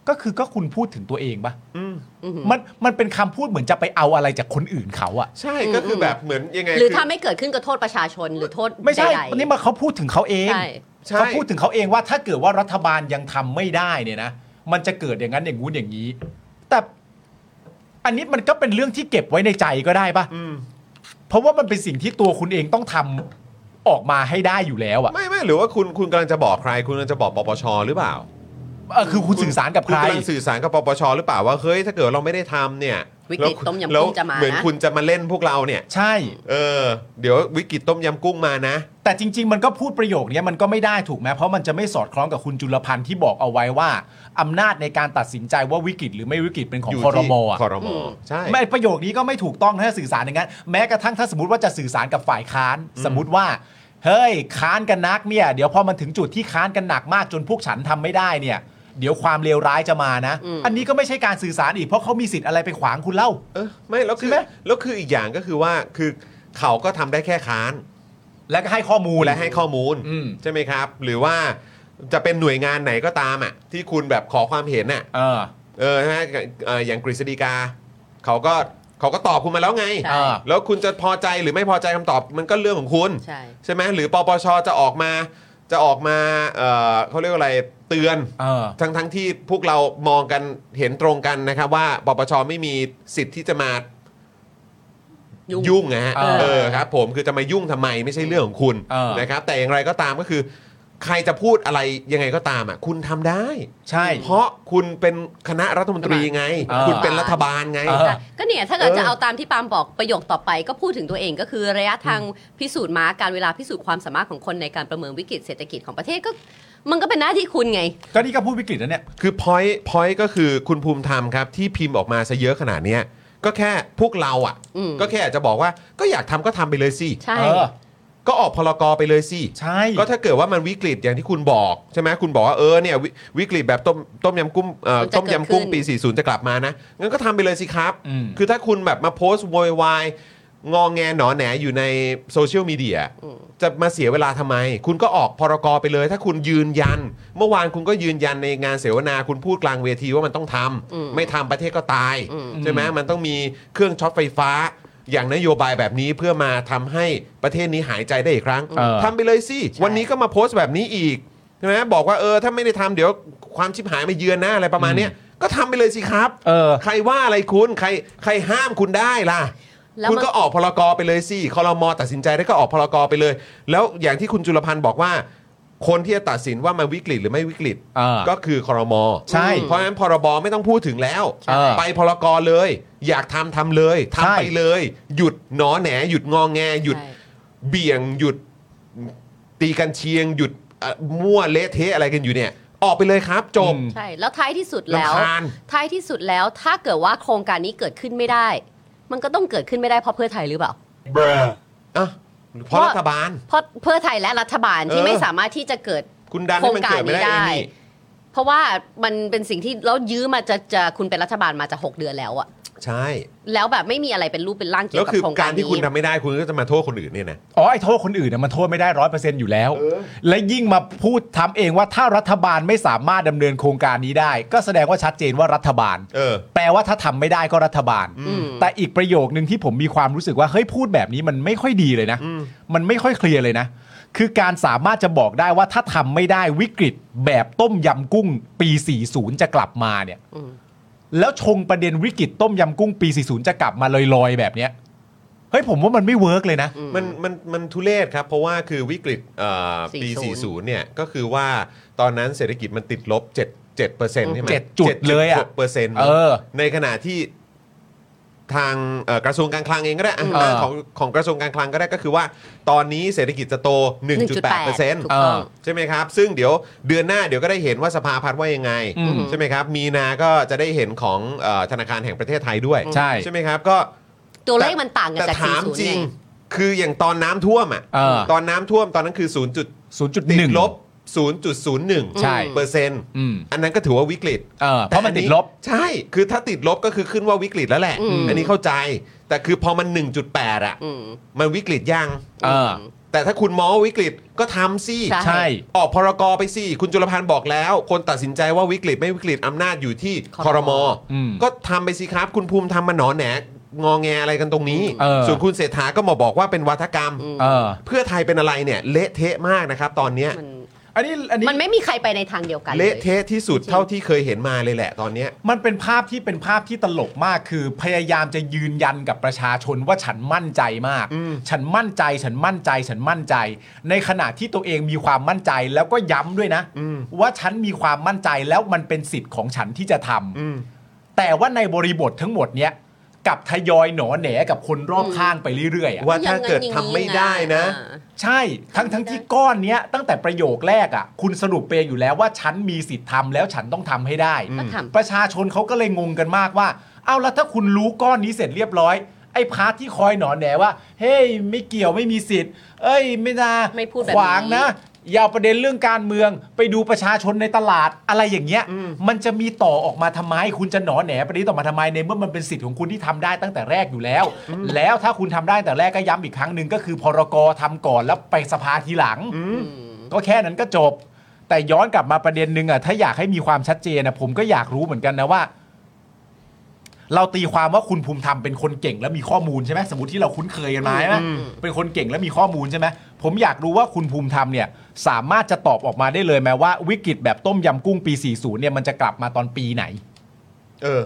S2: ก็คือก็คุณพูดถึงตัวเองปะ
S1: อืม
S2: มันมันเป็นคำพูดเหมือนจะไปเอาอะไรจากคนอื่นเขาอะ
S1: ใช่ก็คือแบบเหมือนยังไง
S3: หรือ
S1: คื
S3: ถ้าไม่เกิดขึ้นก็โทษประชาชนหรือโทษ
S2: ไม่ใช่
S3: ดๆ
S2: นี่มาเขาพูดถึงเขาเอง
S3: ใช่
S1: ใช่
S2: เขาพูดถึงเขาเองว่าถ้าเกิดว่ารัฐบาลยังทำไม่ได้เนี่ยนะมันจะเกิดอย่างนั้นอย่างงู้นอย่างนี้ แต่อันนี้มันก็เป็นเรื่องที่เก็บไว้ในใจก็ได้ปะ
S1: อืม
S2: เพราะว่ามันเป็นสิ่งที่ตัวคุณเองต้องทำออกมาให้ได้อยู่แล้วอะ
S1: ไม่ไม่หรือว่าคุณคุณกำลังจะบอกใคร คุณกำลังจะบอกปปชหรือเปล่า
S2: เออคือคุณสื่อสารกับใคร
S1: ณกำลังสื่อสารกับปปชหรือเปล่าว่าเฮ้ยถ้าเกิดเราไม่ได้ทำเนี่ย
S3: วิกฤต
S1: แล้ว
S3: ต้มยำกุ้ง
S1: แล้ว
S3: จะมานะ
S1: เหมือนคุณจะมาเล่นพวกเราเนี่ย
S2: ใช่
S1: เออเดี๋ยววิกฤตต้มยำกุ้งมานะ
S2: แต่จริง ๆ มันก็พูดประโยคเนี้ยมันก็ไม่ได้ถูกไหมเพราะมันจะไม่สอดคล้องกับคุณจุลพันธ์ที่บอกเอาไว้ว่าอำนาจในการตัดสินใจว่าวิกฤตหรือไม่วิกฤตเป็นของ
S1: อยู่
S2: คอร
S1: ที่
S2: มอะ
S1: คอรม
S3: อืม
S1: ใช่
S2: ไม่ประโยคนี้ก็ไม่ถูกต้องนะถ้าสื่อสารอย่างนั้น แม้กระทั่งถ้าสมมติว่าจะสื่อสารกับฝ่ายค้าน สมมติว่า เฮ้ยค้านกันนักเนี่ย เดี๋ยวพอมันถึงจุดที่ค้านกันหนักมากจนพวกฉันทำไม่ได้เนี่ย เดี๋ยวความเลวร้ายจะมานะ
S3: อืม
S2: อันนี้ก็ไม่ใช่การสื่อสารอีกเพราะเขามีสิทธิ์อะไรไปขวางคุณเล่า
S1: เออไม่แล้วคือ
S2: ใช่ไหม
S1: แล้วคืออีกอย่างก็คือว่าคือเขาก็ทำได้แค่ค้าน
S2: และก็ให้ข้อมูล
S1: และให้ข้อมูล
S2: อืม
S1: ใช่ไหมครับ หรือว่าจะเป็นหน่วยงานไหนก็ตามอ่ะที่คุณแบบขอความเห็นอ่ะ
S2: เออ
S1: เออนะฮะเอ่ออย่างกฤษฎีกาเขาก็เขาก็ตอบคุณมาแล้วไง
S3: ใช่
S2: เออ
S1: แล้วคุณจะพอใจหรือไม่พอใจคำตอบมันก็เรื่องของคุณ
S3: ใช่
S1: ใช่ไหมหรือปปชจะออกมาจะออกมาเอ่อเขาเรียกว่าอะไรเตือน
S2: เออ
S1: ทั้งทั้งที่พวกเรามองกันเห็นตรงกันนะครับ ว่าปปชไม่มีสิทธิ์ที่จะมายุ่งนะฮะ
S2: เออ
S1: เออครับ ผมคือจะมายุ่งทำไมไม่ใช่เรื่องของคุณ
S2: เออ
S1: นะครับ แต่อย่างไรก็ตามก็คือ ใครจะพูดอะไรยังไงก็ตามอ่ะคุณทำได้
S2: ใช่
S1: เพราะคุณเป็นคณะรัฐมนตรีไง
S2: อ่า
S1: คุณเป็นรัฐบาลไง
S2: อ่า
S3: ใช่ก็เนี่ยถ้าเกิด
S1: เออ
S3: จะเอาตามที่ปาล์มบอกประโยคต่อไปก็พูดถึงตัวเองก็คือระยะทางพิสูจน์มาการเวลาพิสูจน์ความสามารถของคนในการประเมินวิกฤตเศรษฐกิจของประเทศก็ มันก็เป็นหน้าที่คุณไง
S2: ก็นี่ก็พูดวิกฤตนะเนี่ย
S1: คือพอยพอยก็คือคุณภูมิธรรมครับ ที่พิมพ์ออกมาซะเยอะขนาดเนี้ยก็แค่พวกเราอ่ะ
S3: อืม
S1: ก็แค่จะบอกว่าก็อยากทำก็ทำไปเลยสิ
S3: ใช่
S2: เออ
S1: ก็ออกพลกรไปเลยสิ
S2: ใช่
S1: ก็ถ้าเกิดว่ามันวิกฤตอย่างที่คุณบอกใช่ไหมคุณบอกว่าเออเนี่ยวิวิกฤตแบบต้มต้มยำกุ้งเอ่อต้มยำกุ้งปี 40 จะกลับมานะงั้นก็ทำไปเลยสิครับ
S2: อืม
S1: คือถ้าคุณแบบมาโพสต์โวยวายงองแงหนอแหนอยู่ในโซเชียลมีเดียจะมาเสียเวลาทำไม คุณก็ออกพรกรไปเลย ถ้าคุณยืนยัน เมื่อวานคุณก็ยืนยันในงานเสวนา คุณพูดกลางเวทีว่ามันต้องทำไม่ทำประเทศก็ตาย ใช่ไหมมันต้องมีเครื่องช็อตไฟฟ้า อย่างนโยบายแบบนี้เพื่อมาทำให้ประเทศนี้หายใจได้อีกครั้ง
S2: เออ
S1: ทำไปเลยสิ วันนี้ก็มาโพสต์แบบนี้อีกใช่ไหมบอกว่าเออถ้าไม่ได้ทำเดี๋ยวความชิบหายมาเยือนนะอะไรประมาณเนี้ยก็ทำไปเลยสิครับ
S2: เออ
S1: ใครว่าอะไรคุณใครใครห้ามคุณได้ล่ะ
S3: แล้ว
S1: คุณ
S3: มัน
S1: ก็ออกพลกรไปเลยสิคอรมอตัดสินใจได้ก็ออกพลกรไปเลย แล้วอย่างที่คุณจุลพันธ์บอกว่า คนที่จะตัดสินว่ามันวิกฤตหรือไม่วิกฤต
S2: เออ
S1: ก็คือคอรมอ
S2: ใช่
S1: เพราะฉะนั้นพรบไม่ต้องพูดถึงแล้ว
S2: ใช่
S1: ไปพลกรเลย อยากทำทำเลยทำ
S2: ใช่
S1: ไปเลย หยุดหนอแหน หยุดงองแง หยุด
S3: ใช่
S1: เบี่ยง หยุดตีกันเชียง หยุดเอ่อมั่วเละเทะอะไรกันอยู่เนี่ย ออกไปเลยครับจบ
S2: อืม
S3: ใช่ แล้วท้ายที่สุดแล้ว
S1: รำคาญ
S3: ท้ายที่สุดแล้วถ้าเกิดว่าโครงการนี้เกิดขึ้นไม่ได้ มันก็ต้องเกิดขึ้นไม่ได้เพราะเพื่อไทยหรือเปล่า
S1: อ่ะเพราะรัฐบาล
S3: เพราะเพื่อไทยและรัฐบาลที่
S1: เออ
S3: ไม่สามารถที่จะเกิด
S1: คุณดันให้มันเกิดไม่ได้เองนี่
S3: เพราะว่ามันเป็นสิ่งที่เรายื้อมาจะจะคุณเป็นรัฐบาลมาจะหกเดือนแล้วอะ
S1: ใช่
S3: แล้วแบบไม่มีอะไรเป็นรูปเป็นร่างเกี่ย
S1: แล้ว
S3: วกับ
S1: คือ
S3: โครง
S1: กา
S3: การ ร
S1: ที่
S3: นี้
S1: คุณทำไม่ได้คุณก็จะมาโทษคนอื่นเนี่ยนะ
S2: อ๋อไอ้โทษคนอื่นน่ะมันโทษไม่ได้ร้อยเปอร์เซ็นต์อยู่แล้ว
S1: เออ
S2: และยิ่งมาพูดทำเองว่าถ้ารัฐบาลไม่สามารถดำเนินโครงการนี้ได้ ก็แสดงว่าชัดเจนว่ารัฐบาล
S1: เออ
S2: แปลว่าถ้าทำไม่ได้ก็รัฐบาล
S3: อืม
S2: แต่อีกประโยคนึงที่ผมมีความรู้สึกว่าเฮ้ยพูดแบบนี้มันไม่ค่อยดีเลยนะ มันไม่ค่อยเคลียร์เลยนะ คือการสามารถจะบอกได้ว่าถ้าทำไม่ได้วิกฤตแบบต้มยำกุ้งปี 40 จะกลับมาเนี่ย
S3: อืม
S2: แล้วชงประเด็นวิกฤตต้มยำกุ้งปี 40 จะกลับมาลอยๆ แบบเนี้ยเฮ้ยผมว่ามันไม่เวิร์กเลยนะ
S1: มันมันมันทุเรศครับ เพราะว่าคือวิกฤตเอ่อปี
S3: 40
S1: 40 เนี่ย ก็คือว่าตอนนั้นเศรษฐกิจมันติดลบ 7 7ใช่ไหม
S2: เจ็ดจุดเลยอะ
S1: เปอร์เซ็นต์
S2: เออ
S1: ในขณะที่ทางเอ่อกระทรวงการคลังเองก็ได้อ่ะ
S2: เออ
S1: ของของกระทรวงการคลังก็ได้ก็คือว่า ตอนนี้เศรษฐกิจจะโต 1.8เปอร์เซ็นต์
S3: ถูกต้อง
S1: ใช่ไหมครับ ซึ่งเดี๋ยวเดือนหน้าเดี๋ยวก็ได้เห็นว่าสภาพัฒน์ว่ายังไง
S2: อืม
S1: ใช่ไหมครับ มีนาก็จะได้เห็นของเอ่อธนาคารแห่งประเทศไทยด้วย
S2: ใช่
S1: ใช่ไหมครับก็
S3: ตัวเลขมันต่างกัน
S1: แต่
S3: จาก
S1: ถาม
S3: 40
S1: จริง
S3: ไง
S1: คืออย่างตอนน้ำท่วมอ่ะ
S2: เออ
S1: ตอนน้ำท่วมตอนนั้นคือ 0. จุดติด
S2: 0.1
S1: ลบ 0.01
S2: ใช่
S1: เปอร์เซ็นต์
S2: อืม
S1: อันนั้นก็ถือว่าวิกฤต
S2: เออเพราะมันติดลบ
S1: ใช่ คือถ้าติดลบก็คือขึ้นว่าวิกฤตแล้วแหละ
S3: อืม
S1: นนี้เข้าใจ แต่คือพอมัน 1.8อ่ะ
S3: อืม
S1: มันวิกฤตยัง
S2: เออ
S1: แต่ถ้าคุณมองว่าวิกฤตก็ทำสิ
S3: ใช่
S2: ใช่
S1: ออกพรกรไปสิ คุณจุลพันธ์บอกแล้ว คนตัดสินใจว่าวิกฤตไม่วิกฤตอำนาจอยู่ที่ค
S3: ค
S1: อ
S3: อ
S1: ร
S3: ร
S1: ม
S3: ม
S1: อ
S3: อ
S2: อืม
S1: ก็ทำไปสิครับ คุณภูมิทำมาหนอแหนงอแงอะไรกันตรงนี้
S2: เออ
S1: ส่วนคุณเศรษฐาก็มาบอกว่าเป็นวัฒกรรม
S3: อืม
S2: เออ
S1: เพื่อไทยเป็นอะไรเนี่ย เละเทะมากนะครับ ตอนเนี้ย
S3: มัน
S2: อันนี้อันนี้
S3: มันไม่มีใครไปในทางเดียวกันย
S1: เละเทะที่สุดเท่าที่เคยเห็นมาเลยแหละตอนเนี้ย
S2: มันเป็นภาพที่เป็นภาพที่ตลกมากคือพยายามจะยืนยันกับประชาชนว่าฉันมั่นใจมาก
S1: อืม
S2: ฉันมั่นใจ ฉันมั่นใจ ฉันมั่นใจ ในขณะที่ตัวเองมีความมั่นใจแล้วก็ย้ำด้วยนะ ว่าฉันมีความมั่นใจแล้วมันเป็นสิทธิ์ของฉันที่จะทำ
S1: อืม
S2: แต่ว่าในบริบททั้งหมดเนี้ยกลับทยอยหนอแหนกับคนรอบข้างไปเรื่อยๆอะ
S1: ว่าถ้าเกิดทำไม่ได้นะ
S2: ใช่ทั้งทั้งที่ก้อนเนี้ยตั้งแต่ประโยคแรกอ่ะคุณสรุปเองอยู่แล้วว่าฉันมีสิทธิ์ทำแล้วฉันต้องทำให้ได้
S3: ก็ทำ
S2: ประชาชนเขาก็เลยงงกันมากว่า เอาแล้วถ้าคุณรู้ก้อนนี้เสร็จเรียบร้อย ไอ้พาร์ทที่คอยหนอนแหนว่า เฮ้ย ไม่เกี่ยวไม่มีสิทธิ์ เอ้ย ไม่นา
S3: ไม่พูดแบบนี้
S2: ขวางนะ อย่าเอาประเด็นเรื่องการเมือง ไปดูประชาชนในตลาดอะไรอย่างเงี้ย มันจะมีต่อออกมาทำไม คุณจะหนอแหนประเด็นต่อมาทำไมในเมื่อมันเป็นสิทธิ์ของคุณที่ทำได้ตั้งแต่แรกอยู่แล้ว แล้วถ้าคุณทำได้ตั้งแต่แรกก็ย้ำอีกครั้งหนึ่งก็คือพรกทำก่อนแล้วไปสภาทีหลัง ก็แค่นั้นก็จบ แต่ย้อนกลับมาประเด็นหนึ่งอ่ะถ้าอยากให้มีความชัดเจนนะผมก็อยากรู้เหมือนกันนะว่า เราตีความว่าคุณภูมิธรรมเป็นคนเก่งและมีข้อมูลใช่ไหมสมมติที่เราคุ้นเคยกันมาใช่ไหมเป็นคนเก่งและมีข้อมูลใช่ไหมผมอยากรู้ว่าคุณภูมิธรรมเนี่ย สามารถจะตอบออกมาได้เลยไหมว่าวิกฤตแบบต้มยำกุ้งปี 40 เนี่ยมันจะกลับมาตอนปีไหน
S1: เออ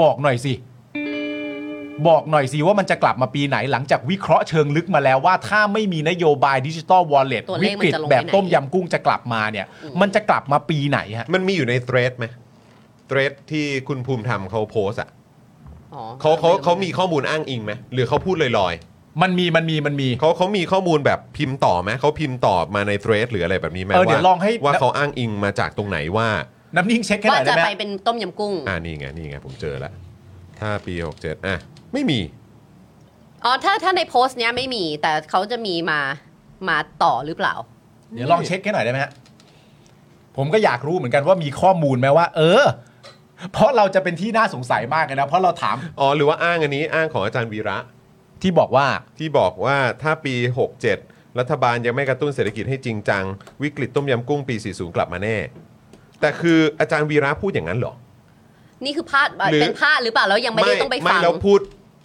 S2: บอกหน่อยสิ บอกหน่อยสิว่ามันจะกลับมาปีไหนหลังจากวิเคราะห์เชิงลึกมาแล้วว่าถ้าไม่มีนโยบายดิจิตอลวอลเล็ต
S3: ตัวเล
S2: วิ
S3: ข
S2: ก
S3: มัน
S2: ฤต
S3: จะลงไปไหน
S2: แบบต้มยำกุ้งจะกลับมาเนี่ย มันจะกลับมาปีไหนฮะ
S1: มันมีอยู่ในเทรดไหมเทรดที่คุณภูมิธรรมเขาโพสอะ
S3: อ๋อ
S1: เขาเขาเขามีข้อมูลอ้างอิงไหมหรือเขาพูดลอยๆ
S2: มันมีมันมีมันมี
S1: เขาเขามีข้อมูลแบบพิมพ์ต่อไหมเขาพิมพ์ตอบมาในเทรดหรืออะไรแบบนี้ไหม
S2: เออเดี๋ยว
S1: ว่า
S2: ลองให้
S1: ว่าเขาอ้างอิงมาจากตรงไหนว่า
S2: น้ำนิ่งเช็คให้ห
S3: ว่า
S2: น่อยได้
S3: จะ
S2: ไหม
S3: ไปเป็นต้มยำกุ้ง
S1: อ่านี่ไงนี่ไงผมเจอแล้ว ถ้าปี 67 อ่ะ ไม่มี
S3: อ๋อถ้าถ้าในโพสต์เนี้ยไม่มีแต่เขาจะมีมามาต่อหรือเปล่า
S2: เดี๋ยวลองเช็คให้หน่อยได้ไหมฮะผมก็อยากรู้เหมือนกันว่ามีข้อมูลไหมว่า เออ เพราะเราจะเป็นที่น่าสงสัยมากเลยนะเพราะเราถาม
S1: อ๋อ หรือว่าอ้างอันนี้อ้างของอาจารย์วีระ
S2: ที่บอกว่า
S1: ที่บอกว่าถ้าปี 67 รัฐบาลยังไม่กระตุ้นเศรษฐกิจให้จริงจัง วิกฤตต้มยำกุ้งปี 40 กลับมาแน่ แต่คืออาจารย์วีระพูดอย่างนั้นเหรอ
S3: นี่คือพาด
S1: หรือ
S3: เป็นพาดหรือเปล่าแล้วยังไม่ได้ต้องไปฟัง
S1: ไม่แล้วพูด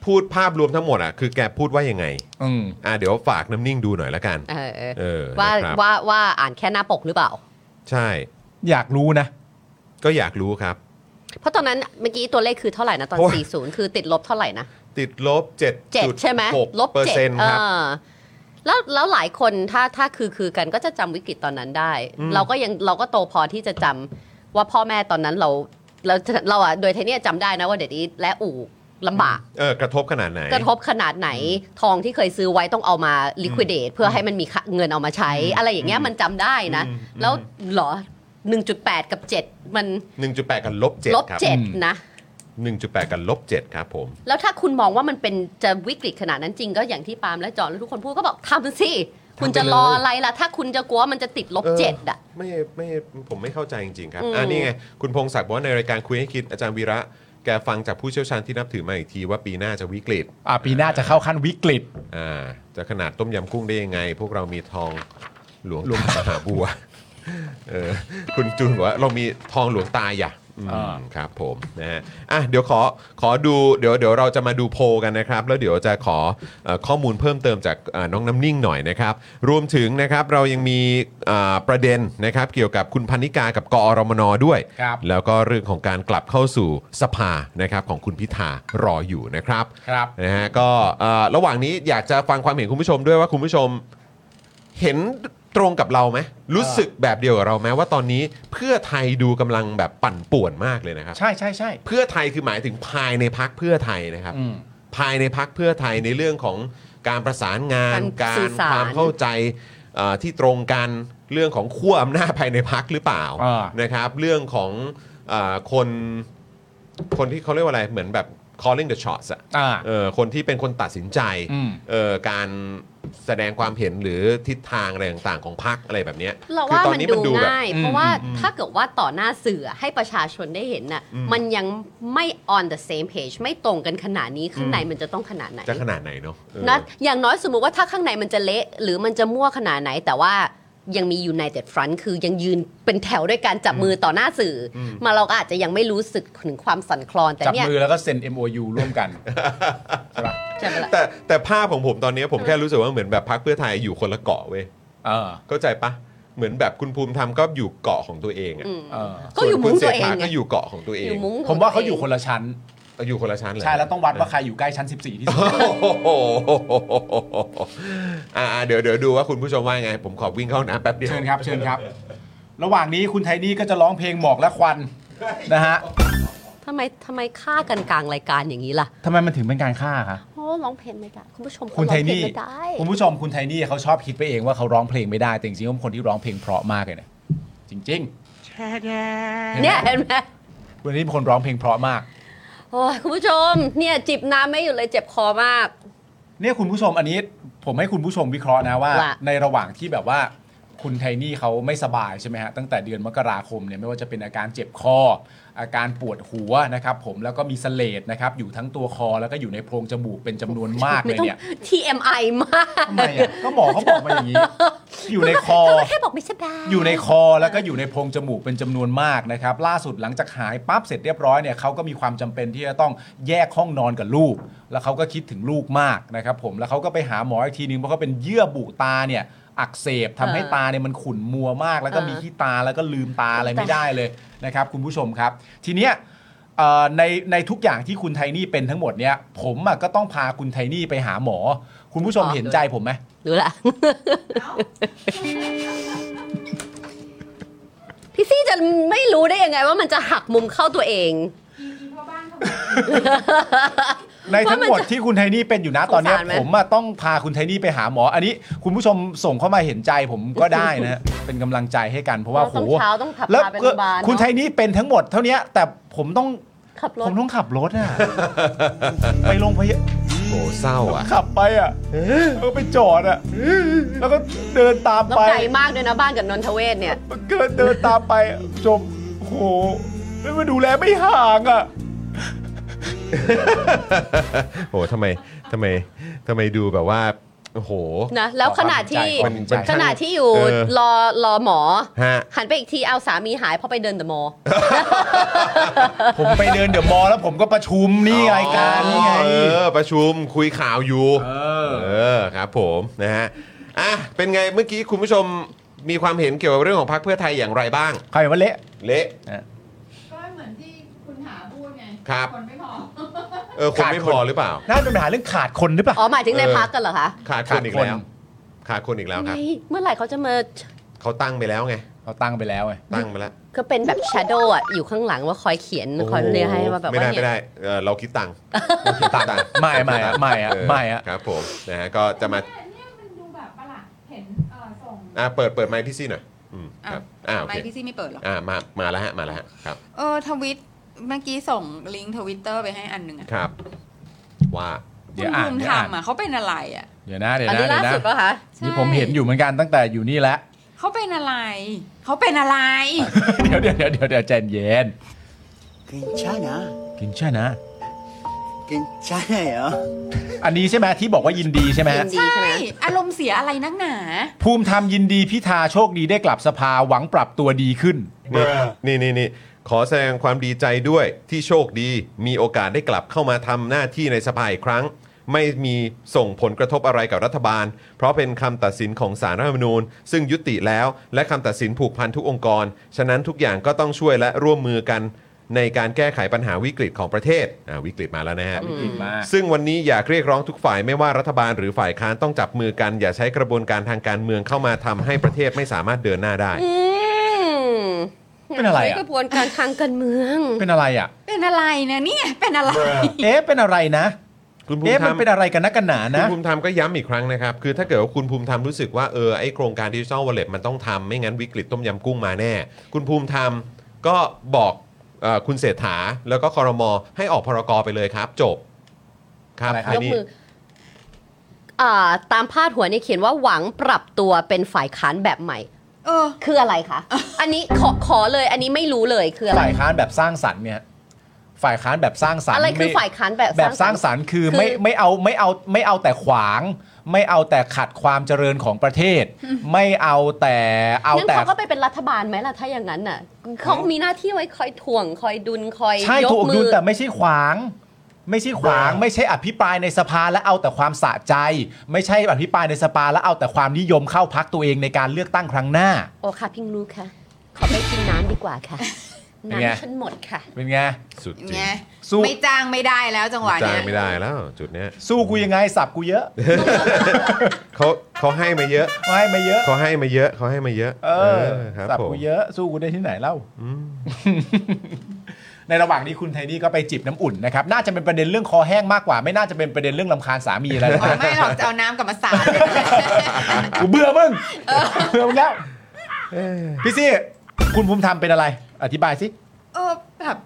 S1: พูดภาพรวมทั้งหมดอ่ะคือแกพูดว่ายังไง
S2: อืม
S1: อ่ะเดี๋ยวฝากน้ำนิ่งดูหน่อยละกัน
S3: เออ
S1: เออ
S3: ว่า
S1: นะครับ
S3: ว่าว่าอ่านแค่หน้าปกหรือเปล่า
S1: ใช่
S2: อยากรู้นะ
S1: ก็อยากรู้ครับ
S3: เพราะตอนนั้นเมื่อกี้ตัวเลขคือเท่าไหร่นะตอน
S1: โอ้ย
S3: 40 คือติดลบเท่าไหร่นะ
S1: ติดลบ7
S3: เจ็ดใช่ไหมลบ
S1: เปอร์
S3: เจ็ด
S1: เซ็นต์
S3: เอ
S1: ครับ
S3: อแล้วแล้วหลายคนถ้าถ้าคือคือกันก็จะจำวิกฤตตอนนั้นได้ เราก็ยังเราก็โตพอที่จะจำว่าพ่อแม่ตอนนั้นเราเราเราอ่ะโดยเทเนี่ยจำได้นะว่าเด็ดอีทและอู่ลำบาก
S1: เออกระทบขนาดไหน
S3: กระทบขนาดไหนทองที่เคยซื้อไว้ต้องเอามา liquidate เพื่อให้มันมีเงินเอามาใช้ อะไรอย่างเงี้ยมันจำได้นะ
S1: อืม
S3: แล้วเหรอ 1.8 กับ 7 มัน
S1: 1.8 กันลบ7
S3: ลบ
S1: ครับ
S3: เจ็ด
S2: อืม
S3: นะ
S1: 1.8 กันลบ7ครับผม
S3: แล้วถ้าคุณมองว่ามันเป็นจะวิกฤตขนาดนั้นจริงก็อย่างที่ปาล์มและจอห์นและทุกคนพูดก็บอกทำสิ คุณจะรออะไรล่ะ ถ้าคุณจะกลัวมันจะติดลบ
S1: ออ
S3: เจ็ดอ่ะ
S1: ไม่ไม่ผมไม่เข้าใจจริง ๆ ครับ
S3: อืม
S1: อ่านี่ไง คุณพงศักดิ์บอกว่าในรายการคุยให้คิดอาจารย์วีระ แกฟังจากผู้เชี่ยวชาญที่นับถือมาอีกทีว่าปีหน้าจะวิกฤต
S2: อ่ะปีหน้าจะเข้าขั้นวิกฤต
S1: อ่าจะขนาดต้มยำกุ้งได้ยังไง พวกเรามีทองหลวงมหาบัวเออคุณจูนบอกว่าเรามีทองหลวงตาอย่าอืม
S2: อ่า
S1: ครับผมนะฮะอ่ะเดี๋ยวขอขอดูเดี๋ยวเดี๋ยวเราจะมาดูโพลกันนะครับ แล้วเดี๋ยวจะขอเอ่อข้อมูลเพิ่มเติมจากเอ่อน้องน้ำนิ่งหน่อยนะครับ รวมถึงนะครับเรายังมีอ่าประเด็นนะครับ เกี่ยวกับคุณพันนิกากับกอรมนด้วย
S2: ครับ
S1: แล้วก็เรื่องของการกลับเข้าสู่สภานะครับของคุณพิธารออยู่นะครับ
S2: ครับ
S1: นะฮะก็เอ่อระหว่างนี้อยากจะฟังความเห็นคุณผู้ชมด้วยว่าคุณผู้ชมเห็นตรงกับเราไหมรู้สึกแบบเดียวกับเราไหมว่าตอนนี้เพื่อไทยดูกำลังแบบปั่นป่วนมากเลยนะครับ
S2: ใช่ใช่ใช่
S1: เพื่อไทยคือหมายถึงภายในพักเพื่อไทยนะครับ
S2: อืม
S1: ภายในพักเพื่อไทยในเรื่องของการประสานงานการ
S3: กา
S1: ร
S3: สื่อสาร
S1: ความเข้าใจเอ่อที่ตรงกันเรื่องของขั้วอำนาจภายในพักหรือเปล่า
S2: อ่า
S1: นะครับ เรื่องของเออคนคนที่เขาเรียกว่าอะไรเหมือนแบบ calling the shots อะ
S2: อ่า
S1: เออคนที่เป็นคนตัดสินใจ
S2: อืม
S1: เออการแสดงความเห็นหรือทิศทางอะไรต่างๆของพักอะไรแบบเนี้ย
S3: เรา
S1: คือ
S3: ว่า
S1: ตอน
S3: มัน
S1: นี้
S3: ดู
S1: มันดูแบบ
S3: ง่าย
S2: อืม
S3: เพราะว่า
S2: อืม
S3: ถ้าเกิดว่าต่อหน้าสื่อให้ประชาชนได้เห็นน่ะ
S1: อืม
S3: มันยังไม่ on the same page ไม่ตรงกันขนาดนี้ข้างในมันจะต้องขนาดไหน
S1: จะขนาดไหนเนาะเออ
S3: นะอย่างน้อยสมมุติว่าถ้าข้างในมันจะเละ หรือมันจะมั่วขนาดไหน แต่ว่ายังมี United Front คือยังยืนเป็นแถวด้วยการจับมือต่อหน้าสื่ออ
S1: ม
S3: มาเราก็อาจจะยังไม่รู้สึกถึงความสั่นคลอนแต่
S2: จับ
S3: เนี่ย
S2: มือแล้วก็เซ็น MOU ร่วมกัน ใช่ปะ
S3: ใช่ไหมล่ะ
S1: แต่แต่ภาพของผมตอนนี้ผมแค่รู้สึกว่าเหมือนแบบพักเพื่อไทยอยู่คนละเกาะเว้ย
S2: เออ
S1: เข้าใจปะเหมือนแบบคุณภูมิธรรมก็อยู่เกาะของตัวเองอะ
S3: อืม
S2: เออ
S3: ก็อยู่มุ้งตัวเอง
S1: ส่คุณศรษฐา
S3: ไง
S1: ก็อยู่เกาะของตัวเอ
S3: อง ยู่มุ้ง
S2: ผมว่าเขาอยู่คนละชั้น
S1: อยู่คนละชั้นเลย
S2: ใช่แล้วต้องวัดว่าใครอยู่ใกล้ชั้น 14 ที่สุด
S1: โอ้โหอ่าเดี๋ยวเดี๋ยวดูว่าคุณผู้ชมว่าไง ผมขอวิ่งเข้าห้องน้ำแป๊บเดียว
S2: เชิญครับ เชิญครับ ระหว่างนี้คุณไทนี่ก็จะร้องเพลงหมอกและควันนะฮะ
S3: ทำไมทำไมฆ่ากันกลางรายการอย่างนี้ล่ะ
S2: ทำไมมันถึงเป็นการฆ่าคะ
S3: โอ้ร้องเพลงไม่ได้คุณผู้ชมเขา
S2: คุณ
S3: ร้
S2: ไท
S3: องเพลง
S2: นี่
S3: ไม่ได้
S2: คุณผู้ชมคุณไทนี่เขาชอบคิดไปเองว่าเขาร้องเพลงไม่ได้แต่จริงๆเขาเป็นคนที่ร้องเพลงเพราะมากเลยนะจริง ๆ
S3: เนี่ยเห็นไหม
S2: ห็นไหมวันนี้เป็นคนร้องเพลงเพราะมาก
S3: โอ้ยคุณผู้ชม เนี่ยจิบน้ำไม่อยู่เลยเจ็บคอมาก
S2: เนี่ยคุณผู้ชมอันนี้ผมให้คุณผู้ชมวิเคราะห์นะว่า
S3: ว่า
S2: ในระหว่างที่แบบว่าคุณไทนี่เขาไม่สบายใช่ไหมฮะตั้งแต่เดือนมกราคมเนี่ยไม่ว่าจะเป็นอาการเจ็บคอ อาการปวดหัวนะครับผมแล้วก็มีเสเลดนะครับอยู่ทั้งตัวคอแล้วก็อยู่ในโพรงจมูกเป็นจำนวนมาก
S3: ไม่
S2: เลย
S3: ต้อง
S2: เนี่ย
S3: TMI มาก
S2: ทำไมอ่ะก็หมอเขาบอกมาอย่างนี้ อยู่ในคอ
S3: ก็แค่บอกไม่สบาย
S2: อยู่ในคอแล้วก็อยู่ในโพรงจมูกเป็นจำนวนมากนะครับ ล่าสุดหลังจากหายปั๊บเสร็จเรียบร้อยเนี่ยเขาก็มีความจำเป็นที่จะต้องแยกห้องนอนกับลูก แล้วเขาก็คิดถึงลูกมากนะครับผมแล้วเขาก็ไปหาหมออีกทีนึงเพราะเขาเป็นเยื่อบุตาเนี่ยอักเสบทำให้ตาเนี่ยมันขุ่นมัวมาก แล้วก็มีขี้ตาแล้วก็ลืมตาอะไรไม่ได้เลยนะครับ คุณผู้ชมครับ ทีเนี้ยเอ่อในในทุกอย่างที่คุณไทนี่เป็นทั้งหมดเนี่ยผมอะก็ต้องพาคุณไทนี่ไปหาหมอ คุณผู้ชมเห็นใจผมไหม
S3: รู้ละพี่ซี่จะไม่รู้ได้ยังไงว่ามันจะหักมุมเข้าตัวเอง
S2: ในทั้งหมดที่คุณไทนี่เป็นอยู่นะตอนเนี้ย
S3: สงสารไหม
S2: ผมอะต้องพาคุณไทนี่ไปหาหมอ อันนี้คุณผู้ชมส่งเข้ามาเห็นใจผมก็ได้นะ
S3: <laughs>
S2: ฮะ เป็นกำลังใจให้กันเพราะว่า
S3: ต
S2: โห
S3: อนเช้าต้องขับ
S2: แล้ว
S3: พาไปโร
S2: ก็
S3: งพยาบาล
S2: คุณไท
S3: เนอะ
S2: นี่เป็นทั้งหมดเท่าเนี้ยแต่ผมต้อง
S3: ขับร
S2: ผ
S3: ถ
S2: มต้องขับรถอะ
S3: <laughs>
S2: ไปโรงพยาบาล
S1: โอ้เศร้าอ่ะ
S2: ขับไป
S3: <laughs>
S2: อะแล้วไปจอดอะแล้วก็เดินตาม
S3: แล้ว
S2: ไป
S3: ไกลมากด้วยนะบ้านกับนนทเวศเนี่ย
S2: เกินเดินตามไปอะจมโอ้โหแล้วมาดูแลไม่ห่าง
S3: <laughs>
S2: อะ
S1: โอ้ทำไมทำไมทำไมดูแบบว่า โอ้โห
S3: นะ แล้วขณะที่
S2: ขอบคุณใจ
S3: ขณะที่อยู่
S1: เออ
S3: รอรอหมอ
S1: ฮะ
S3: หันไปอีกทีเอาสามีหายเพราะไปเดินเดอะมอลล์
S2: ผมไปเดินเดี๋ยวมอลล์แล้วผมก็ประชุมนี่รายการนี่ไง
S1: เออ ประชุมคุยข่าวอยู่
S2: เออ
S1: เออครับผมนะฮะอ่ะเป็นไงเมื่อกี้คุณผู้ชมมีความเห็นเกี่ยวกับเรื่องของพรรคเพื่อไทยอย่างไรบ้าง
S2: ใครว่าเละ
S1: เละ
S4: ก็เหมือนที่คุณหาพูดไง
S1: ครับ
S4: คนไม่พอ
S1: เออคนไม่พอหรือเปล่า
S2: น่าจะเป็นปัญหาเรื่องขาดคนหรือเปล่า
S3: อ๋อหมายถึงใน
S1: เออ
S3: พักกันเหรอคะ
S1: ขาดคนอีกแล้ว ขาดคนอีกแล้วครับ
S3: ไงเมื่อไหร่เขาจะมา
S1: เขาตั้งไปแล้วไง
S2: เขาตั้งไปแล้วไง
S1: ตั้งไปแล้ว
S3: ก็เป็นแบบ shadow อ่ะ อยู่ข้างหลังว่าคอยเขียนคอยเรียกให้ว่าแบบ
S1: ไม่
S3: ว่า
S1: ได้ไม่
S3: เนี่ย
S1: ได้เออเราคิดตังค์เราคิดตังค์
S2: ไม่ไม่อะไม่อะ
S1: เออ
S2: ไม่อะ
S1: ครับผมนะฮะก็จะมา
S8: เนี่ยเนี่ยมันดูแบบประหลาดเห็นเอ่อส่ง
S1: อ่ะเปิดเปิดไมค์พี่ซี่หน่อยอืมครับอ่าโอ
S4: ไม่
S1: เค
S4: พี่ซี่ไม่เปิดหรอก
S1: อ่ามามาแล้วฮะมาแล้วฮะครับ
S4: เออทวิตเมื่อกี้ส่งลิงก์ทวิตเตอร์ไปให้อันหนึ่งอะ
S1: ครับ ว่า
S2: เดี๋
S4: คุ
S2: ยว
S4: ณ
S2: อ่าน
S4: ภูมิ
S2: เดี๋ย
S4: ธร
S2: ว
S4: ร
S2: อ่าม น
S4: อะเขาเป็นอะไรอะ
S2: เดี๋ยวนะเดี๋ยว
S3: อัน
S2: นะ
S3: นี้
S2: เดี๋ย
S3: ล่าว
S2: นะ
S3: สุดปะคะ
S2: นี่ผมเห็นอยู่เหมือนกันตั้งแต่อยู่นี่แล้ว
S4: เขาเป็นอะไร เขาเป็นอะไร
S2: เดี๋ยวเดี๋ยวเดี๋ยวเดี๋ยวเดี๋ยวใจเย็น
S9: 괜찮아.
S2: กินใช่นะ
S9: 괜찮아요.
S2: อันนี้ใช่ไหมที่บอกว่ายินดีใช่ไหมฮะ
S3: ยินดี
S4: ใช่
S3: ใช่ไหม
S4: อารมณ์เสียอะไรนักหนา
S2: ภูมิธรรมยินดีพิธาโชคดีได้กลับสภาหวังปรับตัวดีขึ้น
S1: นี่นี่นี่นี่ขอแสดงความดีใจด้วยที่โชคดี มีโอกาสได้กลับเข้ามาทำหน้าที่ในสภาอีกครั้ง ไม่มีส่งผลกระทบอะไรกับรัฐบาล เพราะเป็นคำตัดสินของสารรัฐธรรมนูญ ซึ่งยุติแล้วและคำตัดสินผูกพันทุกองค์กร ฉะนั้นทุกอย่างก็ต้องช่วยและร่วมมือกันในการแก้ไขปัญหาวิกฤตของประเทศอ่าวิกฤตมาแล้วนะฮะ ซึ่งวันนี้อยากเรียกร้องทุกฝ่ายไม่ว่ารัฐบาลหรือฝ่ายค้านต้องจับมือกัน อย่าใช้กระบวนการทางการเมืองเข้ามาทำให้ประเทศไม่สามารถเดินหน้าได้
S3: อืม
S2: เป็นอะไรอะ
S3: ใช้กระบวนการทางการเมือง
S2: เป็นอะไรอ่ะ
S4: เป็นอะไรเนี่ยเนี่ยเป็นอะไร
S2: เอ๊ะเป็นอะไรนะ
S1: คุณภู
S2: เอ๊ะ
S1: มิธร
S2: มั
S1: ร
S2: น
S1: ม
S2: เป็นอะไรกันนักกันหนา
S1: คุณ
S2: นะ
S1: ภูมิธรรมก็ย้ำอีกครั้งนะครับ คือถ้าเกิดว่าคุณภูมิธรรมรู้สึกว่าเออไอโครงการดิจิทัลวอลเล็ตมันต้องทำไม่งั้นวิกฤตต้มยำกุ้งมาแน่ คุณภูมิธรรมก็บอกเออคุณเศรษฐาแล้วก็คอรมอให้ออกพรกไปเลยครับ จบครับ
S2: อะไรครับ
S1: อั
S3: ย
S1: น
S3: ก
S1: นี้
S3: มืออ่าตามพาดหัวเนี่ยเขียนว่าหวังปรับตัวเป็นฝ่ายค้านแบบใหม่
S4: เออ
S3: คืออะไรคะ <laughs> อันนี้ขอขอเลย อันนี้ไม่รู้เลยคืออะไร
S2: ฝ่ายค้านแบบสร้างสรรค์เนี่ย ฝ่ายค้านแบบสร้างสรรค์
S3: อะไรคือ
S2: ม่
S3: ฝ่ายค้านแบบ
S2: แบบสร้างสรรค์คือไม่ไม่เอาไม่เอาไม่เอาแต่ขวาง ไม่เอาแต่ขัดความเจริญของประเทศ ไม่เอาแต่เอา
S3: งั้น
S2: แต่
S3: เขาก็ไปเป็นรัฐบาลไหมล่ะถ้าอย่างนั้นน่ะเขามีหน้าที่ไว้คอยถ่วงคอยดุลคอย
S2: ใช่
S3: ยก
S2: ถูก
S3: มื
S2: ดู
S3: อ
S2: แต่ไม่ใช่ขวาง ไม่ใช่ขวาง ไม่ใช่อภิปรายในสภาและเอาแต่ความสะใจ ไม่ใช่อภิปรายในสภาและเอาแต่ความนิยมเข้าพักตัวเองในการเลือกตั้งครั้งหน้า
S3: โอ้ค่ะพิงรู้ค่ะ ขอไปกินน้ำดีกว่าค่ะ
S2: <laughs> เป็นไง
S3: น้ำฉันหมดค่ะ
S2: เป็นไง
S1: สุดจริง
S4: เนี่ย
S2: สู้
S4: ไม่จ้างไม่ได้แล้วจังหวะ
S1: จ้า
S4: เนี้
S1: ง
S4: ย
S1: ไม่ได้แล้วจุดเนี้ย
S2: สู้กูยังไงสับกูเยอะ
S1: เขาเขาให้มาเยอะ
S2: ไม่ไม่เยอะ
S1: เขาให้มาเยอะเขาให้มาเยอะ
S2: เออ
S1: เออครับ
S2: สับ
S1: ผม
S2: กูเยอะสู้กูได้ที่ไหนเล่า <laughs> ในระหว่างนี้คุณไทนี่ก็ไปจิบน้ำอุ่นนะครับ น่าจะเป็นประเด็นเรื่องคอแห้งมากกว่า ไม่น่าจะเป็นประเด็นเรื่องลำคาญสามีอะไรหรอก
S4: อ๋
S1: <laughs>
S4: อ
S2: นะ
S4: ไม่หรอกจะเอาน้ำกลับมาสาด
S2: กูเบื่อมึงเบื่อมึงแล้วพี่ซี่คุณภูมิธรรมเป็นอะไร อธิบายสิ
S4: เออแบบ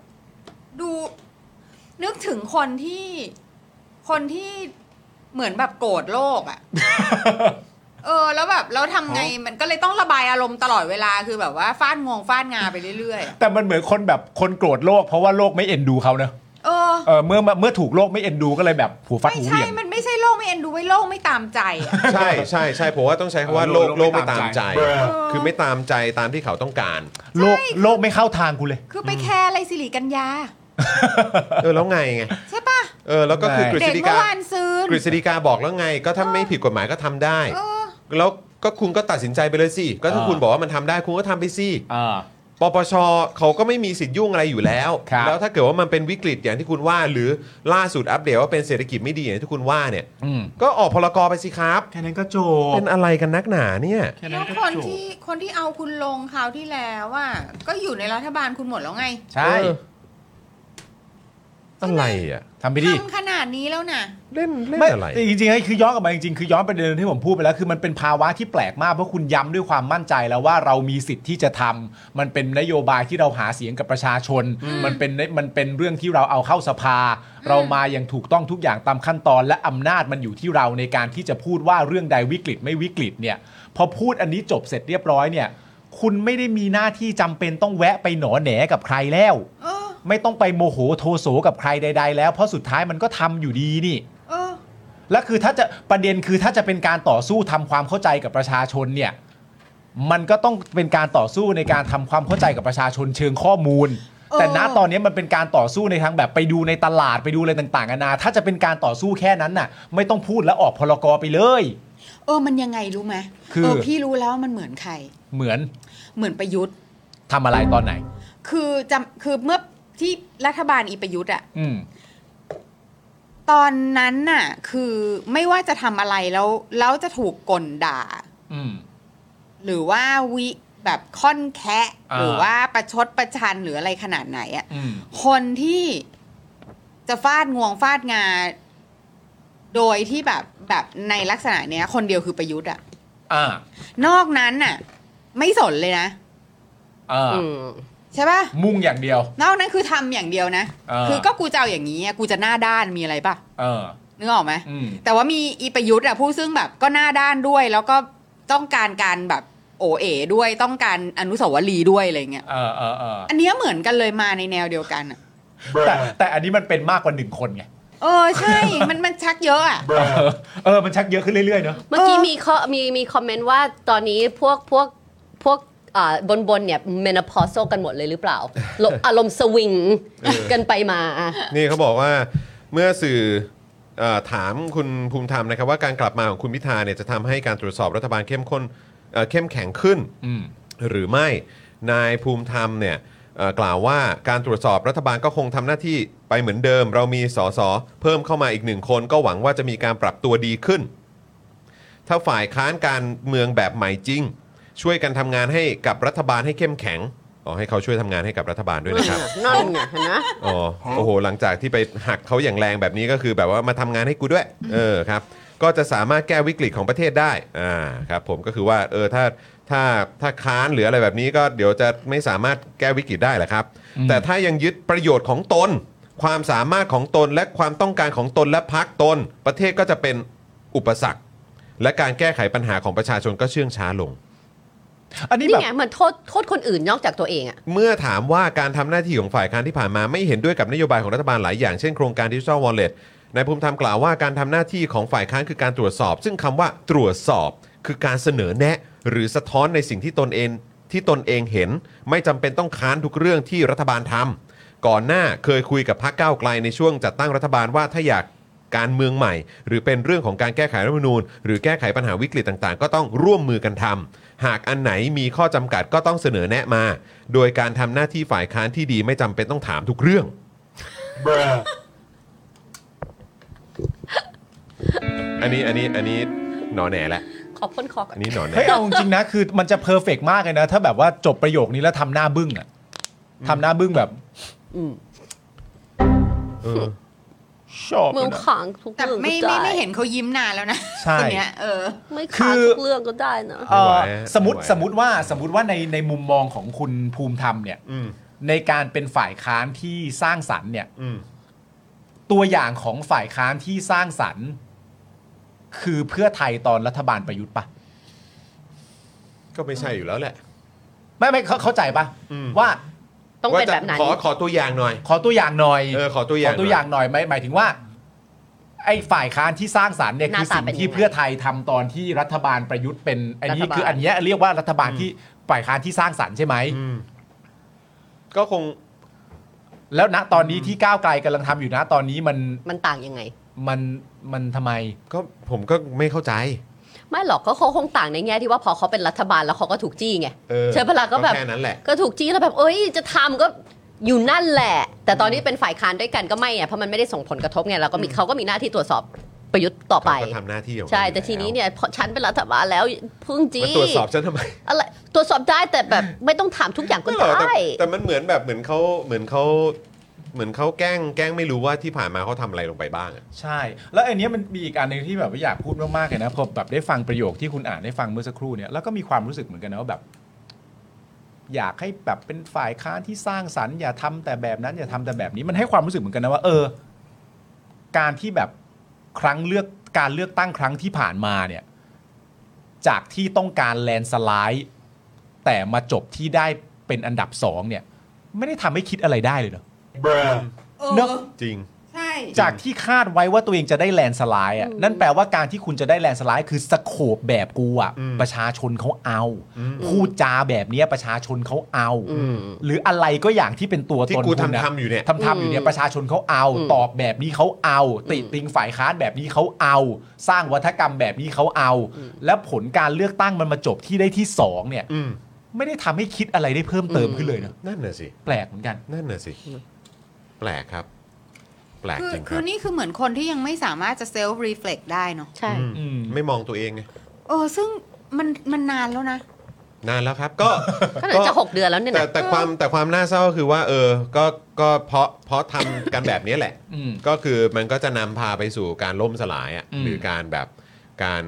S4: ดูนึกถึงคนที่คนที่เหมือนแบบโกรธโลกอะ่ะ เออ แล้วแบบเราทำไงมันก็เลยต้องระบายอารมณ์ตลอดเวลาคือแบบว่าฟาดงวงฟาดงาไปเรื่อยๆอะ
S2: แต่มันเหมือนคนแบบคนโกรธโลก เพราะว่าโลกไม่เอ็นดูเขาเนอะ
S4: เออ
S2: เออเมื่อเมื่อถูกโลกไม่เอ็นดูก็เลยแบบหัวฟัด
S4: ไม่
S2: หัวเห
S4: ใช่
S2: วี่ยง
S4: มันไม่ใช่โลกไม่เอ็นดูไว้โลกไม่ตามใจอะ
S1: ใช่ใช่ใช่ผมว่าต้องใช้คำว่า
S2: เออ
S1: โล
S2: โล
S1: ก
S2: ก
S1: โลก
S2: ไม่
S1: ไม่ตา
S2: ตามม
S1: ใจ
S2: ใจ
S1: คือไม่ตามใจตามที่เขาต้องการ
S2: โลกโลกไม่เข้าทางกูเลย <laughs>
S4: คือไปแคร์อะไรสิริกัญญา
S1: เออแล้วไงไง
S4: ใช่ป่ะ
S1: เออแล้วก็คือกฤ
S4: เด็
S1: ษ
S4: ก
S1: ฎี
S4: เมื่
S1: กา
S4: อวานซื้อก
S1: ฤษฎีกาบอกแล้วไง ก็ถ้าไม่ผิดกฎหมายก็ทำได้
S4: เออ
S1: แล้วก็คุณก็ตัดสินใจไปเลยสิก็ถ้า
S2: อ่า
S1: คุณบอกว่ามันทำได้คุณก็ทำไปสิ
S2: อ่า
S1: ปปชเขาก็ไม่มีสิทธิ์ยุ่งอะไรอยู่แล้ว
S2: ครับ
S1: แล้วถ้าเกิดว่ามันเป็นวิกฤตอย่างที่คุณว่า หรือล่าสุดอัปเดตว่าเป็นเศรษฐกิจไม่ดีอย่างที่คุณว่าเนี่ย
S2: อืม
S1: ก็ออกพลกรไปสิครับ
S2: แค่นั้นก็จบ
S1: เป็นอะไรกันนักหนาเนี่ย
S2: แค่นั้
S4: แล้
S2: น
S4: ว
S2: ก็
S4: คน
S2: จบ
S4: ที่คนที่เอาคุณลงคราวที่แล้วอ่ะก็อยู่ในรัฐบาลคุณหมดแล้วไง
S2: ใช่
S1: เออ อะไรอ่ะ
S2: ทำไปดิ
S4: ทำขนาดนี้แล้วนะ
S1: เล่นเล่น
S2: ไม่
S1: อะไร
S2: จริงๆไอ้คือย้อนกลับมาจริงๆคือย้อนประเด็นที่ผมพูดไปแล้วคือมันเป็นภาวะที่แปลกมากเพราะคุณย้ำด้วยความมั่นใจแล้วว่าเรามีสิทธิ์ที่จะทำมันเป็นนโยบายที่เราหาเสียงกับประชาชน มันเป็นมันเป็นเรื่องที่เราเอาเข้าสภา เรามาอย่างถูกต้องทุกอย่างตามขั้นตอน และอำนาจมันอยู่ที่เราในการที่จะพูดว่าเรื่องใดวิกฤตไม่วิกฤตเนี่ย พอพูดอันนี้จบเสร็จเรียบร้อยเนี่ย คุณไม่ได้มีหน้าที่จำเป็นต้องแวะไปหนอแหนกับใครแล้ว
S4: เออ
S2: ไม่ต้องไปโมโหโทโสกับใครใด ๆ แล้วเพราะสุดท้ายมันก็ทำอยู่ดีนี่
S4: เออ
S2: และคือถ้าจะประเด็นคือถ้าจะเป็นการต่อสู้ทำความเข้าใจกับประชาชนเนี่ยมันก็ต้องเป็นการต่อสู้ในการทำความเข้าใจกับประชาชนเชิงข้อมูล
S4: เออ
S2: แต่ณตอนนี้มันเป็นการต่อสู้ในทางแบบไปดูในตลาดไปดูอะไรต่างๆนานาถ้าจะเป็นการต่อสู้แค่นั้นน่ะ ไม่ต้องพูดและออกพลกรไปเลย
S4: เออมันยังไงรู้ไหม
S2: คือ
S4: เออพี่รู้แล้วว่ามันเหมือนใคร
S2: เหมือน
S4: เหมือนประยุทธ์
S2: ทำอะไรตอนไหน
S4: คือจำคือเมื่อที่รัฐบาลอีประยุทธ์อะ
S2: อืม
S4: ตอนนั้นน่ะ คือไม่ว่าจะทำอะไรแล้วแล้วจะถูกกลด่า
S2: อืม
S4: หรือว่าวิแบบค่อนแคะ
S2: อ่า
S4: หรือว่าประชดประชันหรืออะไรขนาดไหนอะ
S2: อืม
S4: คนที่จะฟาดงวงฟาดงา โดยที่แบบแบบในลักษณะเนี้ย คนเดียวคือประยุทธ์อะ
S2: อ่าน
S4: อกนั้นน่ะ ไม่สนเลยนะ
S2: อ่า
S3: อืม
S4: ใช่ปะ
S2: มุ่งอย่างเดียว
S4: นอกนั้นคือทำอย่างเดียวนะ
S2: เออ
S4: คือก็กูจะเอาอย่างนี้อะกูจะหน้าด้านมีอะไรปะ
S2: เออ
S4: นึกออกไหม
S2: อืม
S4: แต่ว่ามีอีประยุทธ์อะผู้ซึ่งแบบก็หน้าด้านด้วย แล้วก็ต้องการการแบบโอเอด้วยต้องการอนุสาวรีย์ด้วยอะไรเงี้ย
S2: เออเออเออ
S4: อันเนี้ยเหมือนกันเลยมาในแนวเดียวกันอะ
S2: แต่แต่อันนี้มันเป็นมากกว่าหนึ่งคนไง
S4: เออใช่ มันมันชักเยอะอะ
S2: เออเออ มันชักเยอะขึ้นเรื่อยๆเนอะ
S3: เมื่อกี้มีข้อมีมีคอมเมนต์ว่าตอนนี้พวกพวกพวกบนบนๆเนี่ยเมน o พอโซกันหมดเลยหรือเป
S2: <laughs>
S3: ล่าลอารมณ์สวิงกันไปมา
S1: นี่เขาบอกว่าเมื่อสื่อเอ่อถามคุณภูมิธรรมนะครับว่าการกลับมาของคุณพิธาเนี่ยจะทำให้การตรวจสอบรัฐบาลเข้มข้นเอ่อเข้มแข็งขึ้น
S2: อืม
S1: หรือไม่นายภูมิธรรมเนี่ยเอ่อกล่าวว่าการตรวจสอบรัฐบาลก็คงทำหน้าที่ไปเหมือนเดิม เรามีสสเพิ่มเข้ามาอีกหนึ่งคนก็หวังว่าจะมีการปรับตัวดีขึ้น ถ้าฝ่ายค้านการเมืองแบบใหม่จริง ช่วยกันทำงานให้กับรัฐบาลให้เข้มแข็งอ๋อให้เขาช่วยทำงานให้กับรัฐบาลด้วยนะครับ
S3: นั่นไงเห็นไหม
S1: อ๋อโอ้โห หลังจากที่ไปหักเขาอย่างแรงแบบนี้ก็คือแบบว่ามาทำงานให้กูด้วย เออครับ ก็จะสามารถแก้วิกฤตของประเทศได้ อ่า ครับ ผมก็คือว่า เออ ถ้า ถ้า ถ้าค้านหรืออะไรแบบนี้ก็เดี๋ยวจะไม่สามารถแก้วิกฤตได้แหละครับ แต่ถ้ายังยึดประโยชน์ของตน ความสามารถของตน และความต้องการของตนและพักตน ประเทศก็จะเป็นอุปสรรค และการแก้ไขปัญหาของประชาชนก็เชื่องช้าลง
S2: อันนี้แบ
S3: นี่
S2: บ
S3: ไงเหมือนโทษโทษคนอื่นนอกจากตัวเองอะ
S1: เมื่อถามว่าการทำหน้าที่ของฝ่ายค้านที่ผ่านมาไม่เห็นด้วยกับนโยบายของรัฐบาลหลายอย่างเช่นโครงการดิจิทัลวอลเล็ตนายภูมิธรรมกล่าวว่าการทำหน้าที่ของฝ่ายค้านคือการตรวจสอบ ซึ่งคำว่าตรวจสอบ คือการเสนอแนะ หรือสะท้อนในสิ่งที่ตนเองที่ตนเองเห็น ไม่จำเป็นต้องค้านทุกเรื่องที่รัฐบาลทำก่อนหน้าเคยคุยกับพรรคก้าวไกลในช่วงจัดตั้งรัฐบาลว่าถ้าอยากการเมืองใหม่ หรือเป็นเรื่องของการแก้ไขรัฐธรรมนูญ หรือแก้ไขปัญหาวิกฤตต่างๆ ก็ต้องร่วมมือกันทำ หากอันไหนมีข้อจำกัดก็ต้องเสนอแนะมา โดยการทำหน้าที่ฝ่ายค้านที่ดีไม่จำเป็นต้องถามทุกเรื่อง อันนี้อันนี้อันนี้หนอแหน่ละ
S3: ขอพ่นคอก่อ
S1: อั
S3: น
S1: นนี้หนอแหน่
S2: เฮ้ยเอาจริงๆนะคือมันจะเพอร์เฟกต์มากเลยนะ ถ้าแบบว่าจบประโยคนี้แล้วทำหน้าบึ้งอะทำหน้าบึ้งแบบ
S1: เออ
S2: ชอบ
S3: เมือง
S2: นะ
S3: ขางทุก
S4: แต่
S3: เรื่อง
S4: ไม่
S3: ก็
S4: ไม่
S3: ด้
S4: ไม่เห็นเขายิ้มนานแล้วนะ
S2: ใช่
S4: คนเนี้ยเออ
S3: ไม่ขางทุกเรื่องก็ได้นะ
S2: เอ่อสมมติสมมติว่าสมมติว่าในในมุมมองของคุณภูมิธรรมเนี่ย
S1: อืม
S2: ในการเป็นฝ่ายค้านที่สร้างสรรค์เนี่ย
S1: อืม
S2: ตัวอย่างของฝ่ายค้านที่สร้างสรรค์คือเพื่อไทยตอนรัฐบาลประยุทธ์ปะ
S1: ก็ไม่ใช่อยู่แล้วแหละ
S2: ไม่ไม่เข้าเข้าใจปะ
S1: อืม
S2: ว่า
S3: ต้องเป็นแบบนั้น
S1: ว่าจะขอขอตัวอย่างหน่อย
S2: ขอตัวอย่างหน่อย
S1: เออขอตัวอ
S2: ข
S1: ย่า
S2: อง ตัวอย่างหน่อยไหมหมายถึงว่า ไอ้ฝ่ายค้านที่สร้างสรรค์เนี่ย
S3: หน้า
S2: คือ
S3: ตา
S2: สิ่ง
S3: เป็น
S2: ที่
S3: ยังไง
S2: เพื่อไทยทำตอนที่รัฐบาลประยุทธ์เป็นอันนี้
S3: รัฐบาล
S2: คืออันเนี้ยเรียกว่ารัฐบาลที่ฝ่ายค้านที่สร้างสรรค์ใช่ไหม
S1: อืมก็คง
S2: แล้วณตอนนี้ที่ก้าวไกลกำลังทำอยู่นะตอนนี้มัน
S3: มันต่างยังไง
S2: มันมันทำไม
S1: ก็ผมก็ไม่เข้าใจ
S3: ไม่หรอกก็เขาคงต่างในแง่ที่ว่าพอเขาเป็นรัฐบาลแล้วเขาก็ถูกจี้ไง
S1: เออ
S3: ใช่ปะล่ะก็แบบ
S1: แค่นั้นแหละ
S3: ก็ถูกจี้แล้วแบบเอ้ยจะทำก็อยู่นั่นแหละ แต่ตอนนี้เป็นฝ่ายค้านด้วยกันก็ไม่ไงเพราะมันไม่ได้ส่งผลกระทบไงเราก็มีเขาก็มีหน้าที่ตรวจสอบประยุทธ์ต่อไป
S1: ก็ทำหน้าที่ของ
S3: ใช่แต่ทีนี้เนี่ยพอฉันเป็นรัฐบาลแล้วเพึ่งจี้
S1: มาตรวจสอบฉันทำไม
S3: อะไรตรวจสอบได้แต่แบบไม่ต้องถามทุกอย่างก็
S1: ไม่หรอกแต่
S3: ได้
S1: แต่มันเหมือนแบบเหมือนเขาเหมือนเขาเหมือนเขาแกล้งแกล้งไม่รู้ว่าที่ผ่านมาเขาทำอะไรลงไปบ้างอะ
S2: ใช่ แล้วไอันนี้ยมันมีอีกอันหนึงที่แบบว่าอยากพูดมากๆเลยนะพอแบบได้ฟังประโยคที่คุณอ่านได้ฟังเมื่อสักครู่เนี่ยแล้วก็มีความรู้สึกเหมือนกันนะว่าแบบ อยากให้แบบเป็นฝ่ายค้านที่สร้างสรรค์อย่าทำแต่แบบนั้นอย่าทำแต่แบบนี้มันให้ความรู้สึกเหมือนกันนะว่า เออ การที่แบบครั้งเลือกการเลือกตั้งครั้งที่ผ่านมาเนี่ย จากที่ต้องการแลนด์สไลด์แต่มาจบที่ได้เป็นอันดับสองเนี่ย ไม่ได้ทำให้คิดอะไรได้เลยเนอะ
S4: เอ
S2: เน
S4: อ
S2: อะ
S1: จริง
S4: ใช่
S2: จากที่คาดไว้ว่าตัวเองจะได้แลนด์สไลด์อ่ะนั่นแปลว่าการที่คุณจะได้แลนด์สไลด์คือสโคบแบบกูอ่ะ
S1: อืม
S2: ประชาชนเขาเอา
S1: อืม
S2: พูดจาแบบเนี้ยประชาชนเขาเอา
S3: อืม
S2: หรืออะไรก็อย่างที่เป็นตัว
S1: ที่
S2: ตน
S1: กู
S2: คุณ
S1: ทำ
S2: นะ
S1: ทำอยู่เนี่ย
S2: ทำทำอยู่เนี่ยประชาชนเขาเอา
S3: อืม
S2: ตอบแบบนี้เขาเอา ติติงฝ่ายค้านแบบนี้เขาเอา สร้างวัฒกรรมแบบนี้เขาเอา
S3: อืม
S2: และผลการเลือกตั้งมันมาจบที่ได้ที่สองเนี่ย
S1: อืม
S2: ไม่ได้ทำให้คิดอะไรได้เพิ่มเติมขึ้นเลยนะ
S1: นั่นน่ะสิ
S2: แปลกเหมือนกัน
S1: นั่นน่ะสิ แปลกครับ แปลก
S4: คื
S1: จริงครั
S4: อคือบ นี่คือเหมือนคนที่ยังไม่สามารถจะเซลฟ์รีเฟล็กได้เนาะ
S3: ใช่
S1: อืม
S2: อืม
S1: ไม่มองตัวเองไง
S4: เออ ซึ่งมันมันนานแล้วนะ
S1: นานแล้วครับ ก็
S3: ก็ไหนจะหกเดือนแล้วเนี่ย
S1: แต่
S3: นะ
S1: แต่ความแต่ความน่าเศร้าก็คือว่า เออ ก็ก็เพราะเพราะทำกันแบบนี้แหละ <coughs>
S2: อืม
S1: ก็คือมันก็จะนำพาไปสู่การล่มสลายอ่ะ
S2: อืม
S1: หรือการแบบการ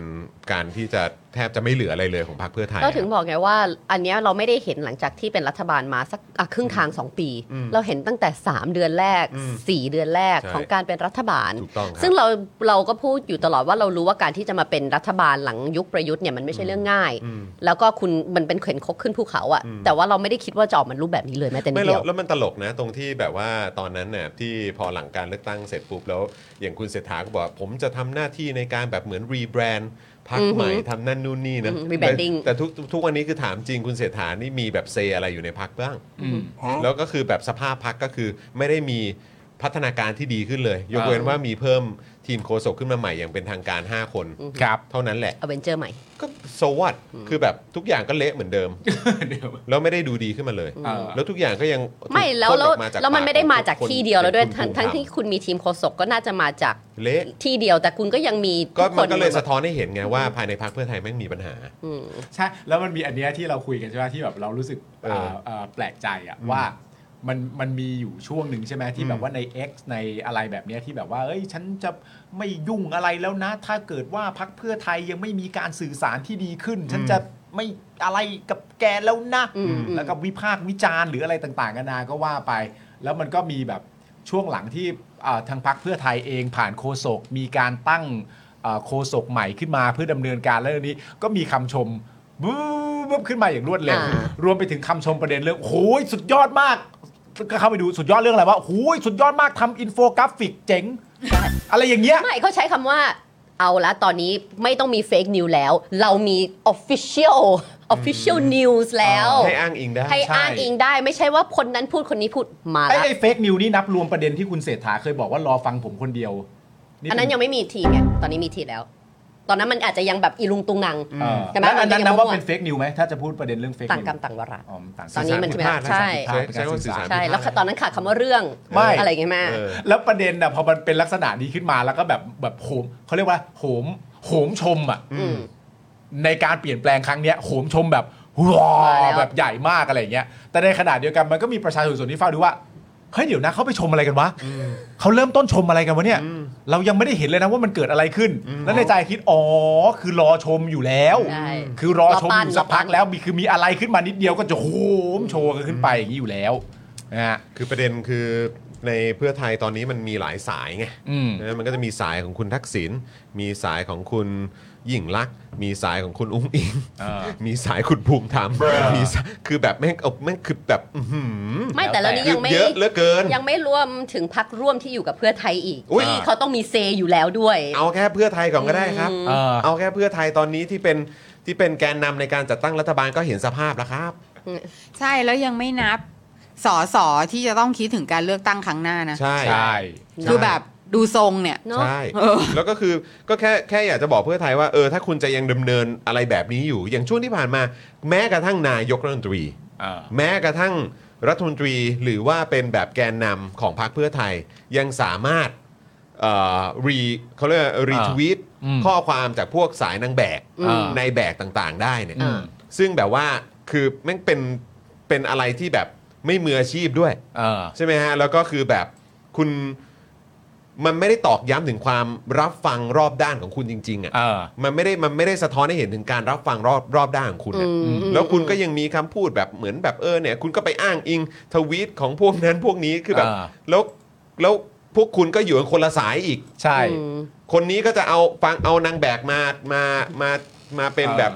S1: การที่จะแทบจะไม่เหลืออะไรเลยของพรรคเพื่อไทย
S3: ก็ถึง
S1: อะ
S3: บอกไงว่า อันเนี้ยเราไม่ได้เห็นหลังจากที่เป็นรัฐบาลมาสักอ่ะครึ่งทาง 2 ปี
S1: อืม
S3: เราเห็นตั้งแต่ 3 เดือนแรก
S1: อืม
S3: 4 เดือนแรก
S1: ใช่
S3: ของการเป็นรัฐบาล
S1: ถูกต้องครั
S3: ซึ่
S1: บ
S3: งเราเราก็พูดอยู่ตลอดว่าเรารู้ว่าการที่จะมาเป็นรัฐบาลหลังยุคประยุทธ์เนี่ยมันไม่ใช่เรื่องง่าย
S1: อืม
S3: แล้วก็คุณมันเป็นเข็นคกขึ้นภูเขาอะ
S1: อืม
S3: แต่ว่าเราไม่ได้คิดว่าจะออกมันรูปแบบนี้เลยแม้แต่นิ
S1: ไม่
S3: ด
S1: แล้
S3: เดียว ว
S1: แล้วมันตลกนะ ตรงที่แบบว่าตอนนั้นเนี่ยที่พอหลังการเลือกตั้งเสร็จปุ๊บแล้ว อย่างคุณเศรษฐาก็บอกว่าผมจะทำหน้าที่ในการแบบเหมือนรีแบรนด์พัก
S3: อือหือ
S1: ใหม่ทำนั่นนู่นนี่นะ
S3: อืม rebranding
S1: แต่แต่ทุกทุกวันนี้คือถามจริงคุณเศรษฐานี่มีแบบเซอะไรอยู่ในพักบ้าง แล้วก็คือแบบสภาพพักก็คือไม่ได้มีพัฒนาการที่ดีขึ้นเลย ยกเว้นว่ามีเพิ่มทีมโคศกขึ้นมาใหม่อย่างเป็นทางการ 5 คน
S3: อือหือ
S2: ครับ
S1: เท่านั้นแหละ
S3: อเวนเจอร์ใหม่
S1: ก็โซวัตคือแบบทุกอย่างก็เละเหมือนเดิม
S2: เดี๋ยว
S1: แล้วไม่ได้ดูดีขึ้นมาเลย
S2: เออ
S1: แล้วทุกอย่างก็ยัง
S3: ไม่แล้ว
S1: พ่น
S3: แล้ว
S1: ออกาจาก
S3: แล้วมัน
S1: ปก
S3: ไม่ได้มา
S1: ของ
S3: จาก
S1: คน
S3: ที่เดียวแล้วด้วย
S1: เป็นคน
S3: ทั้งทั้ง
S1: ทำ
S3: ที่คุณมีทีมโฆษกก็น่าจะมาจาก
S1: เละ
S3: ที่เดียวแต่คุณก็ยังมี
S1: ก็
S3: ทุกค
S1: มัน
S3: น
S1: ก็เลยสะท้อนให้เห็นไงว่าภายในพรรคเพื่อไทยแม่งมีปัญหา
S3: อืม
S2: ใช่ แล้วมันมีอันเนี้ยที่เราคุยกันใช่ไหมที่แบบเรารู้สึก
S1: เออ
S2: เอ่อเอ่อแปลกใจอะ
S1: อืม
S2: ว่ามันมันมีอยู่ช่วงหนึ่งใช่ไหมที่แบ
S1: อื
S2: บ
S1: ม
S2: ว่าใน X ในอะไรแบบเนี้ยที่แบบว่า เอ้ย ฉันจะไม่ยุ่งอะไรแล้วนะ ถ้าเกิดว่าพักเพื่อไทยยังไม่มีการสื่อสารที่ดีขึ้น ฉันจะไม่อะไรกับแกแล้วนะ
S3: อืม
S2: แล้วก็วิพากษ์วิจารณ์หรืออะไรต่างๆกันานาก็ว่าไป แล้วมันก็มีแบบช่วงหลังที่อ่าทางพักเพื่อไทยเองผ่านโคศกมีการตั้งอ่าโคศกใหม่ขึ้นมาเพื่อดำเนินการเรื่องนี้ ก็มีคำชมบึ๊บบึ๊บขึ้นมาอย่างรวดเร็ว
S3: อ่าร
S2: วมไปถึงคำชมประเด็นเรื่องโอ้ยสุดยอดมากก็เข้าไปดูสุดยอดเรื่องอะไรวะโอ้ยสุดยอดมากทำอินโฟกราฟิกเจ๋ง อะไรอย่างเงี้ย
S3: ไม่เขาใช้คำว่าเอาละตอนนี้ไม่ต้องมีเฟกนิวแล้ว เรามี Official Official News แล้ว
S1: ให้อ้างอิงได้
S3: ให้อ้างอิงได้ไม่ใช่ว่าคนนั้นพูดคนนี้พูดมา
S2: ไอ้
S3: ละ
S2: ไอ้เฟกนิวนี่นับรวมประเด็นที่คุณเศรษฐาเคยบอกว่ารอฟังผมคนเดียว
S3: อันนั้นยังไม่มีทีไงตอนนี้มีทีแล้ว ตอนนั้นมันอาจจะยังแบบอีลุงตุงนัง
S2: เออ
S3: ใช่ไหม
S2: แล้วอันนั้นนับว่าเป็นเฟกนิวไหมถ้าจะพูดประเด็นเรื่องเฟก
S3: ต่าง
S2: นิว
S3: กรรมต่างวาระ
S2: อ๋อต่าง
S3: ตอนนี้มัน
S2: สื่
S3: จะ
S2: สารผิดพ
S3: แบบ
S2: ลาดะ
S3: ใช่
S1: ใช่
S2: สื่อสารผิดพลาด
S1: ว่าสื่อสาร
S3: ใช่แล้วตอนนั้นขาดคำว่าเรื่อง
S2: ไม่
S3: อะไรอย่างเงี้ยแม่
S1: เออ
S2: แล้วประเด็นน่ะพอมันเป็นลักษณะนี้ขึ้นมาแล้วก็แบบแบบโหมเขาเรียกว่าโหมโหมชมอ่ะ
S3: อืม
S2: ในการเปลี่ยนแปลงครั้งเนี้ยโหมชมแบบว้า
S3: มาแล้ว ว
S2: แบบใหญ่มากอะไรอย่างเงี้ยแต่ในขณะเดียวกันมันก็มีประชาชนส่วนที่เฝ้าดูว่าเฮ้ยเดี๋ยวนะเขาไปชมอะไรกันวะเขาเริ่มต้นชมอะไรกันวะเนี่ย เรายังไม่ได้เห็นเลยนะว่ามันเกิดอะไรขึ้น แล้วในใจคิดอ๋อคือรอชมอยู่แล้ว
S3: ใช่
S2: คือรอชมอยู่สักพัก
S3: รอปั้น
S2: แล้วมีคือมีอะไรขึ้นมานิดเดียวก็จะโหมโชว์กันขึ้นไปอย่างนี้อยู่แล้วนะฮะ
S1: คือประเด็นคือในเพื่อไทยตอนนี้มันมีหลายสายไง
S2: อืม
S1: นะมันก็จะมีสายของคุณทักษิณ มีสายของคุณยิ่งลักษณ์มีสายของคุณอุ้งอิง
S2: เออ
S1: มีสายคุณภูมิธรรมมีสายคือแบบแม่งเอาแม่งคือแบบอื้อหือ
S3: ไม่แต่แล้วนี้
S1: คือ
S3: ยังไม่
S1: เยอะเหลือเกิน
S3: ยังไม่รวมถึงพักร่วมที่อยู่กับเพื่อไทยอีก
S1: อุ๊ย
S3: ที่เขาต้องมีเซอยู่แล้วด้วย
S1: เอาแค่เพื่อไทยก่อนก็ได้ครับ
S2: เออ
S1: เอาแค่เพื่อไทยตอนนี้ที่เป็นที่เป็นแกนนำในการจัดตั้งรัฐบาลก็เห็นสภาพแล้วครับ
S4: ใช่แล้วยังไม่นับสอสอที่จะต้องคิดถึงการเลือกตั้งครั้งหน้านะ
S1: ใช่
S2: ใช่
S4: ดูแบบดูทรงเนี่ย
S3: เนอะ
S1: ใช่
S4: เออ
S1: แล้วก็คือก็แค่แค่อยากจะบอกเพื่อไทยว่าเออถ้าคุณจะยังดำเนินอะไรแบบนี้อยู่ อย่างช่วงที่ผ่านมา แม้กระทั่งนายกรัฐมนตรี แม้กระทั่งรัฐมนตรีหรือว่าเป็นแบบแกนนำของพรรคเพื่อไทยยังสามารถรีเขาเรียกรีทวีต
S2: อืม
S1: ข้อความจากพวกสายนางแบก
S2: อืม
S1: ในแบกต่างๆ ได้เนี่ย
S2: อืม
S1: ซึ่งแบบว่าคือแม่งเป็นเป็นอะไรที่แบบไม่มืออาชีพด้วย
S2: เออ
S1: ใช่ไหมฮะ แล้วก็คือแบบคุณมันไม่ได้ตอกย้ำถึงความรับฟังรอบด้านของคุณจริง ๆ
S2: เอ
S1: อะ่ะ
S2: อ
S1: มันไม่ได้มันไม่ได้สะท้อนให้เห็นถึงการรับฟังรอบรอบด้านของคุณอะ
S3: อืม
S1: แล้วคุณก็ยังมีคำพูดแบบเหมือนแบบเออเนี่ยคุณก็ไปอ้างอิงทวีตของพวกนั้นพวกนี้คือแบบ
S2: เออ
S1: แล้วแล้วพวกคุณก็อยู่กันคนละสายอีก
S2: ใช่
S3: อืม
S1: คนนี้ก็จะเอาฟังเอานางแบกมามามามาเป็น
S2: เออ
S1: แบบ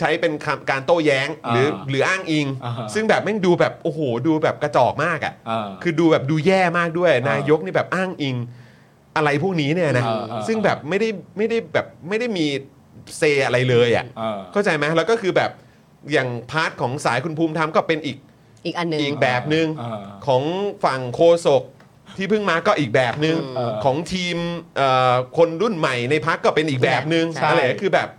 S1: ใช้เป็นคำการโต้แย้งหรือ
S2: เออ
S1: หรืออ้างอิง
S2: อ่าฮะ
S1: ซึ่งแบบแม่งดูแบบโอ้โหดูแบบกระจอกมากอ่ะ
S2: เออ
S1: คือดูแบบดูแย่มากด้วย
S2: อ่าน
S1: นายกนี่แบบอ้างอิงอะไรพวกนี้เนี่ยนะ
S2: อ่าอ่า
S1: ซึ่งแบบไม่ได้ไม่ได้แบบไม่ได้มีเซอะไรเลยอ่ะ
S2: เออ
S1: เข้าใจไหมแล้วก็คือแบบอย่างพาร์ทของสายคุณภูมิธรรมก็เป็นอีก
S3: อีกอันหนึ่ง
S1: อีกแบบหนึ่ง
S2: อ่า
S1: ของฝั่งโคศกที่เพิ่งมาก็อีกแบบหนึ่ง
S2: อืม
S1: ของทีมเอ่อคนรุ่นใหม่ในพักก็เป็นอีกแบบหนึ่ง
S2: ใช่
S1: อะไรคือแบบ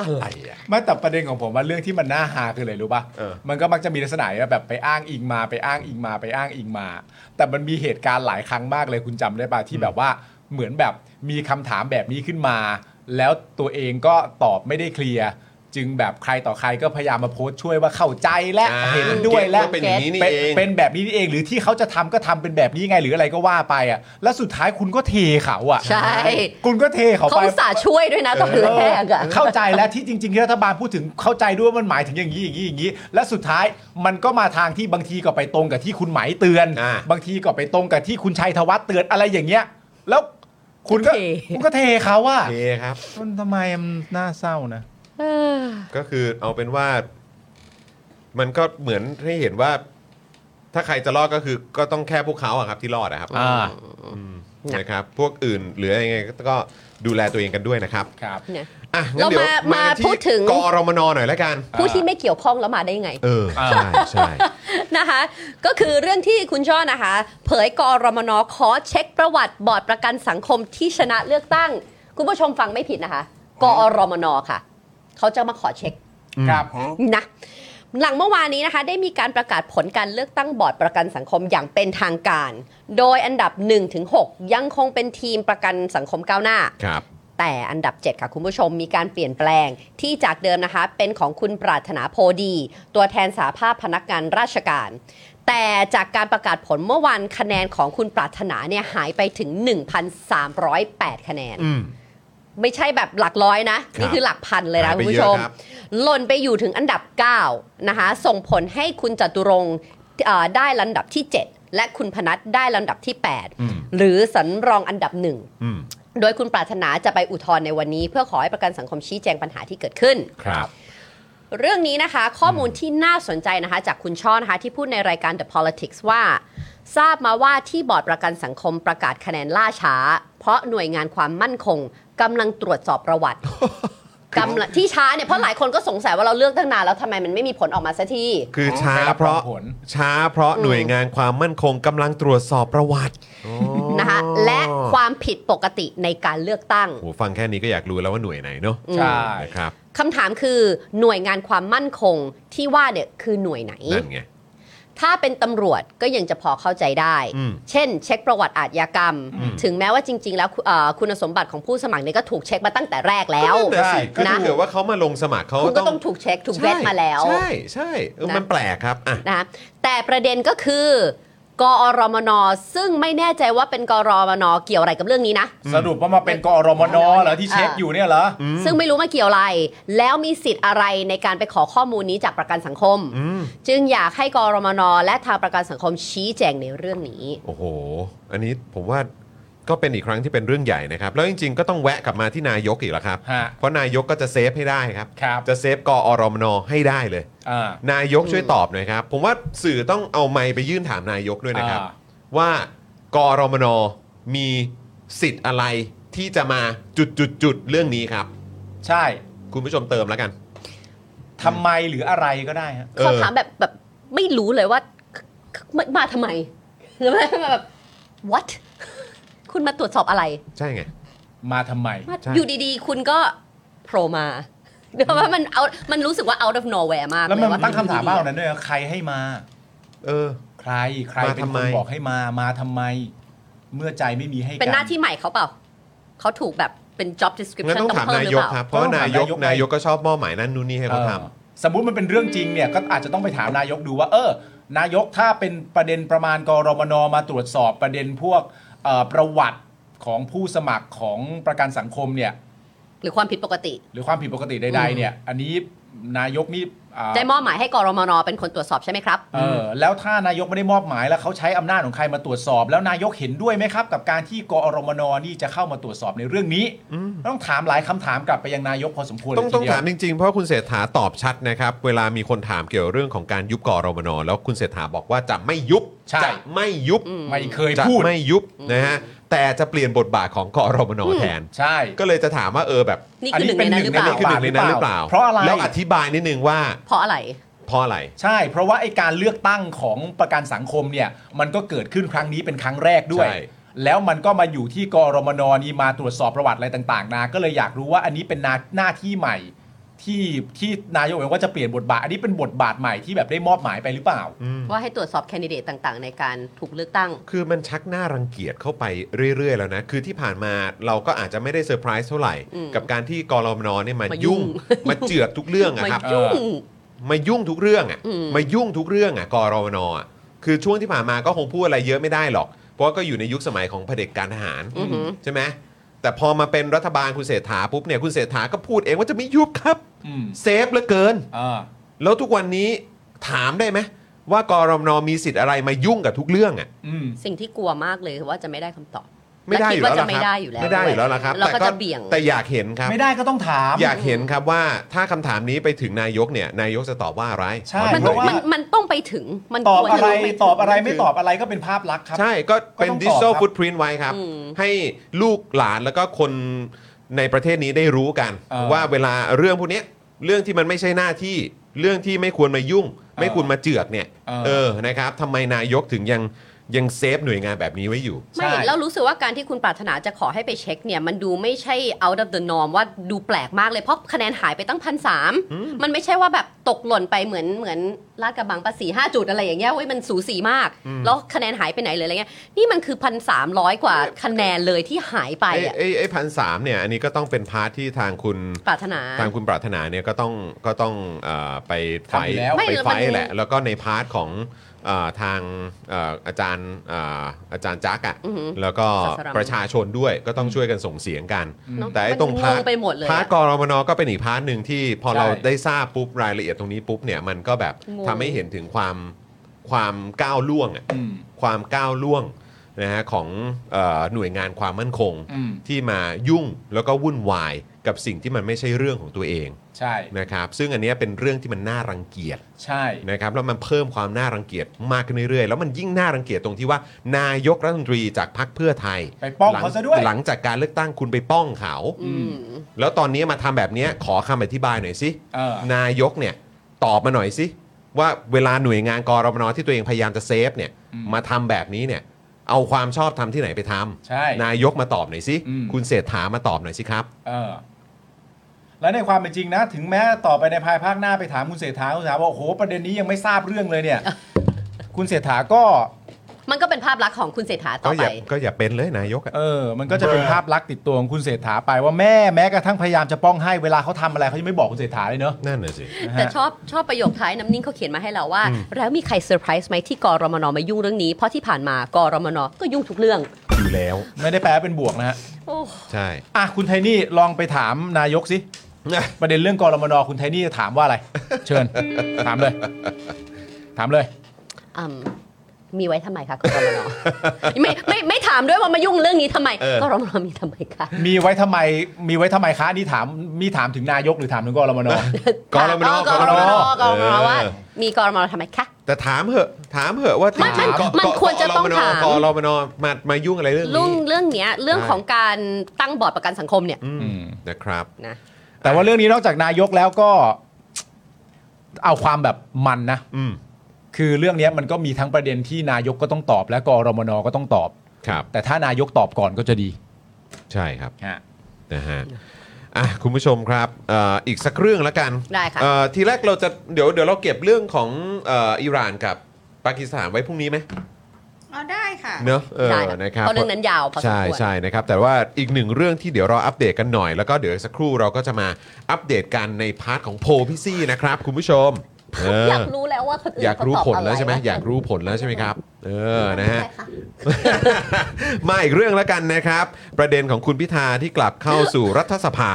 S1: อะไรอ่ะ
S2: ไม่แต่ประเด็นของผมว่าเรื่องที่มันน่าหาคืออะไรรู้ป่ะ
S1: เออ
S2: มันก็มักจะมีลักษณะแบบไปอ้างอิงมาไปอ้างอิงมาไปอ้างอิงมา แต่มันมีเหตุการณ์หลายครั้งมากเลยคุณจำได้ป่ะที่แบบว่าเหมือนแบบมีคำถามแบบนี้ขึ้นมา แล้วตัวเองก็ตอบไม่ได้เคลียร์ จึงแบบใครต่อใครก็พยายามมาโพสต์ช่วยว่าเข้าใจและ
S1: อ่า
S2: เห็นด้วยและ
S1: ก็เป็นอย่างนี้นี่เอง
S2: เป็นแบบนี้นี่เองหรือที่เขาจะทำก็ทำเป็นแบบนี้ไงหรืออะไรก็ว่าไปอ่ะแล้วสุดท้ายคุณก็เทเขาอ่ะ
S3: ใช่
S2: คุณก็เทเขา
S3: เขา
S2: ไป
S3: อุตส่าห์ช่วยด้วยนะตอนแรกอะ
S2: เข้าใจแล้วที่จริงๆที่รัฐบาลพูดถึงเข้าใจด้วยว่ามันหมายถึงอย่างนี้อย่างนี้อย่างนี้ และสุดท้ายมันก็มาทางที่บางทีก็ไปตรงกับที่คุณไหมายเตือน
S1: อ่า
S2: บางทีก็ไปตรงกับที่คุณชัยธวัฒน์เตือนอะไรอย่างเงี้ย แล้วคุณก็
S3: เท
S2: คุณก็เทเขาว่า
S1: โอเคครับ
S2: มันทำไมมันน่าเศร้านะ
S3: เออ
S1: ก็คือเอาเป็นว่า มันก็เหมือนให้เห็นว่า ถ้าใครจะรอดก็คือ ก็ต้องแค่พวกเขาอะครับ ที่รอดอะครับ
S2: อ่า
S1: อืมนะครับ พวกอื่นหรือยังไงก็ดูแลตัวเองกันด้วยนะครับ
S2: ครับ
S3: เนี่ย
S1: อ่ะงั้นเดี๋ยว
S3: เรามาม
S1: ที่
S3: พูดถึง
S1: กรมนหน่อยแล้วกัน
S3: ผู้ที่ไม่เกี่ยวข้องแล้วมาได้ไง
S1: เออ
S2: อ่า
S1: ใช่ใช่
S3: นะคะ ก็คือเรื่องที่คุณช่อนะคะ เผยกรมนขอเช็คประวัติบอร์ดประกันสังคมที่ชนะเลือกตั้ง คุณผู้ชมฟังไม่ผิดนะคะ กอรมนค่ะ เขาจะมาขอเช็ค
S2: ครับ
S3: นะหลังเมื่อวานนี้นะคะ ได้มีการประกาศผลการเลือกตั้งบอร์ดประกันสังคมอย่างเป็นทางการ โดยอันดับ 1-6 ยังคงเป็นทีมประกันสังคมก้าวหน้า
S1: ครับ
S3: แต่อันดับ 7 ค่ะคุณผู้ชมมีการเปลี่ยนแปลงที่จากเดิมนะคะ เป็นของคุณปรารถนาโพดี ตัวแทนสาภาพพนักงานราชการ แต่จากการประกาศผลเมื่อวันคะแนนของคุณปรารถนาเนี่ยหายไปถึง 1,308 คะแนน
S1: อืม
S3: ไม่ใช่แบบหลักร้อยนะ
S1: ครับ
S3: นี่คือหลักพันเลยนะ
S1: หายไป
S3: คุณผู้ชม
S1: เยอะครับ
S3: หล่นไปอยู่ถึงอันดับ 9 นะคะ ส่งผลให้คุณจตุรงค์เอ่อได้ลำดับที่ 7 และคุณพนัทได้ลำดับที่
S1: อืม
S3: 8 หรือสันรองอันดับหนึ่ง
S1: อืม
S3: โดยคุณปรารถนาจะไปอุทธรณ์ในวันนี้ เพื่อขอให้ประกันสังคมชี้แจงปัญหาที่เกิดขึ้น
S1: ครับ
S3: เรื่องนี้นะคะข้อมูลที่น่าสนใจนะคะจากคุณช่อนะคะที่พูดในรายการ The Politics ว่า ทราบมาว่าที่บอร์ดประกันสังคมประกาศคะแนนล่าช้า เพราะหน่วยงานความมั่นคงกำลังตรวจสอบประวัติกำลังที่ช้าเนี่ยเพราะหลายคนก็สงสัยว่าเราเลือกตั้งนานแล้วทำไมมันไม่มีผลออกมาสักที
S1: คือช้า
S2: ไม่รับ
S1: เพราะ
S2: ผล
S1: ช้าเพราะหน่วยงานความมั่นคงกำลังตรวจสอบประวัติ
S3: นะคะและความผิดปกติในการเลือกตั้ง
S1: โหฟังแค่นี้ก็อยากรู้แล้วว่าหน่วยไหนเนาะ
S2: ใช่
S1: นะครับ
S3: คำถามคือหน่วยงานความมั่นคงที่ว่าเนี่ยคือหน่วยไหน
S1: นั่นไง
S3: ถ้าเป็นตำรวจก็ยังจะพอเข้าใจได้
S1: อืม
S3: เช่น เช็คประวัติอาชญากรรม ถึงแม้ว่าจริง ๆ แล้วคุณเอ่อคุณสมบัติของผู้สมัครเนี่ยก็ถูกเช็คมาตั้งแต่แรกแล้ว
S1: ก็นั่นน่ะสิก็
S3: นะ
S1: ถ้าเกิดว่าเขามาลงสมัครเขา
S3: คุณก็ต้องถูกเช็คถูกเวทมาแล้ว
S1: ใช่ใช่เออ
S3: นะ
S1: มันแปลกครับอ่ะ
S3: นะแต่ประเด็นก็คือกอรมน ซึ่งไม่แน่ใจว่าเป็นกอรมน เกี่ยวอะไรกับเรื่องนี้นะ
S2: สรุปว่ามาเป็นกอรมนเหรอที่เช็คอยู่เนี่ยเหรอ
S3: ซึ่งไม่รู้มาเกี่ยวอะไร แล้วมีสิทธิ์อะไรในการไปขอข้อมูลนี้จากประกันสังคม
S1: อืม
S3: จึงอยากให้กอรมน และทางประกันสังคมชี้แจงในเรื่องนี้
S1: โอ้โห อันนี้ผมว่าก็เป็นอีกครั้งที่เป็นเรื่องใหญ่นะครับ แล้วจริงๆก็ต้องแวะกลับมาที่นายกอีกแล้วครับ
S2: ฮะ
S1: เพราะนายกก็จะเซฟให้ได้ครับ
S2: ครับ
S1: จะเซฟกอรมนให้ได้เลย
S2: อ่า
S1: นายกช่วยตอบหน่อยครับ ผมว่าสื่อต้องเอาไมค์ไปยื่นถามนายกด้วยนะครับ
S2: อ่า
S1: ว่ากรมนมีสิทธิ์อะไรที่จะมาจุดจุดจุดๆๆเรื่องนี้ครับ
S2: ใช่
S1: คุณผู้ชมเติมแล้วกัน
S2: ทำไมหรืออะไรก็ได้ฮะ
S1: เออ
S3: ขอถามแบบแบบไม่รู้เลยว่ามามาทำไมหรือไม่แบบ what คุณมาตรวจสอบอะไร
S1: ใช่ไง
S2: มาทำไม
S3: มา
S1: ใช่
S3: อยู่ดีๆ คุณก็โผล่มาเดี๋ยวว่ามันเอามันรู้สึกว่า out of nowhere มาก
S2: แล้วมัน
S3: เย
S2: ตั้งคำถาม
S3: อยู่ดีๆ
S2: ว่าเอานั้นด้วยนะใครให้มา
S1: เออ
S2: ใครใครเป็น
S1: มาทำ
S2: ค
S1: ไม
S2: นบอกให้มา มาทำไม เมื่อใจไม่มีให้กั
S3: เป็นหน้าที่ใหม่เขาเปล่า เขาถูกแบบเป็น job
S1: งั้น
S3: description
S1: ต้อง
S3: ต้อง
S1: ถาม
S3: เพิ่ม
S1: นา
S3: หรื
S1: ย
S3: อก เปล่า
S1: ครับ เพราะว่า
S2: ต้องถาน
S1: าม ยก
S2: นายก
S1: นายกก็ชอบมอบหมายนั่นนู่นนี่ให้เขาท
S2: เออสมมุติมันเป็นเรื่องจริงเนี่ยก็อาจจะต้องไปถามนายกดูว่าเออ นายกถ้าเป็นประเด็นประมาณกรมนมาตรวจสอบประเด็นพวกเอ่อประวัติของผู้สมัครของประกันสังคมเนี่ย
S3: หรือความผิดปกติ
S2: หรือความผิดปกติใดๆเนี่ย อันนี้นายกนี่อ่า
S3: ได้มอบหมายให้กรมนเป็นคนตรวจสอบใช่ไหมครับ
S2: เออแล้วถ้านายกไม่ได้มอบหมายแล้วเขาใช้อำนาจของใครมาตรวจสอบ แล้วนายกเห็นด้วยไหมครับ กับการที่กอรมนนี่จะเข้ามาตรวจสอบในเรื่องนี้ต้องถามหลายคำถามกลับไปยังนายกพอสมควร
S1: ำต้อง
S2: เลยที
S1: ต้อง
S2: เดียว
S1: ถามจริงๆ เพราะคุณเศรษฐาตอบชัดนะครับ เวลามีคนถามเกี่ยวเรื่องของการยุบกรมนแล้วคุณเศรษฐาบอกว่าจะไม่ยุบ
S2: ใช่
S1: จะไม่ยุบ
S2: ไม่เคย
S1: จะ
S2: พูด
S1: ไม่ยุบนะฮะแต่จะเปลี่ยนบทบาทของกรมนแทน
S2: ใช่
S1: ก็เลยจะถามว่าเออแบบ
S3: นี่คือหนึ่งในนั้นหรือเป
S1: อัน
S3: ล่า
S1: นี้คือหนึ่งในนั้นหรือเปล่า
S2: เพราะอะไร
S1: แล้วอธิบายนิดนึงว่า
S3: เพราะอะไร
S1: เพราะอะไร
S2: ใช่ เพราะว่าไอการเลือกตั้งของประกันสังคมเนี่ย มันก็เกิดขึ้นครั้งนี้เป็นครั้งแรกด้วย
S1: ใช่
S2: แล้วมันก็มาอยู่ที่กรมนนี่มาตรวจสอบประวัติอะไรต่าง ๆ นาก็เลยอยากรู้ว่าอันนี้เป็นหน้าหน้าที่ใหม่ ที่ที่นายกบอกว่าจะเปลี่ยนบทบาท อันนี้เป็นบทบาทใหม่ที่แบบได้มอบหมายไปหรือเปล่า
S1: อืม
S3: ว่าให้ตรวจสอบแคนดิเดตต่างๆ ในการถูกเลือกตั้ง
S1: คือมันชักหน้ารังเกียจเข้าไปเรื่อย ๆ แล้วนะ คือที่ผ่านมาเราก็อาจจะไม่ได้เซอร์ไพรส์เท่าไหร่
S3: อืม
S1: กับการที่กรมนเนี่ยมา
S3: มายุ่
S1: ยุ่ง
S3: ง
S1: มาเจือกทุกเรื่องอะ
S3: มา
S1: ครับ
S3: ยุ่ง
S1: มายุ่งทุกเรื่องอ่ะ
S3: อืม
S1: มายุ่งทุกเรื่องอ่ะกรมนอ่ะคือช่วงที่ผ่านมาก็คงพูดอะไรเยอะไม่ได้หรอก เพราะก็อยู่ในยุคสมัยของเผด็จการทหาร
S3: อือหือ
S1: ใช่ไหมแต่พอมาเป็นรัฐบาลคุณเศรษฐาปุ๊บเนี่ยคุณเศรษฐาก็พูดเองว่าจะไม่ยุบครับ
S2: อืม
S1: เซฟเหลือเกิน
S2: อ่า
S1: แล้วทุกวันนี้ถามได้ไหมว่ากรมนมีสิทธิ์อะไรมายุ่งกับทุกเรื่องอ่ะ
S2: อืม
S3: สิ่งที่กลัวมากเลยคือว่าจะไม่ได้คำตอบ
S1: ไม่ได้อยู่แล้ว
S3: และคิด
S1: ล่ะ
S3: ว่าจะไม่
S1: ครับ
S3: ได้อยู่แล้ว
S1: ไม่ได้อยู่แล้วล่ะครับ
S3: เราก็
S1: แต่
S3: จะเบี่ยง
S1: แต่อยากเห็นครับ
S2: ไม่ได้ก็ต้องถาม
S1: อยากเห็นครับว่าถ้าคำถามนี้ไปถึงนายกเนี่ยนายกจะตอบว่าอะไร
S2: ใช่
S1: ขอดูหน่องยดิ
S3: มันต้อ
S2: ว่า
S3: มันมันต้องไปถึง มัน
S2: ตอบ
S3: ควร
S2: อะ
S3: จ
S2: ไร
S3: งปถึง
S2: ตอบอะไรไม่ตอบอะไรก็เป็นภาพลักษณ์ครับ
S1: ใช่ก็เป็น
S2: ก็ต้องตอบ
S1: ดิจิทัล
S2: ครับ
S1: ฟุตพิ้นไว้ครับ
S3: อืม
S1: ให้ลูกหลานแล้วก็คนในประเทศนี้ได้รู้กัน
S2: เออ
S1: ว่าเวลาเรื่องพวกเนี้ยเรื่องที่มันไม่ใช่หน้าที่เรื่องที่ไม่ควรมายุ่ง ไม่ควรมาเจือกเนี่ย
S2: เออ
S1: นะครับทำไมนายกถึงยังยังเซฟหน่วยงานแบบนี้ไว้อยู่
S3: ไม่
S2: ใช่
S3: แล้วรู้สึกว่าการที่คุณปรารถนาจะขอให้ไปเช็คเนี่ย มันดูไม่ใช่ out of the norm ว่าดูแปลกมากเลย เพราะคะแนนหายไปตั้งพันสามมันไม่ใช่ว่าแบบตกหล่นไปเหมือนเหมือนลาดกระบังปะสีห้าจุดอะไรอย่างเงี้ยเว้ยมันสูสีมาก แล้วคะแนนหายไปไหนเลยอะไรเงี้ยนี่มันคือพันสามร้อยกว่าคะแนนเลยที่หายไป
S1: ไอ้
S3: อะ
S1: ไอ้ไอ้พันสามเนี่ยอันนี้ก็ต้องเป็นพาร์ทที่ทางคุณ
S3: ปรารถนา
S1: ทางคุณปรารถนาเนี่ยก็ต้องก็ต้องเออไปไฟท์
S2: ทำอยู่แล้ว
S3: ไม่
S1: ไปไฟท์
S3: มัน
S1: แหละ แล้วก็ในพาร์ทของเออทางเอ่ออาจารย์เอ่ออาจารย์จักอะ
S3: อือหือ
S1: แล้วก็
S3: ศาสดา
S1: ประชาชนด้วยก็ต้องช่วยกันส่งเสียงกัน
S3: เนอะ
S1: แต่ไอ้ตรง
S3: มัน
S1: พาร์ท
S3: งงไปหมดเลยอะ
S1: พาร์ทกรมนก็เป็นอีกพาร์ทหนึ่งที่พอ
S2: ใช่
S1: เราได้ทราบปุ๊บรายละเอียดตรงนี้ปุ๊บเนี่ยมันก็แบบ
S3: งง
S1: ทำให้เห็นถึงความความก้าวล่วงอะ
S2: อืม
S1: ความก้าวล่วงนะฮะของเออหน่วยงานความมั่นคง
S2: อืม
S1: ที่มายุ่งแล้วก็วุ่นวายกับสิ่งที่มันไม่ใช่เรื่องของตัวเอง
S2: ใช่
S1: นะครับซึ่งอันเนี้ยเป็นเรื่องที่มันน่ารังเกียจ
S2: ใช่
S1: นะครับแล้วมันเพิ่มความน่ารังเกียจมากขึ้นเรื่อยๆ แล้วมันยิ่งน่ารังเกียจตรงที่ว่านายกรัฐมนตรีจากพรรคเพื่อไทย
S2: ไปป้อง
S1: หลั
S2: เขาซะด้วย
S1: หลังจากการเลือกตั้งคุณไปป้องเขา
S3: อืม
S1: แล้วตอนนี้มาทำแบบเนี้ยขอคำอธิบายหน่อยสิ
S2: เออ
S1: นายกเนี่ยตอบมาหน่อยสิว่าเวลาหน่วยงานกรมนที่ตัวเองพยายามจะเซฟเนี่ย
S2: อืม
S1: มาทำแบบนี้เนี่ยเอาความชอบทำที่ไหนไปทำ
S2: ใช่
S1: นายกมาตอบหน่อยสิ
S2: อืม
S1: คุณเศรษฐามาตอบหน่อยสิครับ
S2: เออและในความเป็นจริงนะ ถึงแม้ต่อไปในภายภาคหน้าไปถามคุณเศรษฐาคุณเศรษฐาบอกโอ้โหประเด็นนี้ยังไม่ทราบเรื่องเลยเนี่ย คุณเศรษฐาก็
S3: มันก็เป็นภาพลักษณ์ของคุณเศรษฐาต่
S1: ก็
S3: อ
S1: อ
S3: ไป
S1: ย่าก็อย่าเป็นเลยนายกอะ
S2: เออ มันก็จะเป็นภาพลักษณ์ติดตัวของคุณเศรษฐาไปว่าแม่แม้กระทั่งพยายามจะป้องให้เวลาเขาทำอะไรเขายังไม่บอกคุณเศรษฐาเลยเนอะ
S1: นั่นน่ะสิ
S2: นะฮะ
S3: แต่ชอบชอบประโยคท้ายน้ำนิ่งเขาเขียนมาให้เราว่า แล้วมีใครเซอร์ไพรส์ไหมที่กรมนมายุ่งเรื่องนี้ เพราะที่ผ่านมากรมนก็ยุ่งทุกเรื่อง
S1: อยู่แล้ว
S2: ไม่ได้แปลว่าเป็นบวกนะฮะ
S3: โอ้
S1: ใช่ <laughs>
S2: อ่ะคุณไทนี่ลองไปถามนายกสิประเด็นเรื่องกรมนคุณไทนี่จะถามว่าอะไร เชิญ ถามเลย ถามเลย
S3: อืมมีไว้ทำไมคะกรมน <laughs> ไม่ไม่ไม่ถามด้วยว่ามายุ่งเรื่องนี้ทำไม
S1: เออ
S3: กรมนมีทำไมคะ
S2: มีไว้ทำไม มีไว้ทำไมคะนี่ถามมีถามถึงนายกหรือถามถึงกรมน
S1: กรมน
S3: อ๋อกรมนกรมน
S1: เออ
S3: ว่า มีกรมนทำไมคะ
S1: แต่ถามเหอะ ถามเหอะว่า
S3: ไม่มัน
S1: ถา
S3: มันควรจะต้องถาม
S1: กรมนมามายุ่งอะไรเรื่อง
S3: เรื่อง
S1: นี้
S3: เรื่องเนี้ยเรื่อง
S1: ใช่
S3: ของการตั้งบอร์ดประกันสังคมเนี่ย
S1: อืม
S2: อืม
S1: นะครับ
S3: นะ
S2: แต่ว่าเรื่องนี้นอกจากนายกแล้วก็ เอาความแบบมันนะ
S1: อืม
S2: คือเรื่องเนี้ยมันก็มีทั้งประเด็นที่นายกก็ต้องตอบ และกรมนก็ต้องตอบ
S1: ครับ
S2: แต่ถ้านายกตอบก่อนก็จะดี
S1: ใช่ครับ
S2: ฮะ
S1: นะฮะ อ่ะ คุณผู้ชมครับเอ่ออีกสักเรื่องละกัน
S3: ได้ค่ะ
S1: เอ่อทีแรกเราจะเดี๋ยวเดี๋ยวเราเก็บเรื่องของเอ่ออิหร่านกับปากีสถานไว้พรุ่งนี้ไหม
S4: อ๋อได้ค่ะ
S1: เนอะเออ
S3: ได้ค่ะ
S1: นะครับ
S3: เพราะเรื่องนั้นยาวพอสม
S1: ใช่
S3: ควร
S1: ใช่นะครับ แต่ว่าอีกหนึ่งเรื่องที่เดี๋ยวเราอัปเดตกันหน่อย แล้วก็เดี๋ยวอีกสักครู่เราก็จะมาอัปเดตกันในพาร์ทของโพลพี่ซี่นะครับ คุณผู้ชมเออ
S3: อยากรู้แล้วว่าคนอื่น
S1: อยากรู้
S3: เข
S1: ผ
S3: ตบ
S1: ล
S3: อะร
S1: แล้วใช่ไหมอยากรู้ผลแล้วใช่ไหมครับ เออนะฮะ มาอีกเรื่องแล้วกันนะครับ ประเด็นของคุณพิธาที่กลับเข้าสู่รัฐสภา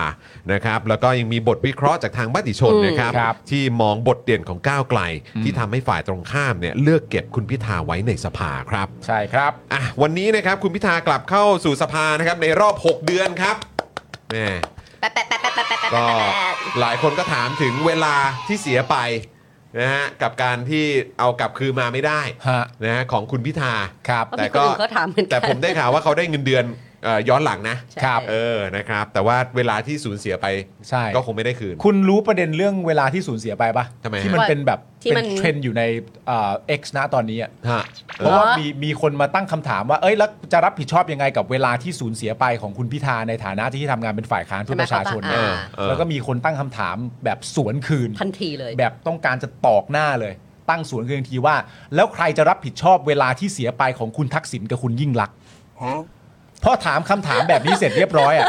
S1: นะครับ แล้วก็ยังมีบทวิเคราะห์จากทางมติชนนะครับ
S2: ครับ
S1: ที่มองบทเด่นของก้าวไกล ที่ทำให้ฝ่ายตรงข้ามเนี่ยเลือกเก็บคุณพิธาไว้ในสภาครับ
S2: ใช่ครับ
S1: อ่ะวันนี้นะครับคุณพิธากลับเข้าสู่สภานะครับในรอบ 6 เดือนครับแหม
S3: แปะแปะแปะแปะแปะแปะแปะ
S1: ก็
S3: แปะ
S1: หลายคนก็ถามถึงเวลาที่เสียไปนะฮะกับการที่เอากลับคืนมาไม่ได้
S2: ฮะ
S1: นะฮะของคุณพิธา
S2: ครับ
S3: มีคนอื่นก็ถามเหมือนกัน
S1: แต่ผมได้ข่าวว่าเขาได้เงินเดือน เอ่อย้อนหลังนะ
S3: ใช่ครับ
S1: เออนะครับ แต่ว่าเวลาที่สูญเสียไป
S2: ใช่
S1: ก็คงไม่ได้คืน
S2: คุณรู้ประเด็นเรื่องเวลาที่สูญเสียไปปะ
S1: ทำไมฮะ
S2: ที่มันเป็นแบบ
S3: ที่มั
S2: เป็น นเทรนด์อยู่ในเอ็กซ์นะตอนนี้อะ
S1: ฮะเอ
S2: เพราะ
S1: อ
S2: ว่ามีมีคนมาตั้งคำถามว่า เอ้ยแล้วจะรับผิดชอบยังไงกับเวลาที่สูญเสียไปของคุณพิธาในฐานะที่ทำงานเป็นฝ่ายค้านเพื่อประชาชน
S3: ใช่ไหม
S2: เนี่
S3: อ่า
S2: ย
S1: เออ
S2: แล้วก็มีคนตั้งคำถามแบบสวนคืน
S3: ทันทีเลย
S2: แบบต้องการจะตอกหน้าเลย ตั้งสวนคืนทันทีว่า แล้วใครจะรับผิดชอบเวลาที่เสียไปของคุณทักษิณกับคุณยิ่งลักษณ์พอถามคำถามแบบนี้เสร็จเรียบร้อยอ่ะ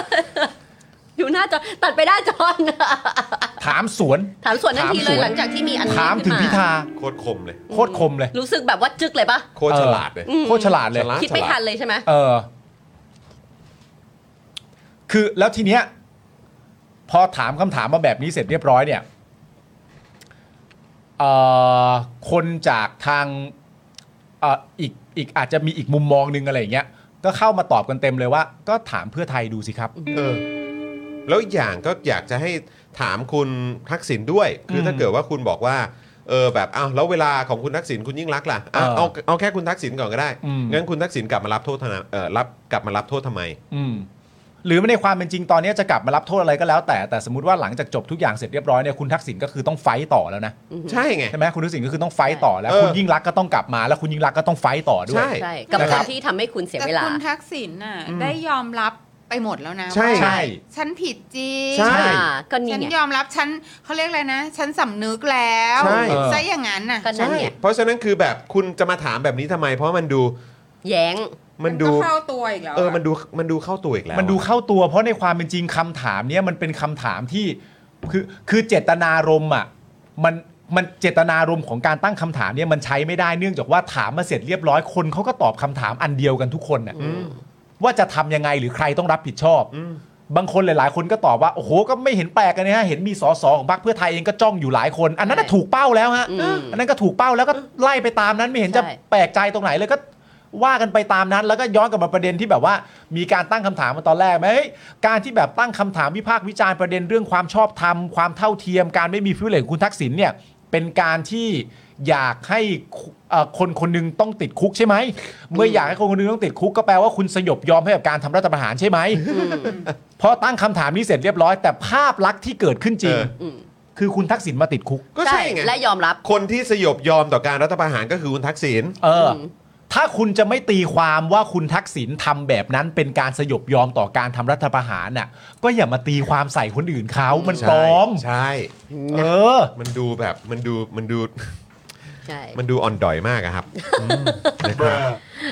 S3: อยู่หน้าจอตัดไปได้าจอนะ <laughs>
S2: ถามสวน
S3: ถามส่วนทันที
S2: ถาม
S3: เล
S2: ส
S3: ย
S2: วน
S3: หลังจากที่มีอันนี้
S2: ถามถึงพิธา
S1: โคตรคมเลย
S2: โคตรคมเลย
S3: รู้สึกแบบว่าจึกเลยปะ
S1: โคตรฉลาดเลย
S3: อืม
S2: โคตรฉลาดเลย
S1: ฉลาด
S3: คิดไม่ทันเลยใช่ไหม
S2: เออ คือแล้วทีเนี้ย พอถามคำถามมาแบบนี้เสร็จเรียบร้อยเนี่ยเอ่อคนจากทางเอ่ออีกอีกอาจจะมีอีกมุมมองหนึงอะไรอย่างเงี้ย ก็เข้ามาตอบกันเต็มเลยว่า ก็ถามเพื่อไทยดูสิครับ
S1: เออแล้วอีกอย่างก็อยากจะให้ถามคุณทักษิณด้วย คืออ
S2: ม
S1: ถ้าเกิดว่าคุณบอกว่า เออแบบอ้าวแล้วเวลาของคุณทักษิณคุณยิ่งรักษณ์ล่ะอ่ะ
S2: เออ
S1: เอาเอาแค่คุณทักษิณก่อนก็ได้
S2: อืม
S1: งั้นคุณทักษิณกลับมารับโทษทนายเออรับกลับมารับโทษทำไม
S2: อืม หรือในความเป็นจริงตอนเนี้ยจะกลับมารับโทษอะไรก็แล้ว แต่แต่สมมติว่าหลังจากจบทุกอย่างเสร็จเรียบร้อยเนี่ยคุณทักษิณก็คือต้องไฟต์ต่อแล้วนะ
S1: ใช่ไง
S2: ใช่ไหมคุณทักษิณก็คือต้องไฟต์ต่อแล้ว
S1: เออ
S2: คุณยิ่งรักษณ์ก็ต้องกลับมาแล้วคุณยิ่งรักษณ์ก็ต้องไฟต์ต่อด้วย
S1: ใช่
S3: ใช่ กับ
S2: นะค
S3: ครับ นที่ทำให้คุณเสีย
S4: แต่
S3: เวลา
S4: คุณทักษิณน่ะ
S2: อืม
S4: ได้ยอมรับไปหมดแล้วนะ
S1: ใช่
S4: ว่า
S2: ใช่
S4: ฉันผิดจริง
S1: ใช่
S3: อ่าก็นี่
S4: ฉัน
S3: ไง
S4: ยอมรับฉันเขาเรียกอะไรนะ ฉันสำนึกแล้ว
S1: ใช่
S4: ซะอย่างนั้นน่ะ
S3: ก็นั่นไง
S1: เพราะฉะนั้นคือแบบคุณจะมาถามแบบนี้ทำไม เพราะมันดู
S3: แย้ง
S1: มันดู
S4: ก็เข้าตัวอีกแล้ว
S1: เออ
S4: อะ
S1: มันดูมันดูเข้าตัวอีกแล้ว
S2: มันดูเข้าตัวเพราะในความเป็นจริงคำถามเนี้ยมันเป็นคำถามที่คือคือเจตนารมณ์อ่ะมันมันเจตนารมณ์ของการตั้งคำถามเนี่ยมันใช้ไม่ได้เนื่องจากว่าถามมาเสร็จเรียบร้อยคนเขาก็ตอบคำถามอันเดียวกันทุกคนน่ะว่าจะทำยังไงหรือใครต้องรับผิดชอบ
S1: อืม
S2: บางคนหลาย ๆ คนก็ตอบว่าโอ้โหก็ไม่เห็นแปลกกันนะฮะเห็นมีสสของพรรคเพื่อไทยเองก็จ้องอยู่หลายคน อันนั้นน่ะ
S3: ใช่
S2: ถูกเป้าแล้วฮะ
S3: อืม
S2: อันนั้นก็ถูกเป้าแล้วก็ไล่ไปตามนั้นไม่เห็นจะ
S3: ใช่
S2: แปลกใจตรงไหนเลยก็ว่ากันไปตามนั้น แล้วก็ย้อนกลับมาประเด็นที่แบบว่า มีการตั้งคำถามมาตอนแรกไหมเฮ้ยการที่แบบตั้งคำถามวิพากษ์วิจารณ์ประเด็นเรื่องความชอบธรรมความเท่าเทียมการไม่มีฟิวเลของคุณทักษิณเนี่ยเป็นการที่อยากให้คุเอ่อคนคนหนึงต้องติดคุกใช่ไหมเมื่ออยากให้คนคนหนึงต้องติดคุกก็แปลว่าคุณสยบยอมให้กับการทำรัฐประหารใช่ไหม พอตั้งคำถามนี้เสร็จเรียบร้อย แต่ภาพลักษณ์ที่เกิดขึ้นจริง
S3: อืม
S2: คือคุณทักษิณมาติดคุก
S1: ก็ใช่ไง
S3: และยอมรับ
S1: คนที่สยบยอมต่อการรัฐประหารก็คือคุณทักษิณ
S2: เอออ ถ้าคุณจะไม่ตีความว่าคุณทักษิณทำแบบนั้นเป็นการสยบยอมต่อการทำรัฐประหารน่ะ ก็อย่ามาตีความใส่คนอื่นเขามันปลอม
S1: ใช่
S2: เอ
S1: ใช่
S2: อ
S1: มันดูแบบมันดูมันดู
S3: ใช่
S1: มันดูอ่อนดอยมากอะครับ นะครับ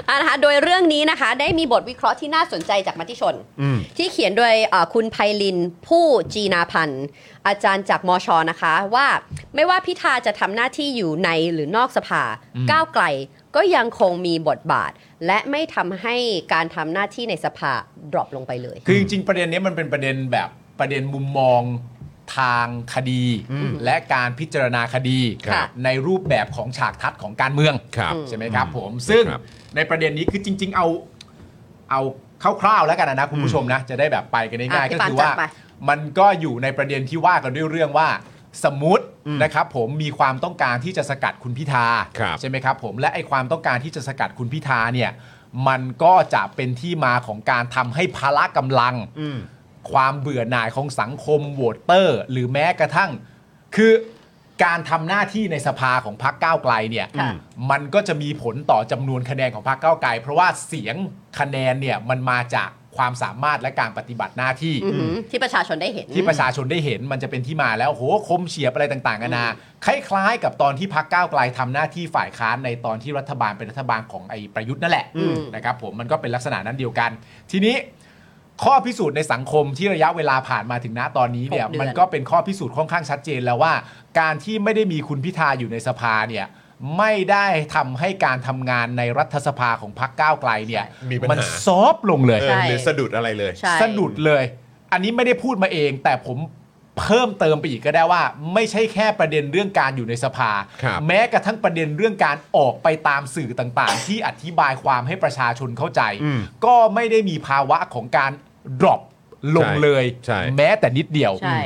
S3: อ่ะนะคะโดยเรื่องนี้นะคะได้มีบทวิเคราะห์ที่น่าสนใจจากมติชน
S1: อืม
S3: ที่เขียนโดยเอ่อคุณไพลินผู้จีนาพันธ์ อาจารย์จากมอชอนะคะว่าไม่ว่าพิธาจะทำหน้าที่อยู่ในหรือนอกสภา
S2: อืม
S3: ก้าวไกลก็ยังคงมีบทบาท และไม่ทำให้การทำหน้าที่ในสภาดรอปลงไปเลย
S2: คือจริงๆ ประเด็นนี้มันเป็นประเด็นแบบประเด็นมุมมองทางคดี และการพิจารณาคดี
S3: ครับ
S2: ในรูปแบบของฉากทัศน์ของการเมือง
S1: ครับ
S2: ใช่ไหมครับผม ซึ่ง
S1: ครับ
S2: ในประเด็นนี้คือจริง ๆ เอาเอาคร่าวๆแล้วกันนะนะคุณผู้ชมนะ จะได้แบบไปกันง่าย
S3: อ่ะ
S2: ๆ
S3: พี่ปาล์ม
S2: ก็คือว่า
S3: จัดไป
S2: มันก็อยู่ในประเด็นที่ว่ากันด้วยเรื่องว่า สมมติ
S1: อืม
S2: นะครับผมมีความต้องการที่จะสกัดคุณพิธา
S1: ครับ
S2: ใช่ไหมครับผมและไอความต้องการที่จะสกัดคุณพิธาเนี่ยมันก็จะเป็นที่มาของการทำให้พละกำลัง
S1: อืม
S2: ความเบื่อหน่ายของสังคมโหวตเตอร์ หรือแม้กระทั่ง คือการทำหน้าที่ในสภาของพรรคก้าวไกลเนี่ย
S3: ค่ะ
S2: มันก็จะมีผลต่อจำนวนคะแนนของพรรคก้าวไกล เพราะว่าเสียงคะแนนเนี่ยมันมาจากความสามารถและการปฏิบัติหน้าที่
S3: อือหือที่ประชาชนได้เห็น
S2: ที่ประชาชนได้เห็นมันจะเป็นที่มาแล้วโหคมเฉียบอะไรต่างๆนานาคล้ายๆ กับตอนที่พักก้าวไกลทำหน้าที่ฝ่ายค้านในตอนที่รัฐบาลเป็นรัฐบาลของไอ้ประยุทธ์นั่นแหละ
S3: อืม
S2: นะครับผมมันก็เป็นลักษณะนั้นเดียวกัน ทีนี้ข้อพิสูจน์ในสังคมที่ระยะเวลาผ่านมาถึงณตอนนี้เนี่ยมันก็เป็นข้อพิสูจน์ค่อนข้างชัดเจนแล้วว่า การที่ไม่ได้มีคุณพิธาอยู่ในสภาเนี่ยไม่ได้ทำให้การทำงานในรัฐสภาของพักก้าวไกลเนี่ย
S1: มีปัญหามั
S2: นซอฟต์ลงเลย
S1: เออ
S3: ใช่
S1: หรือสะดุดอะไรเลย
S3: ใช่
S2: สะดุดเลย อันนี้ไม่ได้พูดมาเอง แต่ผมเพิ่มเติมไปอีกก็ได้ว่า ไม่ใช่แค่ประเด็นเรื่องการอยู่ในสภา
S1: ครับ
S2: แม้กระทั่งประเด็นเรื่องการออกไปตามสื่อต่างๆ ที่อธิบายความให้ประชาชนเข้าใจ
S1: อืม
S2: ก็ไม่ได้มีภาวะของการดรอปลงเลย
S1: ใช่ใช่
S2: แม้แต่นิดเดียว
S3: ใช่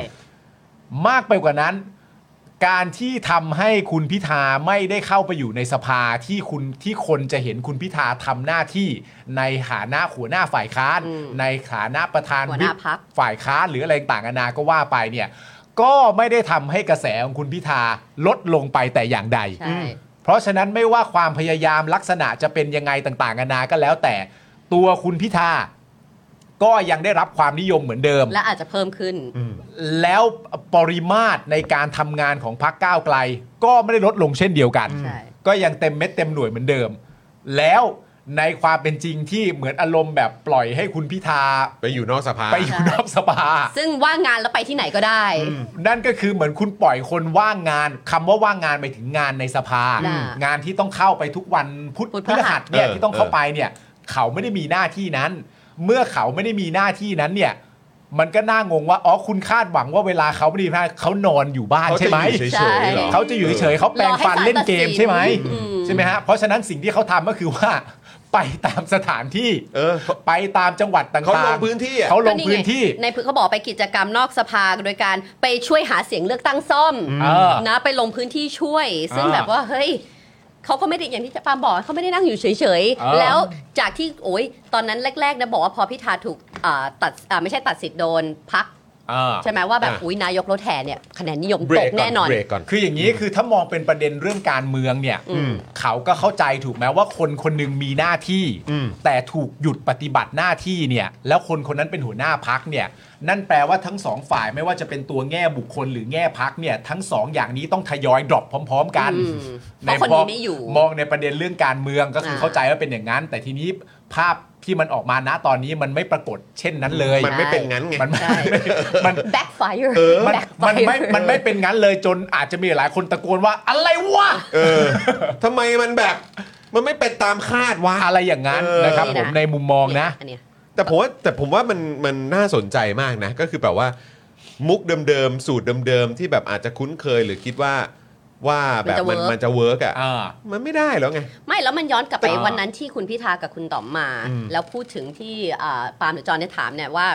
S2: มากไปกว่านั้น การที่ทำให้คุณพิธาไม่ได้เข้าไปอยู่ในสภาที่คุณที่คนจะเห็นคุณพิธาทำหน้าที่ในฐานะหัวหน้าฝ่ายค้าน
S3: อืม
S2: ในฐานะประธาน
S3: หัวห
S2: วิ
S3: น้า
S2: ป
S3: พรรค
S2: ฝ่ายค้านหรืออะไรต่างๆนานาก็ว่าไปเนี่ยก็ไม่ได้ทำให้กระแสของคุณพิธาลดลงไปแต่อย่างใด
S3: ใช่
S2: เพราะฉะนั้นไม่ว่าความพยายามลักษณะจะเป็นยังไงต่างๆนานาก็แล้วแต่ ตัวคุณพิธาก็ยังได้รับความนิยมเหมือนเดิม
S3: และอาจจะเพิ่มขึ้น
S2: แล้วปริมาตรในการทำงานของพรรคก้าวไกล ก็ไม่ได้ลดลงเช่นเดียวกัน
S3: ใช่
S2: ก็ยังเต็มเม็ดเต็มหน่วยเหมือนเดิม แล้วในความเป็นจริงที่เหมือนอารมณ์แบบปล่อยให้คุณพิธา
S1: ไปอยู่นอกสภา
S2: ไปอยู่น <laughs> อกสภา
S3: ซึ่งว่างงานแล้วไปที่ไหนก็ได้
S2: นั่นก็คือเหมือนคุณปล่อยคนว่างงานคำว่าว่างงานไปถึงงานในสภา
S3: น่ะ
S2: งานที่ต้องเข้าไปทุกวันพุธ
S3: พุธ
S2: พฤหัสเนี่ย
S1: เออ
S2: ที่ต้องเข้าไปเนี่ย เขาไม่ได้มีหน้าที่นั้น เมื่อเขาไม่ได้มีหน้าที่นั้นเนี่ย มันก็น่างงว่าอ๋อคุณคาดหวังว่าเวลาเขาไม่ได้มีหน้าเขานอนอยู่บ้าน
S1: เขา
S2: ใช่
S1: จะ
S2: ไหม
S1: อยู่เฉยๆเหรอ
S2: เขาจะอยู่เฉยๆเขาแปลงฟันเล่นเกมใช่ไหม
S3: อืม
S2: ใช่ไหมฮะเพราะฉะนั้นสิ่งที่เขาทำก็คือว่า <laughs> ไปตามสถานที่
S1: เออ
S2: ไปตามจังหวัดต่างๆ
S1: เขาลงพื้นที่อะ
S2: เขาล
S3: ก็
S2: ง
S3: ไ
S2: พื้นที่
S3: ในพื้นเขาบอกไปกิจกรรมนอกสภาโดยการไปช่วยหาเสียงเลือกตั้งซ่อม
S2: เออ
S3: นะไปลงพื้นที่ช่วย ซึ่ง
S2: อ่า
S3: แบบว่าเฮ้ยเขาก็ไม่ได้อย่างที่จะปาล์มบอกเขาไม่ได้นั่งอยู่เฉย
S2: เออ
S3: ๆ แล้วจากที่โอ้ยตอนนั้นแรกๆนะบอกว่าพอพิธาถูกอ่าตัดอ่าไม่ใช่ตัดสิทธิ์โดนพักใช่ไหมว่าแบบ
S1: อ่ะ
S3: อุ้ยนายกรถแห่เนี่ยคะแนนนิยม
S1: เบร
S3: ต
S1: ก
S3: กแน่นอน
S1: เบรกก่อน
S2: คืออย่างนี้คือถ้ามองเป็นประเด็นเรื่องการเมืองเนี่ย
S3: อืม
S2: เขาก็เข้าใจถูกไหมว่าคนคนหนึ่งมีหน้าที่
S1: อืม
S2: แต่ถูกหยุดปฏิบัติหน้าที่เนี่ยแล้วคนคนนั้นเป็นหัวหน้าพักเนี่ยนั่นแปลว่าทั้งสองฝ่ายไม่ว่าจะเป็นตัวแง่บุคคลหรือแง่พักเนี่ยทั้งสองอย่างนี้ต้องทยอยดรอปพร้อม ๆ กัน
S3: อืมเพราะคน
S2: มอ
S3: นี้
S2: ง
S3: ไม่อยู่
S2: มองในประเด็นเรื่องการเมืองก็คืออา เข้าใจว่าเป็นอย่างนั้น แต่ทีนี้ภาพที่มันออกมาณตอนนี้มันไม่ปรากฏเช่นนั้นเลย
S1: มันไม่เป็นงั้นไง
S2: มันไม่
S3: ใช่
S2: มัน
S3: backfire
S2: มัน
S3: backfire
S2: มันไม่มันไม่เป็นงั้นเลยจนอาจจะมีหลายคนตะโกนว่าอะไรวะ
S1: เออทำไมมันแบบ มันไม่เป็นตามคาดวะ
S2: อะไรอย่างนั้น
S1: เออ
S2: นะครับ
S3: นี่
S2: ผ
S3: นะ
S2: มในมุมมองนะ
S3: อันเนี้ย
S1: แต่ผมว่าแต่ผมว่ามันมันน่าสนใจมากนะ ก็คือแบบว่า มุกเดิมๆ สูตรเดิมๆ ที่แบบอาจจะคุ้นเคยหรือคิดว่าว่าแบบ
S3: มั
S1: มัน
S3: นจะ work
S1: มันจะเวิร์กอ่ะ
S2: อ่า
S1: มันไม่ได้แล้วไง
S3: ไม่แล้วมันย้อนกลับไป
S2: อ่า
S3: วันนั้นที่คุณพิธากับคุณต๋อมมา แล้วพูดถึงที่อ่าปาล์มหรือจอห์นเนี่ยถามเนี่ยว่า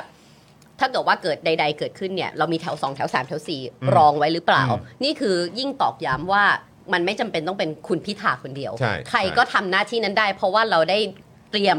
S3: ถ้าเกิดว่าเกิดใด ๆ เกิดขึ้นเนี่ยเรามีแถว 2 แถว 3 แถว 4 รองไว้หรือเปล่า นี่คือยิ่งตอกย้ำว่ามันไม่จำเป็นต้องเป็นคุณพิธาคนเดียว
S1: ใช่
S3: รก็ทำหน้าที่นั้นได้ เพราะว่าเราได้เตรียม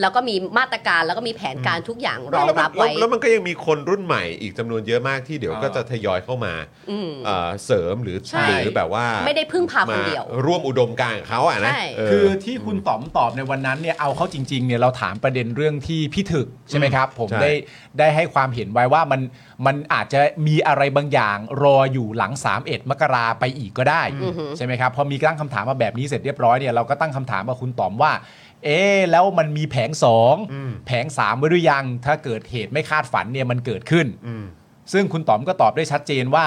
S3: แล้วก็มีมาตรการแล้วก็มีแผนการทุกอย่างรอง
S1: แล้วมัน
S3: รับไว้
S1: แล้วแล้วมันก็ยังมีคนรุ่นใหม่อีกจำนวนเยอะมากที่เดี๋ยว
S2: อ่า
S1: ก็จะทยอยเข้ามา
S3: อืม
S1: เอ่อเสริมหรือ
S3: ใช่
S1: หรือแบบว่า
S3: ไม่ได้พึ่งพาคน
S1: มา
S3: เดียว
S1: ร่วมอุดมการณ์กับเขาอ่ะนะ
S3: ใช่
S1: เออ
S2: คือที่คุณต๋อมตอบในวันนั้นเนี่ยเอาเข้าจริงๆเนี่ยเราถามประเด็นเรื่องที่พี่ถึกใช่ไหมครับ ผม
S1: ใช่
S2: ได้ได้ให้ความเห็นไว้ว่ามันมันอาจจะมีอะไรบางอย่างรออยู่หลัง 31 มกราไปอีกก็ได้
S3: อือหือ
S2: ใช่ไหมครับพอมีตั้งคำถามมาแบบนี้เสร็จเรียบร้อยเนี่ยเราก็ตั้งคำถามมาคุณต๋อมว่า เอ๊ะแล้วมันมีแผงสองแผงสามไว้หรือยัง ถ้าเกิดเหตุไม่คาดฝันเนี่ยมันเกิดขึ้น
S1: ม
S2: ซึ่งคุณต๋อมก็ตอบได้ชัดเจนว่า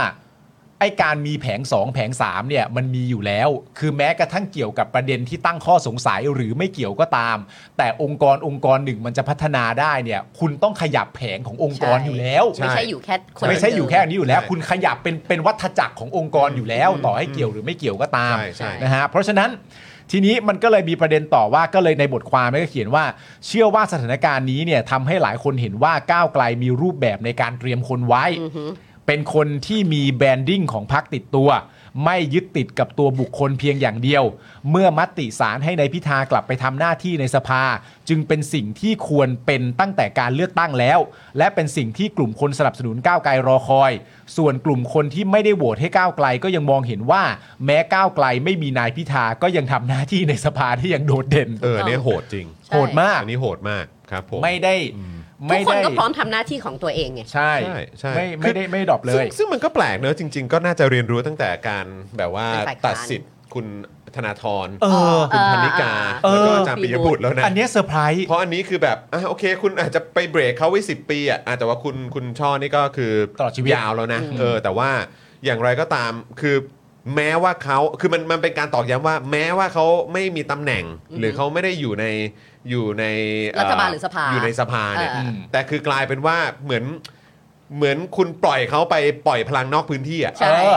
S2: ไอ้การมีแผง 2 แผง 3 เนี่ยมันมีอยู่แล้ว คือแม้กระทั่งเกี่ยวกับประเด็นที่ตั้งข้อสงสัยหรือไม่เกี่ยวก็ตาม แต่องค์กรองค์กรหนึ่งมันจะพัฒนาได้เนี่ย คุณต้องขยับแผงขององค์กร
S3: ใช่
S2: อยู่แล้ว
S3: ไม่ใช่อยู่แค่คน
S2: ไม่ใช่อยู่แค่อัน
S3: เดีว
S2: นี้อยู่แล้ว
S1: ใช่
S2: คุณขยับเป็นเป็นวัฏจักรขององค์กรอยู่แล้ว ต่อให้เกี่ยวหรือไม่เกี่ยวก็ตาม
S1: ใช่ใช่
S2: นะฮะเพราะฉะนั้นทีนี้มันก็เลยมีประเด็นต่อว่าก็เลยในบทความมันก็เขียนว่า เชื่อว่าสถานการณ์นี้เนี่ยทำให้หลายคนเห็นว่าก้าวไกลมีรูปแบบในการเตรียมคนไว้ เป็นคนที่มีแบรนดิ้งของพักติดตัว ไม่ยึดติดกับตัวบุคคลเพียงอย่างเดียว เมื่อมติสารให้ในายพิธากลับไปทำหน้าที่ในสภา จึงเป็นสิ่งที่ควรเป็นตั้งแต่การเลือกตั้งแล้ว และเป็นสิ่งที่กลุ่มคนสนับสนุนก้าวไกลรอคอย ส่วนกลุ่มคนที่ไม่ได้โหวตให้ก้าวไกลก็ยังมองเห็นว่า แม้ก้าวไกลไม่มีนายพิธาก็ยังทำหน้าที่ในสภาที่ยังโดดเด่น
S1: เออเนี่ยโหดจริง
S3: ใช่
S2: โหดมาก
S1: อันนี้โหดมากครับผม
S2: ไม่ได้
S3: ทุ
S2: ไม่
S3: กคน
S2: ได้
S3: ก็พร้อมทำหน้าที่ของตัวเองไง
S2: ใช่
S1: ใช่ใช่
S2: ไม่ไม่ได้ไม่ดรอปเล
S1: ซึ่ง
S2: ย
S1: ซึ่งมันก็แปลกเนอะจริง ๆ ก็น่าจะเรียนรู้ตั้งแต่การแบบว่า
S3: เป็นฝ่ายค้าน
S1: ตัดสิทธิ์คุณธนาธร
S2: เออ
S1: คุณธนิกา
S2: เออ
S1: แล้วก็อาจารย์ปิยบุตรแล้วนะ
S2: อันเนี้ยเซอร์ไพรส์
S1: เพราะอันนี้คือแบบอ่ะโอเค คุณอาจจะไปเบรกเขาไว้ 10 ปีอ่ะอ่ะแต่ว่าคุณคุณช่อนี่ก็คือ
S2: ตลอดชีวิต
S1: ยาวแล้วนะเออแต่ว่าอย่างไรก็ตามคือแม้ว่าเขาคือมันมันเป็นการตอกย้ำว่า แม้ว่าเขาไม่มีตำแหน่ง หรือเขาไม่ได้อยู่ในอยู่ในเ
S3: รัฐบาลหรือสภา
S1: อยู่ในสภาเนี่ย
S3: เออ
S1: แต่คือกลายเป็นว่าเหมือนเหมือนคุณปล่อยเขาไปปล่อยพลังนอกพื้นที่อ่ะ
S3: ใช่
S2: เออ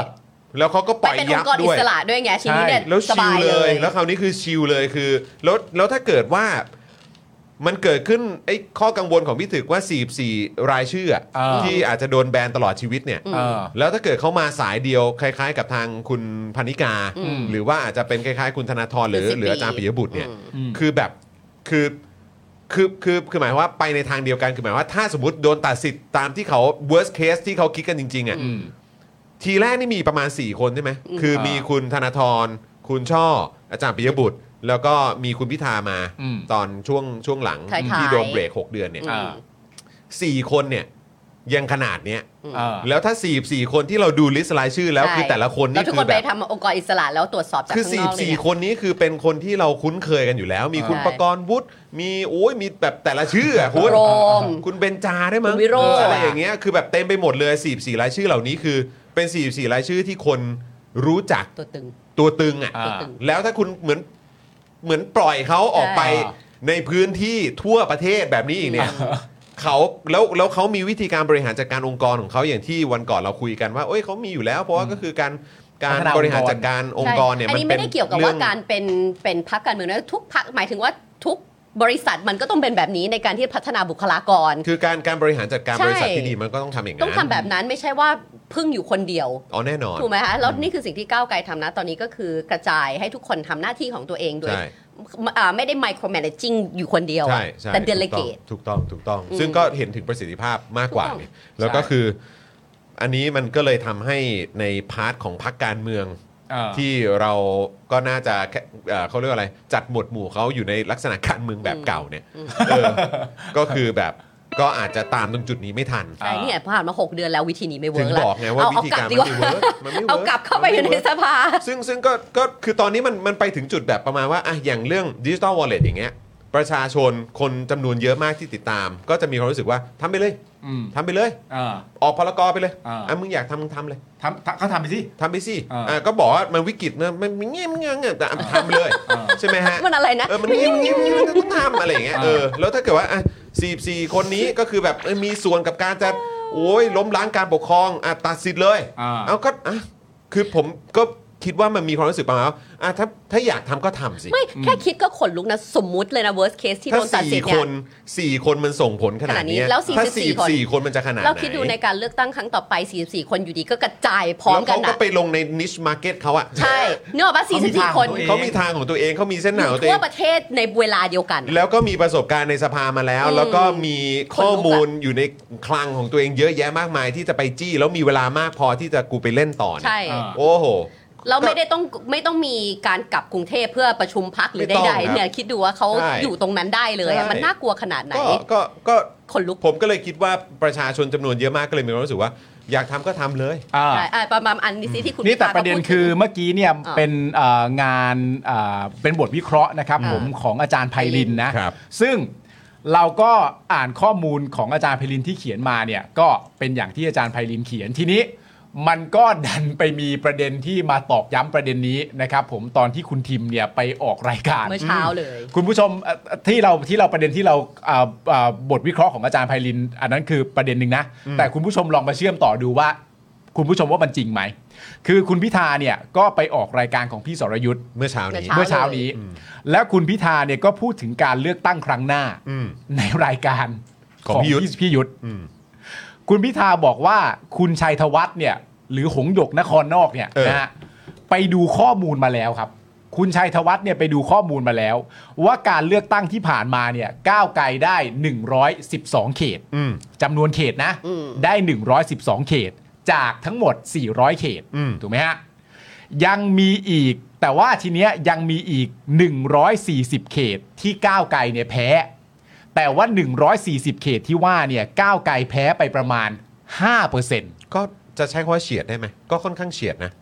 S1: แล้วเขาก็ป
S3: ไป
S1: ล่อย
S3: เป็นอ
S1: ยั
S3: ง
S1: บ
S3: ค์กรอิ
S1: ด้วย
S3: สระด้วยไงทีนี้เนี่ย
S1: แล้ว
S3: ส
S1: ชิล
S3: บาย
S1: เล
S3: เลย ย
S1: แล้วคราวนี้คือชิลเลยคือ แล้วแล้วถ้าเกิดว่า มันเกิดขึ้นไอ้ข้อกังวลของพี่ถึกว่า 44 รายชื่ออะ
S2: อ่า
S1: ที่อาจจะโดนแบนตลอดชีวิตเนี่ย
S3: อืม
S2: เออ
S1: แล้วถ้าเกิดเขามาสายเดียวคล้าย ๆ กับทางคุณพนิกา
S3: อืม
S1: หรือว่าอาจจะเป็นคล้ายๆ คุณธนาธรหรือ
S3: เป็นสิบ
S1: หรืออาจารย์
S3: ปี
S1: ปิยบุตรเนี่ย
S3: อืม
S1: คือแบบคือคือคือคือหมายความว่าไปในทางเดียวกันคือหมายความว่าถ้าสมมติโดนตัดสิทธิ์ตามที่เขา worst case ที่เขาคิดกันจริงๆอ่ะ
S2: อืม
S1: ทีแรกนี่มีประมาณ 4 คนใช่ไหมคือมีคุณธนาธรคุณช่อ อาจารย์ปิยบุตร แล้วก็มีคุณพิธามา
S2: อืม
S1: ตอนช่วงช่วงหลัง
S3: ท้ายๆ
S1: ที่โดนเบรกหกเดือนเนี่ย
S3: อืม
S1: สี่คนเนี่ยยังขนาดเนี้ย
S2: เออ
S1: แล้วถ้า 44 คนที่เราดูลิสต์รายชื่อแล้ว
S3: ใช่
S1: คือแต่ละคน
S3: แล้
S1: นี่
S3: วทุก
S1: คื
S3: ค
S1: อน แบ
S3: ไป
S1: บ
S3: ทำองค์กรอิสระแล้วตรวจสอบจาก
S1: คือ
S3: ข้างนอกเลย
S1: 44
S3: นะ
S1: คนนี้คือเป็นคนที่เราคุ้นเคยกันอยู่แล้ว มีคุณ
S3: ใช่
S1: ประกรณ์วุฒิมีโอ้ยมีแบบแต่ละชื่ออะคุณ
S3: โรม
S1: คุณเบนจาได้วยมั้ง
S3: คุณวิโรจน์
S1: อะไรอย่างเงี้ยคือแบบเต็มไปหมดเลย 44 รายชื่อเหล่านี้คือเป็น 44 รายชื่อที่คนรู้จัก
S3: ตัวตึง
S1: ตัวตึงอ่ะ
S2: อ่า
S1: แล้วถ้าคุณเหมือนเหมือนปล่อยเขาออกไป
S2: อ่า
S1: ในพื้นที่ทั่วประเทศแบบนี้อีกเนี่ย เขาแล้วแล้วเขามีวิธีการบริหารจัดการองค์กรของเขาอย่างที่วันก่อนเราคุยกันว่าเอ้ยเขามีอยู่แล้ว เพราะว่าก็คือการการ
S2: พัฒนาอง
S1: บ
S2: ค์กร
S1: ริหารจัดการองค์กรเนี่ยมัน
S3: ใช่อันี้
S1: เป็น
S3: ไม่ได้เกี่ยวกับ
S1: รื่
S3: ว่า
S1: อง
S3: การเป็นเป็นพักการเมืองนะทุกพักหมายถึงว่าทุกบริษัทมันก็ต้องเป็นแบบนี้ในการที่พัฒนาบุคลากร
S1: คือการการบริหารจัดการ
S3: ใช่
S1: บริษัทที่ดีมันก็ต้องทำอย่างนั้น
S3: ต้องทำแบบนั้นไม่ใช่ว่าพึ่งอยู่คนเดียว
S1: อ๋อแน่นอน
S3: ถูกไหมคะแล้วนี่คือสิ่งที่ก้าวไกลทำนะ ตอนนี้ก็คือกระจายให้ทุกคนทำหน้าที่ของตัวเองโดย
S1: ใช่
S3: อ่าไม่ได้ micromanaging อยู่คนเดียว
S1: ใช่
S3: อะ
S1: ใช่
S3: แต่
S1: ถูกอง
S3: delegate
S1: ถูกต้องถูกต้อง
S3: อืม
S1: ซึ่งก็เห็นถึงประสิทธิภาพมากกว่า
S3: ถูกต้อง
S1: เนี่ยแล้วก็คือ อันนี้มันก็เลยทำให้ในพาร์ทของพักการเมือง
S2: เออ
S1: ที่เราก็น่าจะแค่เอ่อเขาเรียกว่าอะไร จัดหมวดหมู่เขาอยู่ในลักษณะการเมืองแบบเก่าเนี่ยเออก็คือแบบก็อาจจะตามตรงจุดนี้ไม่ทัน
S3: ใช่เนี่ยผ่านมา 6 เดือนแล้ววิธีนี้ไม่เวิ
S1: ถึ
S3: ร์
S1: ง
S3: กแล้
S1: บ
S3: ว
S1: อกไงว่า
S3: เอา
S1: วิ
S3: เอา
S1: ธี
S3: กลับ
S1: การ
S3: ดี
S1: มั
S3: ก
S1: นไม่
S3: ว่า
S1: เวิร์กมันไม่เวิร์ก
S3: เอากลับเข้าไปอยู่ในสภา
S1: ซึ่งซึ่งก็ก็คือตอนนี้มันมันไปถึงจุดแบบประมาณว่าอ่ะอย่างเรื่องดิจิ t a ลวอลเล็ตอย่างเงี้ยประชาชนคนจำนวนเยอะมากที่ติดตาม ก็จะมีความรู้สึกว่าทำไปเลย
S2: อืม
S1: ทำไปเลย
S2: เออ
S1: ออกพลกรไปเลย
S2: อ่า
S1: อ่ะมึงอยากทำมึงทำเลย
S2: ทำทำเขาทำไปสิ
S1: ทำไปสิ
S2: อ่า
S1: อ่าก็บอกว่ามันวิกฤตนะมันเงี้ยบเงี้ยบเงี้ยบแต่ทำเลย
S2: อ่า
S1: ใช่ไหมฮะ
S3: มันอะไรนะ
S1: เออมันเงี้ยบเงี้ยบเงี้ยบมันต้องทำอะไรอย่างเงี้ย
S2: อ่า
S1: เออแล้วถ้าเกิดว่าสี่สี่คนนี้ก็คือแบบเออมีส่วนกับการจะโอ้ยล้มล้างการปกครองอ่ะตัดสิทธิ์เลย
S2: อ่า
S1: เอาก็อ่ะคือผมก็คิดว่ามันมีความรู้สึกประมาณว่าอ่ะถ้าถ้าอยากทำก็ทำสิ
S3: ไม่แค่คิดก็ขนลุกนะ สมมุติเลยนะ worst case ที่
S1: ถ้า
S3: โดนตัดสิ
S1: สี่
S3: ท
S1: ค
S3: ธิ์เนี่ย
S1: นสี่คนมันส่งผลขนาดเนี้ย
S3: ขนาดนี้แล้ว
S1: ถ้า
S3: 44
S1: สี่คนมันจะขนาดไหน
S3: เราคิดดูในการเลือกตั้งครั้งต่อไป 44 คนอยู่ดีก็กระจายพร้อม
S1: แล้ว
S3: กัน
S1: เขาก็
S3: อะ
S1: ไปลงในนิชมาร์เก็ตเขาอะ
S3: ใช่เนกอะปะ
S2: เขามีทาง
S3: 44 คน
S2: ของตัวเอง
S1: เขามีทางของตัวเองเขามีเส้นทางของตัวเอ
S3: ทั่ว
S1: ง
S3: ประเทศในเวลาเดียวกัน
S1: แล้วก็มีประสบการณ์ในสภามาแล้ว
S3: อืม
S1: แล้วก็มีข้อ
S3: คนลุกอะ
S1: มูลอยู่ในคลังของตัวเองเยอะแยะมากมายที่จะไปจี้ แล้วมีเวลามากพอที่จะกูไปเล่นต่อเนี่ย
S3: ใช่
S2: อ่า
S1: โอ้โห
S3: เราไม่ได้ต้องไม่ต้องมีการกลับกรุงเทพเพื่อประชุมพักหรือ
S1: ไม่ต้อง
S3: ใดๆเนี่ยคิดดูว่าเขา
S1: ใช่
S3: อยู่ตรงนั้นได้เลยอะ
S1: ใช่
S3: มันน่ากลัวขนาดไหน
S1: ก็ก็ก็
S3: ขนลุก
S1: ผมก็เลยคิดว่าประชาชนจำนวนเยอะมากก็เลยมีความรู้สึกว่า อยากทำก็ทำเลย
S2: อ่า
S3: ใช่อ่ะประมาณอันนี้สิที่คุณ
S2: นี่แต่
S3: พิธา
S2: ประเด็น
S3: ก็พูถึง
S2: คือเมื่อกี้เนี่ย
S3: อ่า
S2: เป็นเอ่องานเอ่อเป็นบทวิเคราะห์นะครับผมของอาจารย์ไพลินนะครับ ซึ่งเราก็อ่านข้อมูลของอาจารย์ไพลินที่เขียนมาเนี่ยก็เป็นอย่างที่อาจารย์ไพลินเขียนทีนี้ มันก็ดันไปมีประเด็นที่มาตอกย้ำประเด็นนี้นะครับผมตอนที่คุณทิมเนี่ยไปออกรายการ
S3: เมื่อเช้าเลย
S2: คุณผู้ชมเอ่อที่เราที่เราประเด็นที่เราอ่าอ่าบทวิเคราะห์ของอาจารย์ไพลิน อันนั้นคือประเด็นหนึ่งนะแต่คุณผู้ชมลองมาเชื่อมต่อดูว่า คุณผู้ชมว่ามันจริงไหม คือคุณพิธาเนี่ยก็ไปออกรายการของพี่สรยุทธ์
S1: เมื่อเช้านี้
S3: เช้า
S2: เมื่อเช้านี้ แล้วคุณพิธาเนี่ยก็พูดถึงการเลือกตั้งครั้งหน้า
S1: อืม
S2: ในรายการ
S1: ของพี่ยุทธ
S2: พี่ยุทธ
S1: อืม
S2: คุณพิธาบอกว่าคุณชัยธวัฒน์เนี่ย หรือหงหยกนครนอกเนี่ย
S1: เออ
S2: นะฮะไปดูข้อมูลมาแล้วครับ คุณชัยธวัฒน์เนี่ยไปดูข้อมูลมาแล้ว ว่าการเลือกตั้งที่ผ่านมาเนี่ยก้าวไกลได้ 112 เขต
S1: อืม
S2: จำนวนเขตนะ
S3: อืม
S2: ได้ 112 เขต จากทั้งหมด 400 เขต
S1: อืม
S2: ถูกไหมฮะ ยังมีอีก แต่ว่าทีเนี้ยยังมีอีก 140 เขตที่ก้าวไกลเนี่ยแพ้ แต่ว่า 140 เขตที่ว่าเนี่ยก้าวไกลแพ้ไปประมาณ 5%
S1: ก็จะใช้คำว่าเฉียดได้ไหมก็ค่อนข้างเฉียดนะ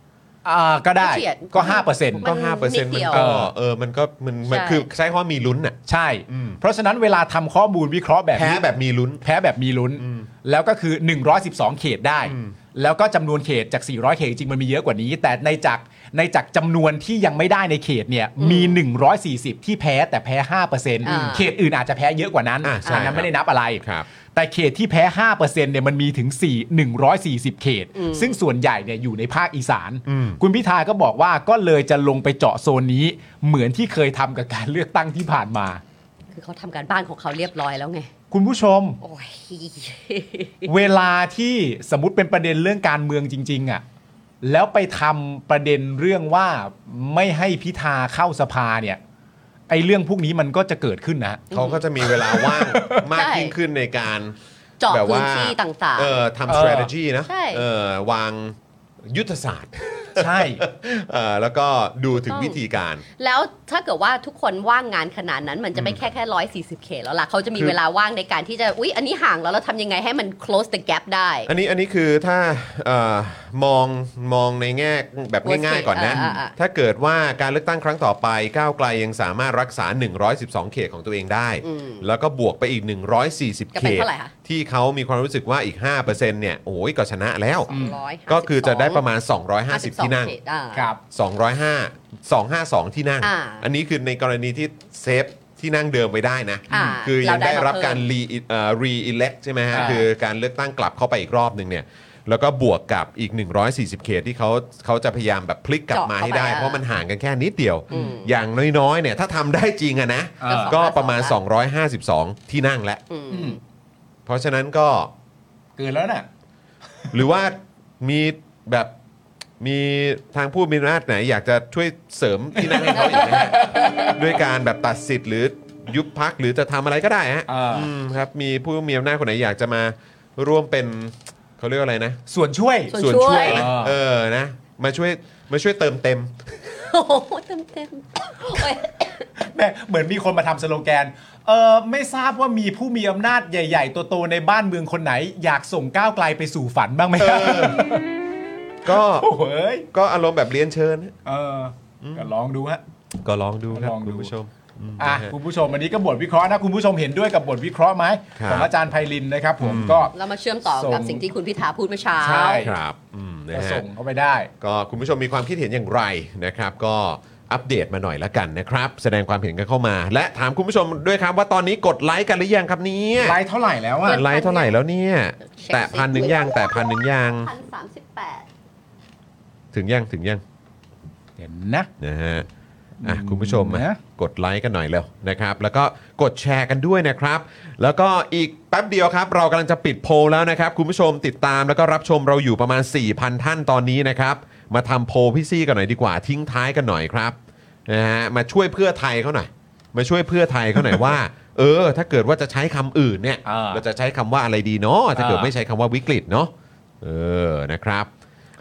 S2: อ่าก็ได้
S3: เฉียดมั
S2: ก็
S1: ก็
S3: น
S1: ห้าเปอร์เซ็นต์
S3: นิ
S1: มั
S3: ด
S1: น
S3: เดียว
S1: ก็เออมันก็มันมัน
S3: ใช่
S1: คือใช้คำว่ามีลุ้นอ่ะ
S2: 5%ใช่
S1: อืม
S2: เพราะฉะนั้นเวลาทำข้อมูลวิเคราะห์แบบ
S1: แพ้
S2: นี้
S1: แบบมีลุ้น
S2: แพ้แบบมีลุ้น
S1: อืม
S2: แล้วก็คือ 112 เขตได้
S1: อืม
S2: แล้วก็จำนวนเขตจาก 400 เขตจริงมันมีเยอะกว่านี้ แต่ในจากในจากจำนวนที่ยังไม่ได้ในเขตเนี่ยมี 140 ที่แพ้แต่แพ้ 5%เขตอื่นอาจจะแพ้เยอะกว่านั้น
S1: อ่ะใช่
S2: อันนั้นไม่ได้นับอะไร
S1: ครับ
S2: แต่เขตที่แพ้ 5%เนี่ยมันมีถึง 4 140 เขต ซึ่งส่วนใหญ่เนี่ยอยู่ในภาคอีสาน
S1: อืม
S2: คุณพิธาก็บอกว่าก็เลยจะลงไปเจาะโซนนี้ เหมือนที่เคยทำกับการเลือกตั้งที่ผ่านมา
S3: คือเขาทำการบ้านของเขาเรียบร้อยแล้วไง
S2: คุณผู้ชม
S3: โอ้ย
S2: <laughs> เวลาที่สมมติเป็นประเด็นเรื่องการเมืองจริง ๆอะ่ะแล้วไปทำประเด็นเรื่องว่าไม่ให้พิธาเข้าสภาเนี่ยไอ้เรื่องพวกนี้มันก็จะเกิดขึ้นนะ
S1: เขาก็จะมีเวลาว่าง มาก
S3: ใช่
S1: ยิ่งขึ้นในการ
S3: เจาะ
S1: แบบ
S3: พื้
S1: ว่าน
S3: ที่ต่าง
S1: เออ
S2: เอ
S1: ทำ
S2: อ
S1: strategy นะ
S3: ใช่
S1: เออวางยุทธศาสตร์ <laughs>
S2: ใช่
S1: เออแล้วก็ดูถึงวิธีการ
S3: ๆ แล้วถ้าเกิดว่าทุกคนว่างงานขนาดนั้น มันจะไม่แค่แค่ร้อยสี่สิบเขตแล้วล่ะเขาจะมี
S1: คือ
S3: เวลาว่างในการที่จะ อุ๊ย อันนี้ห่างแล้วเราทำยังไงให้มัน close the gap ได้
S1: อันนี้อันนี้คือถ้าเอ่อมองมองในแง่แบบ
S3: Worst
S1: ง่าย
S3: case
S1: ๆก่อนนะ
S3: อ่าอ่าอ่า
S1: ถ้าเกิดว่าการเลือกตั้งครั้งต่อไปก้าวไกลยังสามารถรักษา 112 เขตของตัวเองได้
S3: อืม
S1: แล้วก็บวกไปอีก 140
S3: ก็
S1: เข
S3: เป็น
S1: ต
S3: เท่าไหร่คะ
S1: ที่เขามีความรู้สึกว่าอีก 5%เนี่ยโอ้ยก็ชนะแล้ว
S3: สองร้อย
S1: ก็คือจะได้ประมาณ
S3: ห้าสิบ
S1: 250
S3: สอง
S1: ที่นั่ง
S3: เขตอ่า
S2: ครับ
S1: 205 252 ที่นั่ง
S3: อ่า
S1: อันนี้คือในกรณีที่เซฟที่นั่งเดิมไปได้นะ
S3: อ่า
S1: คือยังได้รับ
S3: เราได้มาเพิ่ม
S1: การรีเอ่อ re-elect ใช่ไหมฮะ
S2: อ่า
S1: คือการเลือกตั้งกลับเข้าไปอีกรอบหนึ่งเนี่ย แล้วก็บวกกับอีก 140 เขตที่เขาเขาจะพยายามแบบพลิกกลับมาให้ได้
S3: เจาะเข้าไป
S1: เพราะมันห่างกันแค่นิดเดียว
S3: อืม
S1: อย่างน้อยๆ เนี่ย ถ้าทำได้จริงอะนะ
S2: เออ
S1: ก็ประมาณ 252 ที่นั่งแล้ว
S3: อืม
S2: อืม
S1: เพราะฉะนั้นก็
S2: เกินแล้วน่ะ
S1: หรือว่ามีแบบมีทางผู้มีอำนาจไหน อยากจะช่วยเสริมที่นั่งให้เขาอีกไหม
S3: <laughs>
S1: ฮะ ด้วยการแบบตัดสิทธิ์หรือยุบพักหรือจะทำอะไรก็ได้ฮะ
S2: อ่า
S1: อืมครับ มีผู้มีอำนาจคนไหนอยากจะมาร่วมเป็นเขาเรียกว่าอะไรนะ
S2: ส่วนช่วย
S3: ส่วน ช่วย
S1: นะเออนะมาช่วยมาช่วยเติมเต็ม
S3: โอ้โหเต็มเต็มๆโอ้ย
S2: แม่เหมือนมีคนมาทำสโลแกน เออไม่ทราบว่ามีผู้มีอำนาจใหญ่ ๆ ตัวโตในบ้านเมืองคนไหน อยากส่งก้าวไกลไปสู่ฝันบ้างไหมครับ
S1: ก็
S2: โอ้โหเอ้ย
S1: ก็อารมณ์แบบเรียนเชิญนะ
S2: เออก็ลองดูฮะ
S1: ก็ลองดูครับ
S2: ลอง
S1: คุ
S2: ดู
S1: ณผู้ชมอืม
S2: อ่ะ
S1: นะฮะ
S2: คุณผู้ชมวันนี้ก็บทวิเคราะห์นะ คุณผู้ชมเห็นด้วยกับบทวิเคราะห์ไหม
S1: ครับ
S2: ของอาจารย์ไพลินนะครับผมก็
S3: เรามาเชื่อมต่อกับ
S2: ส่ง
S3: สิ่งที่คุณพิธาพูดเมื่อเช้า
S2: ใช่
S1: ครับอืมนะ
S2: ก็
S1: ฮะ
S2: ส่งเข้าไปได้
S1: ก็คุณผู้ชมมีความคิดเห็นอย่างไรนะครับ ก็อัปเดตมาหน่อยละกันนะครับ แสดงความเห็นกันเข้ามา และถามคุณผู้ชมด้วยครับว่าตอนนี้กดไลค์กันหรือยังครับเนี่ย
S2: ไลฟ์เท่าไหร่แล้วอ่ะ
S1: ไลค์เท่าไหร่แล้วเนี่ย
S3: เช็คสิ
S1: แต่พันหนึ่งยังแต่พันหนึ่งยัง
S3: พันสามสิบแปด
S1: ถึงยังถึงยัง
S2: เห็นนะ
S1: นะฮะอ่ะคุณผู้ชมมา
S2: นะ
S1: กดไลค์กันหน่อยเร็วนะครับ แล้วก็กดแชร์กันด้วยนะครับ แล้วก็อีกแป๊บเดียวครับ เรากำลังจะปิดโพลแล้วนะครับ คุณผู้ชมติดตามแล้วก็รับชมเราอยู่ประมาณ 4,000 ท่านตอนนี้นะครับ มาทำโพลพี่ซี่กันหน่อยดีกว่าทิ้งท้ายกันหน่อยครับ นะฮะมาช่วยเพื่อไทยเขาหน่อยมาช่วยเพื่อไทยเขา
S2: <laughs>
S1: หน่อยว่า เออ ถ้าเกิดว่าจะใช้คำอื่นเนี่ย
S2: อ่า
S1: เราจะใช้คำว่าอะไรดีเนาะถ้าเกิด
S2: อ่า
S1: ไม่ใช้คำว่าวิกฤตเนาะเออนะครับ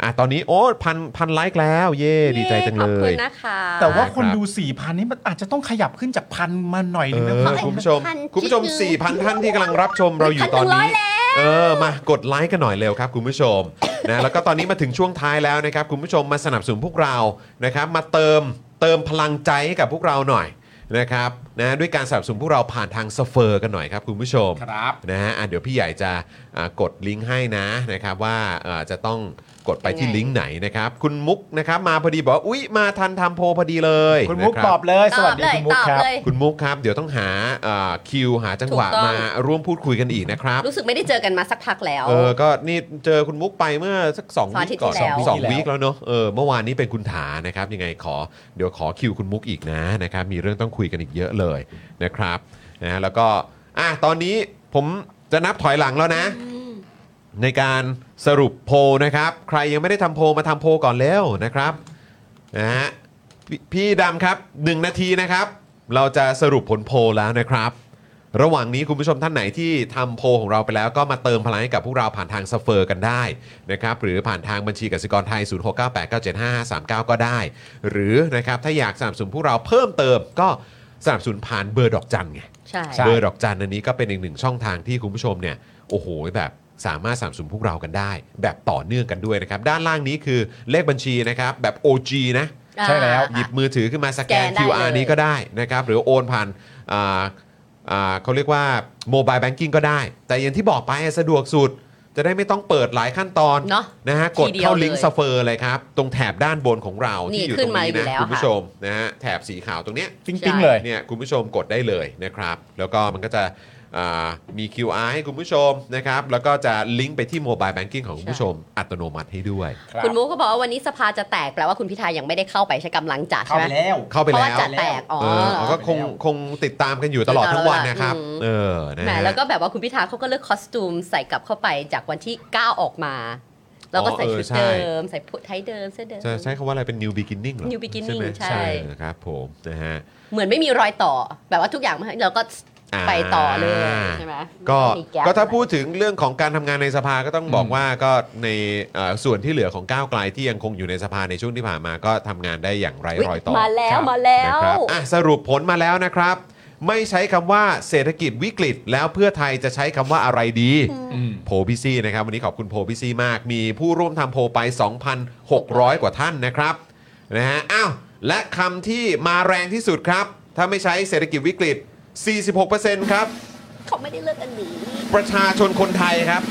S1: อ่ะตอนนี้โอ้พันพันไลค์แล้ว เย่ดีใจจัง
S3: ข
S1: เล
S3: อบคุ
S1: ย
S3: ณนะคะ
S2: แต่ว่าคน
S1: ครับ
S2: ดู4ี่พันนี่มันอาจจะต้องขยับขึ้นจากพันมาหน่อย
S1: เอ
S2: นึงนะ
S1: อ
S2: ครับ
S1: คุณผู้ชม คุณผู้ชม 4,000 ท่านที่กำลังรับชมเราอยู่ตอนนี้ เออมากดไลค์กันหน่อยเร็วครับคุณผู้ชม นะแล้วก็ตอนนี้มาถึงช่วงท้ายแล้วนะครับคุณผู้ชมมาสนับสนุนพวกเรานะครับมาเติมเติมพลังใจให้กับพวกเราหน่อยนะครับนะด้วยการสนับสนุนพวกเราผ่านทางสเฟอร์กันหน่อยครับคุณผู้ชม
S2: ครับ
S1: นะฮะอ่ะเดี๋ยวพี่ใหญ่จะอ่ากดลิงก์ให้นะนะครับว่าเอ่อจะต้องกดไปที่ลิงก์ไหนนะครับ คุณมุกนะครับมาพอดีบอกว่าอุ๊ยมาทันทำโพลพอดีเลย
S2: คุณมุก
S1: นะ
S2: ต
S1: รั
S2: อบเลย สวัสดี
S3: ตอบเลย
S2: คุณมุก
S3: ตอบ
S2: ครับ
S3: เลย
S1: คุณมุกครับ เดี๋ยวต้องหาเอ่อคิวหาจังหวะ
S3: ถูกต้อง
S1: มาร่วมพูดคุยกันอีกนะครับ
S3: รู้สึกไม่ได้เจอกันมาสักพักแล้ว
S1: เออ ก็นี่เจอคุณมุกไปเมื่อสักสอง
S3: สอง
S1: วี
S3: อา
S1: ค
S3: ทิตย์
S1: ก่อน
S3: ที่แล้ว
S1: สองวีคแล้วเนอะเออ เมื่อวานนี้เป็นคุณถานะครับ ยังไงขอ เดี๋ยวขอคิวคุณมุกอีกนะนะครับ มีเรื่องต้องคุยกันอีกเยอะเลยนะครับ นะ แล้วก็ อ่ะ ตอนนี้ผมจะนับถอยหลังแล้วนะ ในการสรุปโพลนะครับ ใครยังไม่ได้ทำโพลมาทำโพลก่อนแล้วนะครับ นะฮะพพี่ดำครับ 1 นาทีนะครับ เราจะสรุปผลโพลแล้วนะครับ ระหว่างนี้คุณผู้ชมท่านไหนที่ทำโพลของเราไปแล้วก็มาเติมพลังให้กับพวกเราผ่านทางสเฟอร์กันได้นะครับหรือผ่านทางบัญชีกสิกรไทย 0698975539 ก็ได้ หรือนะครับถ้าอยากสนับสนุนพวกเราเพิ่มเติมก็สนับสนุนผ่านเบอร์ดอกจันไง
S3: ใช่
S2: ใช่
S1: เบอร์ดอกจันอันนี้ก็เป็นอีกหนึ่งช่องทางที่คุณผู้ชมเนี่ยโอ้โหแบบสามารถสามสนุนพวกเรากันได้ แบบต่อเนื่องกันด้วยนะครับ ด้านล่างนี้คือเลขบัญชีนะครับ แบบ OG นะ
S2: ใช่แล้ว
S3: อ่า
S1: หยิบมือถือขึ้นมาสแกน
S3: สแกนได้
S1: QR
S3: เลย
S1: นี้ก็ได้นะครับ หรือโอนผ่านอ่าอ่าเขาเรียกว่าโมบายแบงกิ้งก็ได้ แต่อย่างที่บอกไปสะดวกสุด จะได้ไม่ต้องเปิดหลายขั้นตอน
S3: เนอะ
S1: นะฮะก
S3: ที
S1: ด
S3: เดียว
S1: เข้าลิงก์
S3: เลย
S1: สเฟอร์เลยครับ ตรงแถบด้านบนของเราน
S3: นี่
S1: ที่อยู่
S3: ขึ้
S1: ตร
S3: น
S1: ง
S3: มา
S1: นี้
S3: อยู่
S1: นะ
S3: แล้ว
S1: คุณผู้
S3: ค่ะ
S1: ชมนะฮะแถบสีขาวตรงเนี้ย
S2: ปิ๊ง
S3: ใช่
S2: ๆเลย
S1: เนี่ยคุณผู้ชมกดได้เลยนะครับ แล้วก็มันก็จะ อ่ามี QR ให้คุณผู้ชมนะครับ แล้วก็จะลิงก์ไปที่โมบายแบงกิ้งของคุณผู้ชม อัตโนมัติให้ด้วย
S2: ครับ
S3: คุณมูก็บอกว่าวันนี้สภาจะแตกแปลว่าคุณพิธายังไม่ได้เข้าไปใช้กำลังจัด
S2: เข้า
S3: ใช่ไห
S2: ไป
S3: ม
S2: แล้ว
S1: เข้าไป
S3: เพราะ
S1: แล้
S3: ว่าว จะแตกอ๋อ
S1: เออเขาก็คงคงติดตามกันอยู่ตลอดทั้งวันนะครับ
S3: อืม
S1: เออนะ
S3: แหม
S1: ฮะ
S3: แล้วก็แบบว่าคุณพิธาเขาก็เลือกคอสตูมใส่กลับเข้าไปจากวันที่ 9 ออกมา แล้วก็ใส่
S1: อ๋อเออ
S3: ชุด
S1: ใช่
S3: เดิม ใส่ผู้ไทยเดิมเสื้อเดิม
S1: จะใช้คำว่าอะไรเป็น new beginning เหรอ
S3: New beginning
S1: ไหม
S3: ใช่
S1: ครับผมนะฮะ
S3: เหมือนไม่มีรอยต่อ แบบว่าทุกอย่างมาให้เราก็ไปต่อเลยใช่ไหม
S1: ก็
S3: ไม่มีแป
S1: ก็ถ้า
S3: อะไร
S1: พูดถึงเรื่องของการทำงานในสภาก็ต้องบอก
S2: อืม
S1: ว่าก็ในเอ่อส่วนที่เหลือของก้าวไกลที่ยังคงอยู่ในสภาในช่วงที่ผ่านมาก็ทำงานได้อย่างไร้รอยต่อ
S3: มาแล้ว
S1: ครับ
S3: มาแล้ว
S1: นะครับอ่ะสรุปผลมาแล้วนะครับ ไม่ใช้คำว่าเศรษฐกิจวิกฤต แล้วเพื่อไทยจะใช้คำว่าอะไรดี
S2: อืม
S1: โพลพี่ซี่นะครับ วันนี้ขอบคุณโพลพี่ซี่มาก มีผู้ร่วมทำโพลไป 2,600 กว่าท่านนะครับนะฮะอ้าวและคำที่มาแรงที่สุดครับ ถ้าไม่ใช้เศรษฐกิจวิกฤต 46%ครับ
S3: เขาไม่ได้เลือกอันนี้
S1: ประชาชนคนไทยครับ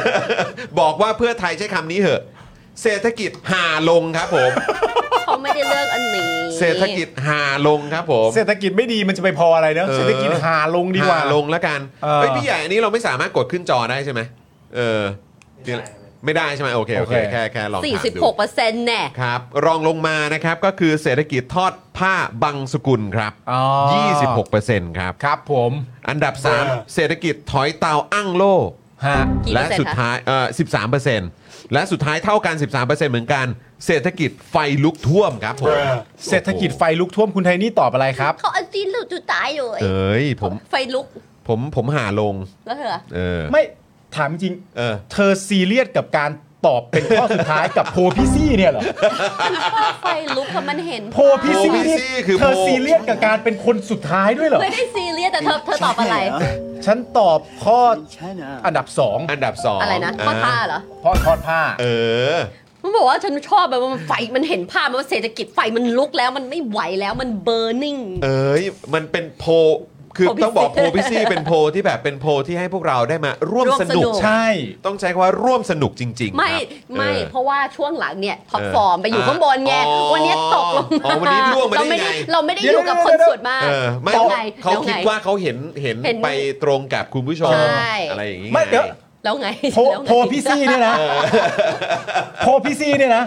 S1: <laughs> บอกว่าเพื่อไทยใช้คำนี้เหอะ เศรษฐกิจห่าลงครับผม
S3: เขาไม่ได้เลือกอันนี้
S1: เศรษฐกิจห่าลงครับผม
S2: เศรษฐกิจไม่ดีมันจะไปพออะไรเนอะ
S1: ออ
S2: เศรษฐกิจหาลงดีกว่า
S1: ห่ลงแล้วกัน
S2: เออ
S1: เฮ้ยพี่ใหญ่อันนี้เราไม่สามารถกดขึ้นจอได้ใช่ไหมเออไม่ได้ใช่ไหมโอเคโอเค
S2: โอเค
S1: แค่แค่ลองถามดู
S3: 46เปอร์เซ็นต์แน่
S1: ครับรองลงมานะครับก็คือเศรษฐกิจทอดผ้าบังสกุลครับ
S2: อ๋อ
S1: 26%ครับ
S2: ครับผม
S1: อันดับ 3 เศรษฐกิจถอยเตาอ้างโล่
S2: ฮะ
S3: กี่เปอ
S1: และ
S3: ร์เซ็นต์
S1: สุดท้ายเอ่อ13%และสุดท้ายเท่ากัน 13%เหมือนกัน เศรษฐกิจไฟลุกท่วมครับผม
S2: เศรษฐกิจไฟลุกท่วมคุณไทนี่ตอบอะไรครับ
S3: เขาเอาจีนหลุดจุดตายอยู่
S1: เอ้ยผม
S3: ไฟลุก
S1: ผมผมหาลง
S3: แล้วเธอ <laughs> อะ
S1: เออ
S2: ไม่ถามจริง
S1: เออ
S2: เธอซีเรียสกับการตอบเป็นข้อสุดท้ายกับโพลพี่ซี่เนี่ยเหรอ
S3: ไฟลุกเพราะมันเห็น
S2: โพลพี่ซี่
S1: โพลพี่ซี่คือโพล
S2: เธอซีเรียสกับการเป็นคนสุดท้ายด้วยเหรอ
S3: <laughs> ไม่ได้ซีเรียสแต่เธอเธอตอบอะไร
S2: ฉันตอบข้อ
S9: 괜찮아.
S2: อันดับสอง
S1: อันดับ 2
S3: อะไรนะข้อท่าเหรอ
S2: เพราะทอดผ้า
S1: เออ
S3: มันบอกว่าฉันชอบแบบว่ามันไฟมันเห็นภาพมันว่าเศรษฐกิจไฟมันลุกแล้วมันไม่ไหวแล้วมันเบอร์นิ่ง
S1: เอ้ยมันเป็นโพลคือ
S3: โพลพิ
S1: ต้องบอก
S3: ซี่
S1: โพลพิซี่เป็นโพลที่แบบเป็นโพลที่ให้พวกเราได้มาร่วมสนุก
S2: ใช่
S1: ต้องใช้คำว่าร่วมสนุกจริงๆ
S3: ไม่
S1: ครับ
S3: ไม่
S1: เออ
S3: เพราะว่าช่วงหลังเนี่ยท็อป
S1: เออ
S3: ฟอร์มไปอยู่ข้างบนไง
S1: อ๋อ
S3: วันนี้ตกลง
S1: อ๋อวันนี้ร่วงไปได้
S3: เราไม่ได้
S1: ไง
S3: เราไม่ได้
S2: เดี๋
S3: อ
S2: ยว
S3: ยู่กับคน
S2: เดี๋ยว
S3: ส่วนมาก
S1: เออไม่
S3: แล้ว
S1: เขา
S3: ไง
S1: เขา
S3: แล้วไง
S1: คิดว่าเขาเห็นเห็น
S3: เห็น
S1: ไปตรงกับคุณผู้ชม
S3: ใช่
S1: อะไรอย่างนี้
S2: ไม่เดี๋ยว
S3: แล้วไง
S2: โพล
S3: แล้วไง
S2: โพลพี่ซี่เนี่ยนะโพลพี่ซี่เนี่ยนะ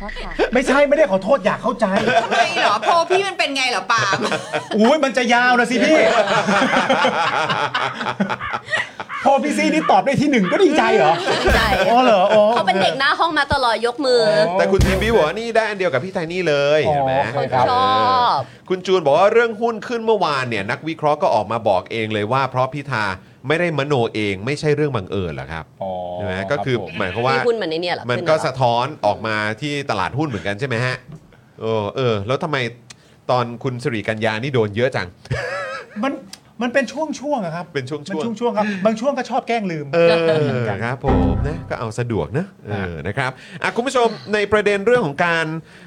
S3: ขอโทษค่ะ
S2: ไม่ใช่ไม่ได้ขอโทษอยากเข้าใจ
S4: ทำไมเหรอโพลพี่มันเป็นไงเหรอปาล์ม
S2: อุ้ยมันจะยาวนะสิพี่ โพลพี่ซี่นี่ตอบได้ที่หนึ่งก็ดีใจเหรอ
S3: ใช่
S2: อ๋อเหรออ๋อ
S3: เขาเป็นเด็กหน้าห้องมาตลอดยกมืออ
S1: แต่คุณทีมพี่บอกว่านี่ได้อันเดียวกับพี่ไทนี่เลย
S2: อ๋อ
S1: เห็นไหม
S2: โอเคครับ
S1: เ
S3: ชอบ
S1: คุณจูนบอกว่าเรื่องหุ้นขึ้นเมื่อวานเนี่ยนักวิเคราะห์ก็ออกมาบอกเองเลยว่า เพราะพิธาไม่ได้มโนเองไม่ใช่เรื่องบังเอิญเหรอครับ
S2: อ๋อ
S1: ใช่ไหมก็คือหมายความว่า
S3: มีหุ้นมันในเนี่ยเหรอ
S1: มัน
S3: ขึ้
S1: ก็
S3: เหรอ
S1: สะท้อนออกมาที่ตลาดหุ้นเหมือนกันใช่ไหมฮะโอ้เออ แล้วทำไมตอนคุณสิริกัญญานี่โดนเยอะจัง
S2: มันมันเป็นช่วงช่วงๆอะครับ
S1: เป็นช่วงๆ
S2: มันช่วงช่วงๆครับ บางช่วงก็ชอบแกล้งลืม
S1: เออครับผมนะก็เอาสะดวกนะเออนะครับอ่ะคุณผู้ชมในประเด็นเรื่องของการ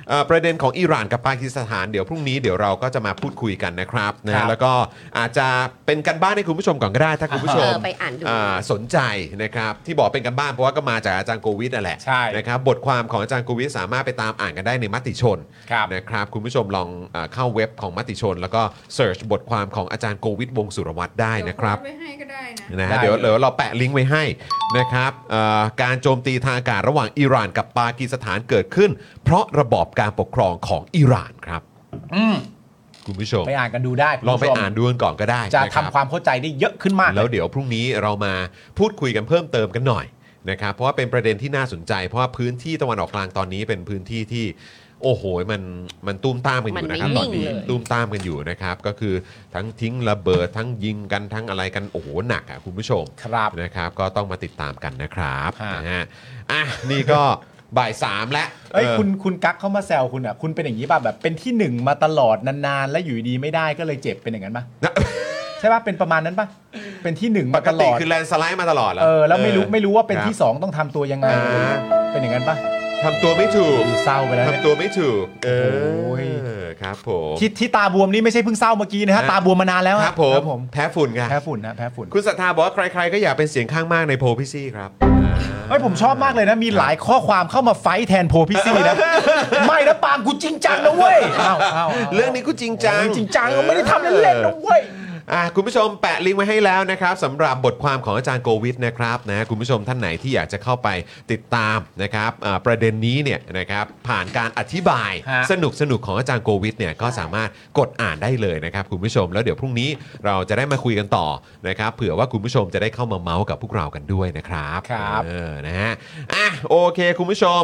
S1: เอ่อประเด็นของอิหร่านกับปากีสถานเดี๋ยวพรุ่งนี้เดี๋ยวเราก็จะมาพูดคุยกันนะครับนะ
S2: ครั
S1: ฮะ
S2: บ
S1: แล้วก็อาจจะเป็นกันบ้านให้คุณผู้ชมก่อนก็ได้ถ้าคุณผู้ชม
S3: เออไปอ่านดู
S1: อ่าสนใจนะครับที่บอกเป็นกันบ้านเพราะว่าก็มาจากอาจารย์โกวิทนั่นแหละ
S2: ใช่
S1: นะครับบทความของอาจารย์โกวิทสามารถไปตามอ่านกันได้ในมติชน
S2: ครับ
S1: นะครับคุณผู้ชมลองเอ่อเข้าเว็บของมติชน แล้วก็เสิร์ชบทความของอาจารย์โกวิทวงศ์สุรวัตรได้นะครับ
S4: เดี๋ยวโพสต์ไว้ให้ก็ได้นะ
S1: นะฮะ
S2: ได้
S1: เดี๋ยว
S2: เลย
S1: เดี๋ยวเราแปะลิงก์ไว้ให้นะครับเอ่อการโจมตีทางอากาศระหว่างอิหร่านกับปากีสถานเกิดขึ้น เพราะระบอบการปกครองของอิหร่านครับคุณผู้ชม
S2: ไปอ่านกันดูได้คุณ
S1: ลองไป
S2: ผู้ชม
S1: อ่านดูกันก่อนก็ได้
S2: จะ
S1: น
S2: ทำ
S1: รับ
S2: ความเข้าใจได้เยอะขึ้นมาก
S1: แล้วเดี๋ยวพรุ่งนี้เรามาพูดคุยกันเพิ่มเติมกันหน่อยนะครับ เพราะว่าเป็นประเด็นที่น่าสนใจ เพราะว่าพื้นที่ตะวันออกกลางตอนนี้เป็นพื้นที่ที่ โอ้โหมันมันตุ้มตามกันอยู่นะครับ
S3: มันไม่
S1: ตอนนี้
S3: นิ่งเลย
S1: ตุ้มตามกันอยู่นะครับ ก็คือทั้งทิ้งระเบิดทั้งยิงกันทั้งอะไรกันโอ้โหหนักอ่ะคุณผู้ชม
S2: ครับ
S1: นะครับก็ต้องมาติดตามกันนะครับ
S2: ฮะ
S1: นะฮะอ่ะนี่ก็ บ่ายสามแล้ว
S2: เอ้ย
S1: เออ
S2: คุณคุณกั๊กเข้ามาแซวคุณอ่ะ คุณเป็นอย่างนี้ป่ะแบบเป็นที่หนึ่งมาตลอดนานๆ แล้วอยู่ดีไม่ได้ก็เลยเจ็บเป็นอย่างนั้นป่ะ
S1: นะ
S2: ใช่ป่ะเป็นประมาณนั้นป่ะเป็นที่หนึ่ง
S1: ป
S2: มาต
S1: ก
S2: ล
S1: ติ
S2: อด
S1: คือแลนด์สไลด์มาตลอดเหรอ
S2: เออแล้วไม่รู้ไม่รู้ว่าเป็น
S1: คบ
S2: ที่สองต้องทำตัวยังไง
S1: อ่า
S2: เป็นอย่างนั้นป่ะ
S1: ทำตัวไม่ถูก
S2: ดูเศร้าไปแล้วเนี่ย
S1: ทำตัวไม่ถูกเอ
S2: โอ้ย
S1: อครับผม
S2: ที่ที่ตาบวมนี่ไม่ใช่เพิ่งเศร้าเมื่อกี้นะฮะ
S1: ฮะ
S2: ตาบวมมานานแล้วฮะ
S1: ครับผมแพ้ฝุ่นไง
S2: แพ้ฝุ่นนะแพ้ฝุ่น
S1: คุณศรัทธาบอกว่าใครๆก็อยากเป็นเสียงข้างมากในโพลพี่ซี่ครับ
S2: เอ้ยผมชอบมากเลยนะ มีหลายข้อความเข้ามาไฟท์แทนโพลพี่ซี <laughs> นะ ไม่นะปาล์มกูจริงจังนะเว้ยอ้าวอ้าวอ้าว
S1: เรื่องนี้กูจริงจัง
S2: จริงจังไม่ได้ทำเล่นๆนะเว้ย
S1: อ่ะคุณผู้ชมแปะลิงก์ไว้ให้แล้วนะครับสำหรับบทความของอาจารย์โกวิทนะครับนะคุณผู้ชมท่านไหนที่อยากจะเข้าไปติดตามนะครับอ่าประเด็นนี้เนี่ยนะครับผ่านการอธิบาย
S2: ฮะ
S1: สนุกสนุกๆของอาจารย์โกวิทเนี่ยก็สามารถกดอ่านได้เลยนะครับคุณผู้ชมแล้วเดี๋ยวพรุ่งนี้เราจะได้มาคุยกันต่อนะครับเผื่อว่าคุณผู้ชมจะได้เข้ามาเมาส์กับพวกเรากันด้วยนะครับ
S2: ครับ
S1: เออ นะฮะ อ่ะ โอเคคุณผู้ชม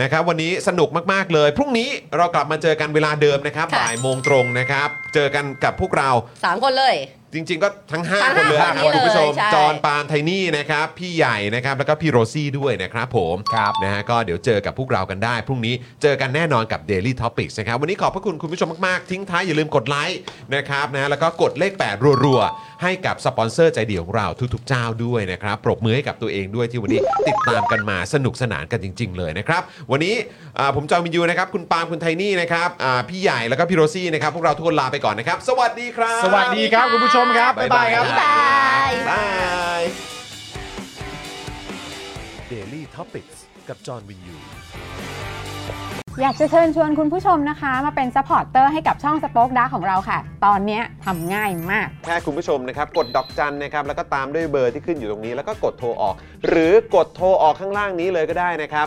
S1: นะครับ วันนี้สนุกมาก ๆ เลย พรุ่งนี้เรากลับมาเจอกันเวลาเดิมนะครับ
S3: ค่ะ
S1: บ่ายโมงตรงนะครับ เจอกันกับพวกเรา
S3: สามคนเลย
S1: จริง ๆ ก็ทั้ง
S3: ทั้
S1: 5
S3: ง
S1: คนเลย
S3: ห้า
S1: นะครับ
S3: คน
S1: คุณผู้ชม
S3: เลยใช่
S1: จอห์นปาล์มไทนี่นะครับ พี่ใหญ่นะครับ แล้วก็พี่โรซี่ด้วยนะครับผม
S2: ครับ
S1: นะฮะ ก็เดี๋ยวเจอกับพวกเรากันได้ พรุ่งนี้เจอกันแน่นอนกับ Daily Topics นะครับ วันนี้ขอบพระคุณคุณผู้ชมมาก ๆ ทิ้งท้ายอย่าลืมกดไลค์นะครับนะ แล้วก็กดเลข 8 รัว ๆ ให้กับสปอนเซอร์ใจเดียวของเราทุก ๆ เจ้าด้วยนะครับ ปรบมือให้กับตัวเองด้วยที่วันนี้ติดตามกันมาสนุกสนานกันจริง ๆ เลยนะครับ วันนี้อ่าผมจอห์นวินยูนะครับ คุณปาล์มคุณไทนี่นะครับอ่าพี่ใหญ่ แล้วก็พี่โรซี่นะครับ พวกเราทุกคนลาไปก่อนนะครับ สวัสดีครับ
S2: สวัสดีครับคุณผู้ชมครับ บ๊ายบายครับ
S3: บ๊ายบาย
S1: บาย
S6: Daily Topics กับจอห์นวินยู
S5: อยากจะเชิญชวนคุณผู้ชมนะคะ มาเป็นซัพพอร์ตเตอร์ให้กับช่องสป็อคดาของเราค่ะ ตอนเนี้ยทำง่ายมาก
S1: แค่คุณผู้ชมนะครับ กดดอกจันนะครับ แล้วก็ตามด้วยเบอร์ที่ขึ้นอยู่ตรงนี้ แล้วก็กดโทรออก หรือกดโทรออกข้างล่างนี้เลยก็ได้นะครับ